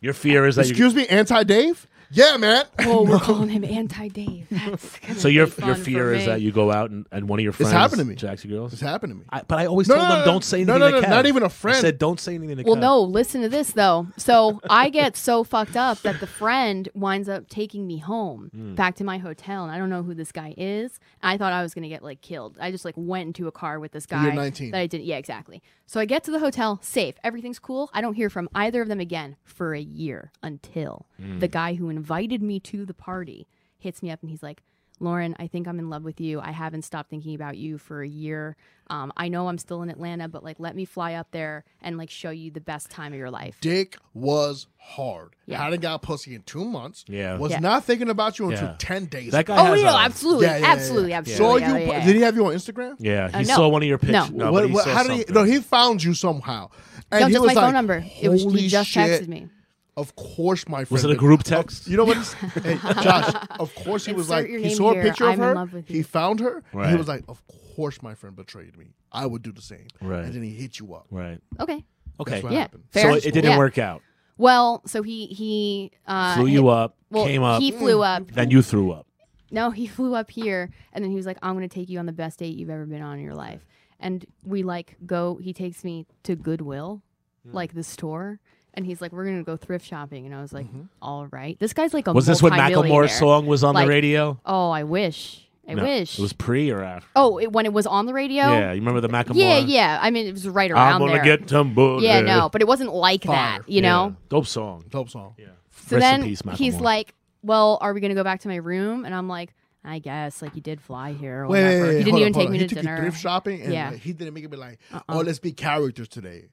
S4: Your fear is that you.
S3: Excuse me, anti Dave. Yeah, man.
S2: Oh, we're calling him Anti Dave. That's gonna
S4: So your
S2: be fun
S4: your
S2: for
S4: fear is
S2: me.
S4: that you go out and, and one of your friends
S3: happened to me.
S4: jacks your
S3: This
S4: girls.
S3: happened to me.
S4: I, but I always
S3: No,
S4: told
S3: no,
S4: them
S3: no,
S4: don't say
S3: no,
S4: anything.
S3: no,
S4: to
S3: no,
S4: Kev."
S3: not even a friend.
S4: I said don't say anything. To
S2: Well,
S4: Kev."
S2: no, listen to this though. So I get so fucked up that the friend winds up taking me home back to my hotel, and I don't know who this guy is. I thought I was gonna get like killed. I just like went into a car with this guy.
S3: 19.
S2: That I didn't. Yeah, exactly. So I get to the hotel, safe, everything's cool. I don't hear from either of them again for a year until
S3: Hmm.
S2: the guy who invited me to the party hits me up, and he's like. Lauren, I think I'm in love with you. I haven't stopped thinking about you for a year. Um, I know I'm still in Atlanta, but like, let me fly up there and like show you the best time of your life.
S3: Dick was hard.
S2: Yeah.
S3: Hadn't got pussy in two months.
S4: Yeah.
S3: Was
S2: Yeah.
S3: not thinking about you until
S4: Yeah.
S3: ten days.
S4: That
S3: ago.
S4: guy
S2: oh,
S4: has
S2: yeah,
S4: a-
S2: absolutely,
S3: Yeah, yeah, yeah,
S2: absolutely,
S3: yeah.
S2: absolutely.
S3: Saw you.
S2: yeah, yeah,
S3: Did he
S2: yeah.
S3: have you on Instagram?
S4: Yeah, he
S2: Uh, no.
S4: saw one of your
S2: No.
S4: pictures. No,
S3: What-
S4: but he
S3: what-
S4: saw
S3: how did he?
S4: something.
S3: No, he found you somehow, and
S2: No,
S3: he
S2: just
S3: was
S2: my
S3: like,
S2: phone number. It was
S3: "Holy
S2: he just
S3: shit,
S2: texted me.
S3: Of course, my friend.
S4: Was it a
S3: did-
S4: group text?
S3: You know what? hey, Josh. Of course, he was
S2: Insert
S3: like,
S2: your
S3: he
S2: name
S3: saw a
S2: here.
S3: picture
S2: I'm
S3: of
S2: in love
S3: her.
S2: with
S3: He
S2: you.
S3: found her. And he
S4: Right.
S3: was like, of course, my friend betrayed me. I would do the same.
S4: Right.
S3: And then he hit you up.
S4: Right.
S2: Okay,
S4: Okay.
S3: what
S2: yeah,
S3: happened.
S2: fair.
S4: So it, it didn't
S2: Yeah.
S4: work out.
S2: Well, so he he uh,
S4: Flew you up.
S2: well,
S4: came up.
S2: He flew up.
S4: then you threw up.
S2: No, he flew up here, and then he was like, "I'm going to take you on the best date you've ever been on in your life." And we like go. He takes me to Goodwill,
S4: Hmm.
S2: like the store, and he's like, "We're going to go thrift shopping." And I was like, "All right." This guy's like a
S4: Mm-hmm. Was this when
S2: multimillionaire.
S4: Macklemore's song was on
S2: Like,
S4: the radio?
S2: Oh, I wish. I
S4: No,
S2: wish.
S4: It was pre or after.
S2: oh, it, when it was on the radio.
S4: Yeah, you remember the Macklemore?
S2: Yeah, yeah. I mean, it was right
S4: I'm
S2: around
S4: gonna
S2: there.
S4: get some
S2: yeah, no, but it wasn't like
S3: Fire.
S2: that, you know.
S4: dope song.
S3: Dope song. Yeah.
S2: So
S4: Rest in
S2: then
S4: peace,
S2: he's
S4: Macklemore.
S2: like, "Well, are we gonna go back to my room?" And I'm like, "I guess. Like you did fly here. Or
S3: Wait, wait,
S2: whatever.
S3: wait,
S2: you didn't
S3: hold
S2: even
S3: up, hold
S2: take
S3: up.
S2: me
S3: he
S2: to
S3: took
S2: dinner.
S3: You thrift shopping, and
S2: Yeah. Uh-uh.
S3: like, he didn't make it be like, oh, let's be characters today.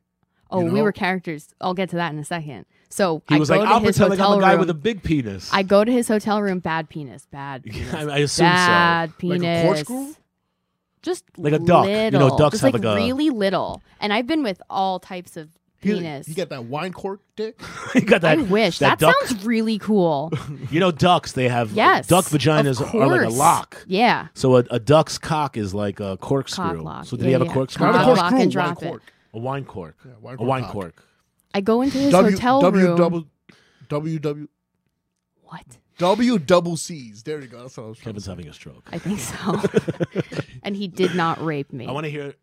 S2: oh,
S3: you
S2: we
S3: know?
S2: were characters. I'll get to that in a second. So
S4: He
S2: I
S4: was
S2: go
S4: like,
S2: to
S4: I'll
S2: his
S4: pretend like I'm
S2: hotel
S4: a guy
S2: room.
S4: with a big penis.
S2: I go to his hotel room. Bad penis. Bad. Penis,
S4: I, I assume
S2: bad
S3: Like a
S2: penis.
S3: corkscrew?
S2: Just
S4: Like a duck. You know,
S2: little.
S4: ducks
S2: Just
S4: have,
S2: like
S4: like, a-
S2: really little. And I've been with all types of
S3: He,
S2: penis.
S3: he got that wine cork dick.
S4: so. you got that.
S2: I wish
S4: that,
S2: that,
S4: duck.
S2: sounds really cool.
S4: You know, ducks. They have
S2: Yes,
S4: duck
S2: of
S4: vaginas are like a
S2: course.
S4: lock.
S2: Yeah.
S4: So a, a duck's cock is like a corkscrew.
S2: lock,
S4: So did
S2: yeah,
S4: he have a
S2: yeah.
S4: corkscrew?
S3: Not
S2: Cock
S3: a
S2: Cock
S3: corkscrew,
S2: lock and
S3: wine
S2: drop it.
S3: cork.
S4: A wine cork.
S3: wine
S4: a
S3: cork
S4: wine
S3: cock.
S4: cork.
S2: I go into his
S3: W
S2: hotel
S3: W
S2: room.
S3: double W W
S2: what?
S3: W double C's. There you go. That's what I was trying to
S4: Kevin's having a stroke.
S2: I think so. and he did not rape me.
S4: I want to hear.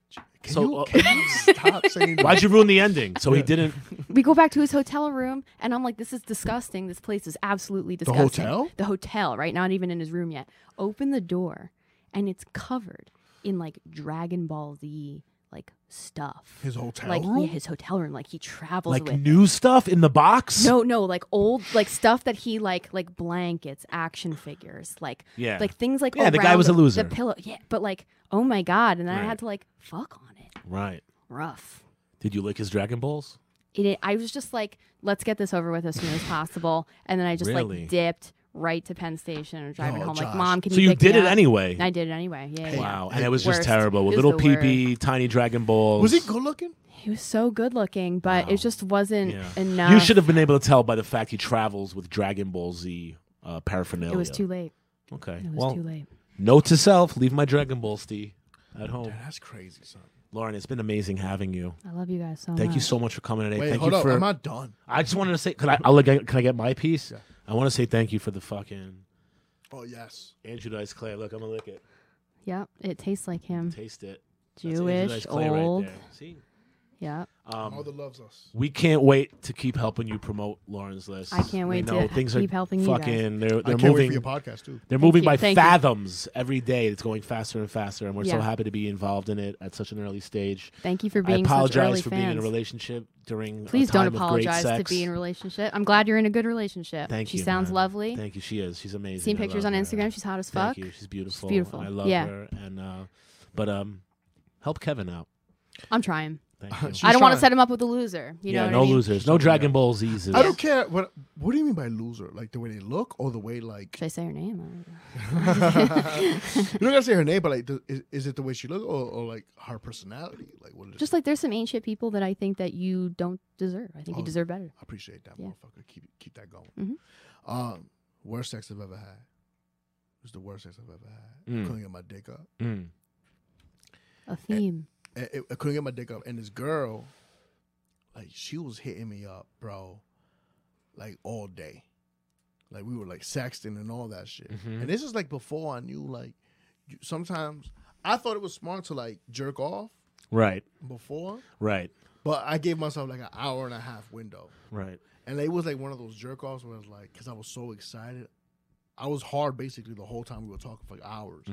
S3: Can
S4: so
S3: you,
S4: uh,
S3: can you stop saying that?
S4: why'd you ruin the ending? So he didn't.
S2: we go back to his hotel room, and I'm like, "This is disgusting. This place is absolutely disgusting."
S3: hotel?
S2: The hotel, right? Not even in his room yet. Open the door, and it's covered in like Dragon Ball Z like stuff.
S3: His hotel
S2: like yeah,
S3: room?
S2: his hotel room. Like he travels
S4: Like
S2: with.
S4: new stuff in the box?
S2: No, no, like old, like stuff that he like, like blankets, action figures, like,
S4: Yeah.
S2: like things like.
S4: Yeah, the guy
S2: around
S4: was a loser.
S2: The pillow, yeah, but like, oh my god! And then I
S4: Right.
S2: had to like fuck on it.
S4: Right.
S2: Rough.
S4: Did you lick his Dragon Balls?
S2: It, I was just like, let's get this over with as soon as possible, and then I just
S4: Really?
S2: like dipped right to Penn Station and driving
S3: Oh,
S2: home.
S3: Josh.
S2: Like, mom, can
S4: so
S2: you?
S4: you
S2: pick me
S4: did it
S2: up?"
S4: anyway.
S2: I did it anyway. Yeah. yeah.
S4: wow. And it was just
S2: Worst.
S4: terrible with
S2: It was
S4: little
S2: the
S4: pee tiny Dragon Balls.
S3: Was he good looking?
S2: He was so good looking, but
S4: Wow.
S2: it just wasn't
S4: Yeah.
S2: enough.
S4: You should have been able to tell by the fact he travels with Dragon Ball Z uh, paraphernalia.
S2: It was too late.
S4: Okay.
S2: It was
S4: Well,
S2: too late.
S4: note to self: leave my Dragon Ball Z at home.
S3: That's crazy, son.
S4: Lauren, it's been amazing having you.
S2: I love you guys so much.
S4: Thank you so much for coming today.
S3: Wait,
S4: thank
S3: hold
S4: you
S3: up.
S4: for.
S3: I'm not done.
S4: I just wanted to say, can I? I'll, can I get my piece? I want to say thank you for the fucking
S3: Oh yes.
S4: Andrew Dice Clay. Look, I'm gonna lick it,
S2: Yep, it tastes like him.
S4: taste it. That's Andrew
S2: Jewish,
S4: Dice Clay
S2: old.
S4: Right there. See.
S2: Yep.
S4: Um,
S3: Mother loves us.
S4: we can't wait to keep helping you promote Lauren's list.
S2: I can't wait
S4: we know
S2: to
S4: things
S2: keep
S4: are
S2: helping you guys.
S4: fucking, They're,
S3: I
S4: they're
S3: can't wait
S4: moving.
S3: for your podcast too.
S4: They're
S2: Thank
S4: moving
S2: you.
S4: by
S2: Thank you.
S4: fathoms every day. It's going faster and faster, and we're so
S2: Yeah.
S4: happy to be involved in it at such an early stage.
S2: Thank you for
S4: I
S2: being
S4: apologize
S2: such early
S4: for
S2: fans.
S4: being in a relationship during. a
S2: Please don't
S4: time of great
S2: apologize to
S4: sex.
S2: be in a relationship. I'm glad you're in a good relationship.
S4: Thank
S2: she
S4: you,
S2: sounds
S4: man.
S2: lovely.
S4: Thank you. She is. She's amazing.
S2: Seen
S4: I
S2: pictures on
S4: love her.
S2: Instagram. She's hot as fuck.
S4: Thank you. She's beautiful.
S2: beautiful.
S4: I love
S2: Yeah.
S4: her. And uh, but um, help Kevin out.
S2: I'm trying.
S4: Thank you.
S3: She's
S2: I don't want to
S3: trying.
S2: set him up with a loser. You
S4: yeah,
S2: know what
S4: no
S2: I mean?
S4: losers. No Dragon Ball Z's.
S3: I don't care what. What do you mean by loser? Like the way they look, or the way like
S2: Should I say her name? I don't know.
S3: you don't gotta say her name, but like, the, is, is it the way she look, or, or like her personality? Like what? Is
S2: Just like there's some ancient people that I think that you don't deserve. I think
S3: Oh.
S2: you deserve better.
S3: I appreciate that
S2: Yeah.
S3: motherfucker. Keep keep that going.
S2: Mhm.
S3: Um, worst sex I've ever had. It was the worst sex I've ever had.
S4: Mm.
S3: I couldn't get my dick up.
S4: Mm. Eh,
S2: A theme.
S3: I, I- I couldn't get my dick up, and this girl, like she was hitting me up, bro, like all day. Like we were like sexting and all that shit. And this is like before I knew. Like you, sometimes I thought it was smart to like jerk off
S4: Right.
S3: before,
S4: Right.
S3: but I gave myself like an hour and a half window.
S4: Right.
S3: And it was like one of those jerk offs where I was like, because I was so excited. I was hard basically the whole time we were talking for like hours.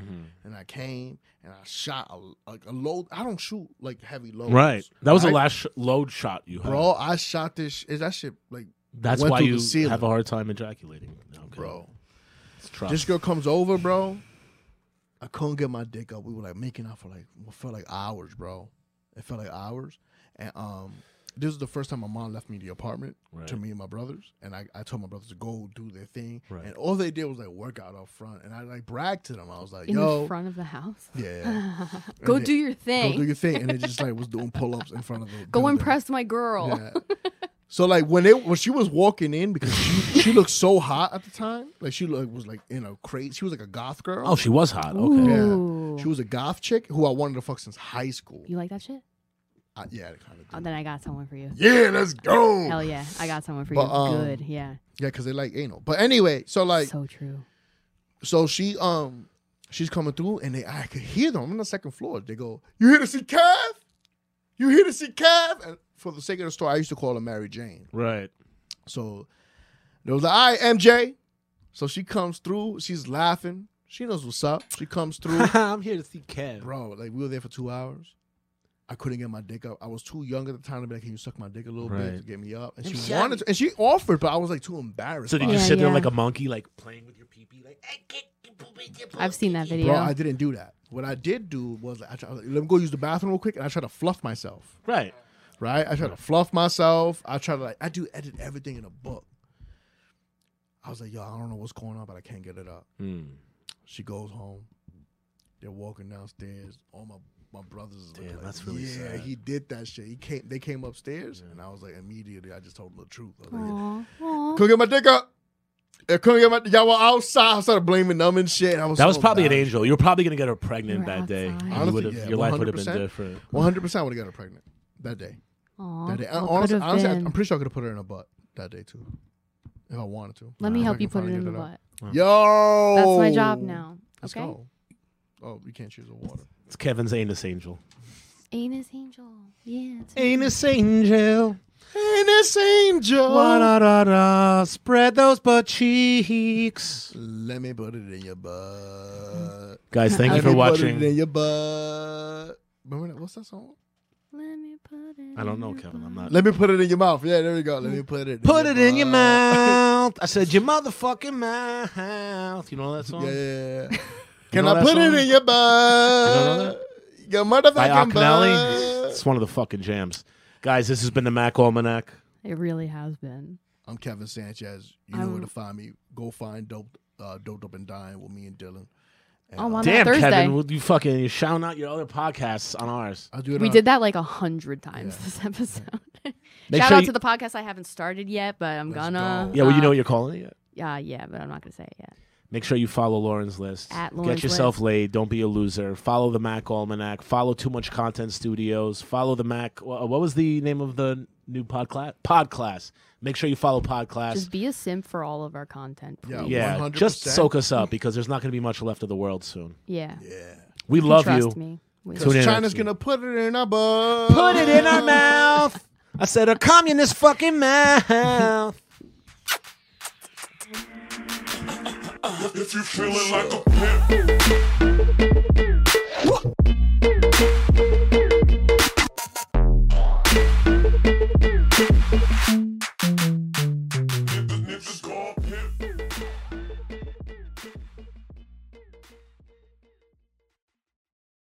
S3: And I came and I shot a, like a load. I don't shoot like heavy loads.
S4: Right. That was the
S3: right?
S4: last sh- load shot you had.
S3: Oh, Bro, I shot this. Is that shit like,
S4: That's
S3: went
S4: why
S3: through
S4: you
S3: the ceiling.
S4: have a hard time ejaculating. Okay.
S3: bro?
S4: It's tough.
S3: This girl comes over, bro. I couldn't get my dick up. We were like making out for like what felt like hours, bro. It felt like hours. And um this was the first time my mom left me the apartment to
S4: Right.
S3: me and my brothers. And I, I told my brothers to go do their thing.
S4: Right.
S3: And all they did was like work out up front. And I like bragged to them. I was like,
S2: In
S3: yo,
S2: the front of the house.
S3: yeah.
S2: Go
S3: And
S2: do
S3: they-
S2: your thing.
S3: Go do your thing. And it just like was doing pull ups in front of the
S2: Go
S3: building.
S2: impress my girl.
S3: Yeah. So like when it when she was walking in because she, she looked so hot at the time like she looked, was like in a crazy she was like a goth girl
S4: Oh, she was hot. Okay.
S3: Yeah.
S2: Ooh.
S3: She was a goth chick who I wanted to fuck since high school.
S2: You like that shit?
S3: I, yeah, I kind of
S2: Oh,
S3: did.
S2: then I got someone for you.
S3: Yeah, let's go.
S2: Hell yeah, I got someone for
S3: Oh. But,
S2: you.
S3: um,
S2: Good, yeah.
S3: Yeah, because they like anal. But anyway, so like, so,
S2: so true.
S3: she um, she's coming through, and they I could hear them. I'm on the second floor. They go, "You here to see Cav? You here to see Cav?" And for the sake of the story, I used to call her Mary Jane.
S4: Right.
S3: So they was like, "All right, MJ." So she comes through. She's laughing. She knows what's up. She comes through.
S4: I'm here to see Kev.
S3: bro. Like we were there for two hours. I couldn't get my dick up. I was too young at the time to be like, "Can you suck my dick a little
S4: Right.
S3: bit to get me up?" And she wanted, to, and she offered, but I was like too embarrassed.
S4: So did
S3: by
S4: you
S2: Yeah,
S3: it.
S4: sit there
S2: yeah.
S4: like a monkey, like playing with your pee pee? Like, eh?
S2: I've seen that video.
S3: Bro, I didn't do that. What I did do was like, I tried, I was like, let me go use the bathroom real quick, and I tried to fluff myself.
S4: right.
S3: Right? I tried to fluff myself. I tried to like I do edit everything in a book. I was like, yo, I don't know what's going on, but I can't get it up.
S4: Hmm.
S3: She goes home. They're walking downstairs. All my my brothers is looking
S4: Damn,
S3: like,
S4: that's really
S3: yeah,
S4: sad."
S3: he did that shit. He came. They came upstairs, and I was like, immediately, I just told them the truth. I was like,
S2: Aw, aw.
S3: couldn't get my dick up. I couldn't get my. Y'all were outside. I started blaming them and shit. I was
S4: That was
S3: so
S4: probably an
S3: embarrassed.
S4: angel. You were probably gonna get her pregnant
S2: We're
S4: that day.
S2: outside.
S4: You
S3: Honestly,
S4: would've-
S3: yeah,
S4: your life would have been
S3: 100%.
S4: different.
S3: 100% would have got her pregnant that day.
S2: Aw,
S3: That day. I-
S2: what
S3: honestly,
S2: could've
S3: honestly, I-
S2: been?
S3: I'm pretty sure I could have put her in a butt that day too, if I wanted to.
S2: Let me
S3: If I
S2: help you
S3: can
S2: put it
S3: finally
S2: in
S3: get
S2: the
S3: up.
S2: butt.
S3: Yo,
S2: That's my job now.
S3: Let's
S2: okay,
S3: go. Oh, you can't choose the water.
S4: It's Kevin's anus angel.
S2: anus angel. Yeah. it's-
S4: Anus angel.
S3: Anus angel.
S4: da da. Spread those butt cheeks.
S3: Let me put it in your butt.
S4: Guys, thank you
S3: Let
S4: for
S3: me Put it
S4: watching.
S3: in your butt. Remember that? What's that song?
S2: Let me put it.
S4: I don't
S2: in
S4: know,
S2: your
S4: Kevin. I'm
S2: body.
S4: not.
S3: Let me put it in your mouth. Yeah, there we go. Let me put it.
S4: Put it in your
S3: mouth.
S4: mouth. I said your motherfucking mouth. You know that song?
S3: Yeah, yeah, yeah. Can
S4: know
S3: I
S4: that
S3: put it
S4: song?
S3: in your butt?
S4: that?
S3: Your
S4: By
S3: motherfucking
S4: Ocknelly.
S3: butt.
S4: It's one of the fucking jams. Guys, this has been the Mac Almanac.
S2: It really has been.
S3: I'm Kevin Sanchez. You know where
S2: I'm-
S3: to find me. Go find dope, uh, dope, dope, and dine with me and Dylan. And,
S2: Oh,
S3: uh,
S2: I'm
S4: Damn,
S2: on Thursday.
S4: Kevin, would you fucking you shouting out your other podcasts on ours?
S3: I'll do it.
S2: we
S3: on-
S2: did that like a hundred times
S3: Yeah.
S2: this episode.
S4: Make
S2: Shout
S4: sure
S2: out
S4: you-
S2: to the podcast I haven't started yet, but I'm
S3: Let's
S2: gonna.
S3: go.
S4: Yeah, well, you know
S2: uh,
S4: what you're calling it. yet?
S2: Yeah, yeah, but I'm not gonna say it yet.
S4: Make sure you follow Lauren's List.
S2: At
S4: Get
S2: Lauren's
S4: yourself
S2: List.
S4: laid. Don't be a loser. Follow the Mac Almanac. Follow Too Much Content Studios. Follow the Mac. wha- What was the name of the new pod class? Pod class. Make sure you follow Pod class.
S2: Just be a simp for all of our content.
S3: Yeah.
S2: please.
S4: yeah,
S3: 100%.
S4: just soak us up because there's not going to be much left of the world soon.
S2: yeah.
S3: Yeah.
S4: We
S2: You
S4: love
S2: trust
S4: you.
S2: me. We-
S4: Tune in
S3: China's
S4: next week.
S3: gonna put it in our butt.
S4: Put it in our mouth. I said a communist fucking mouth.
S1: If you feeling like a pimp,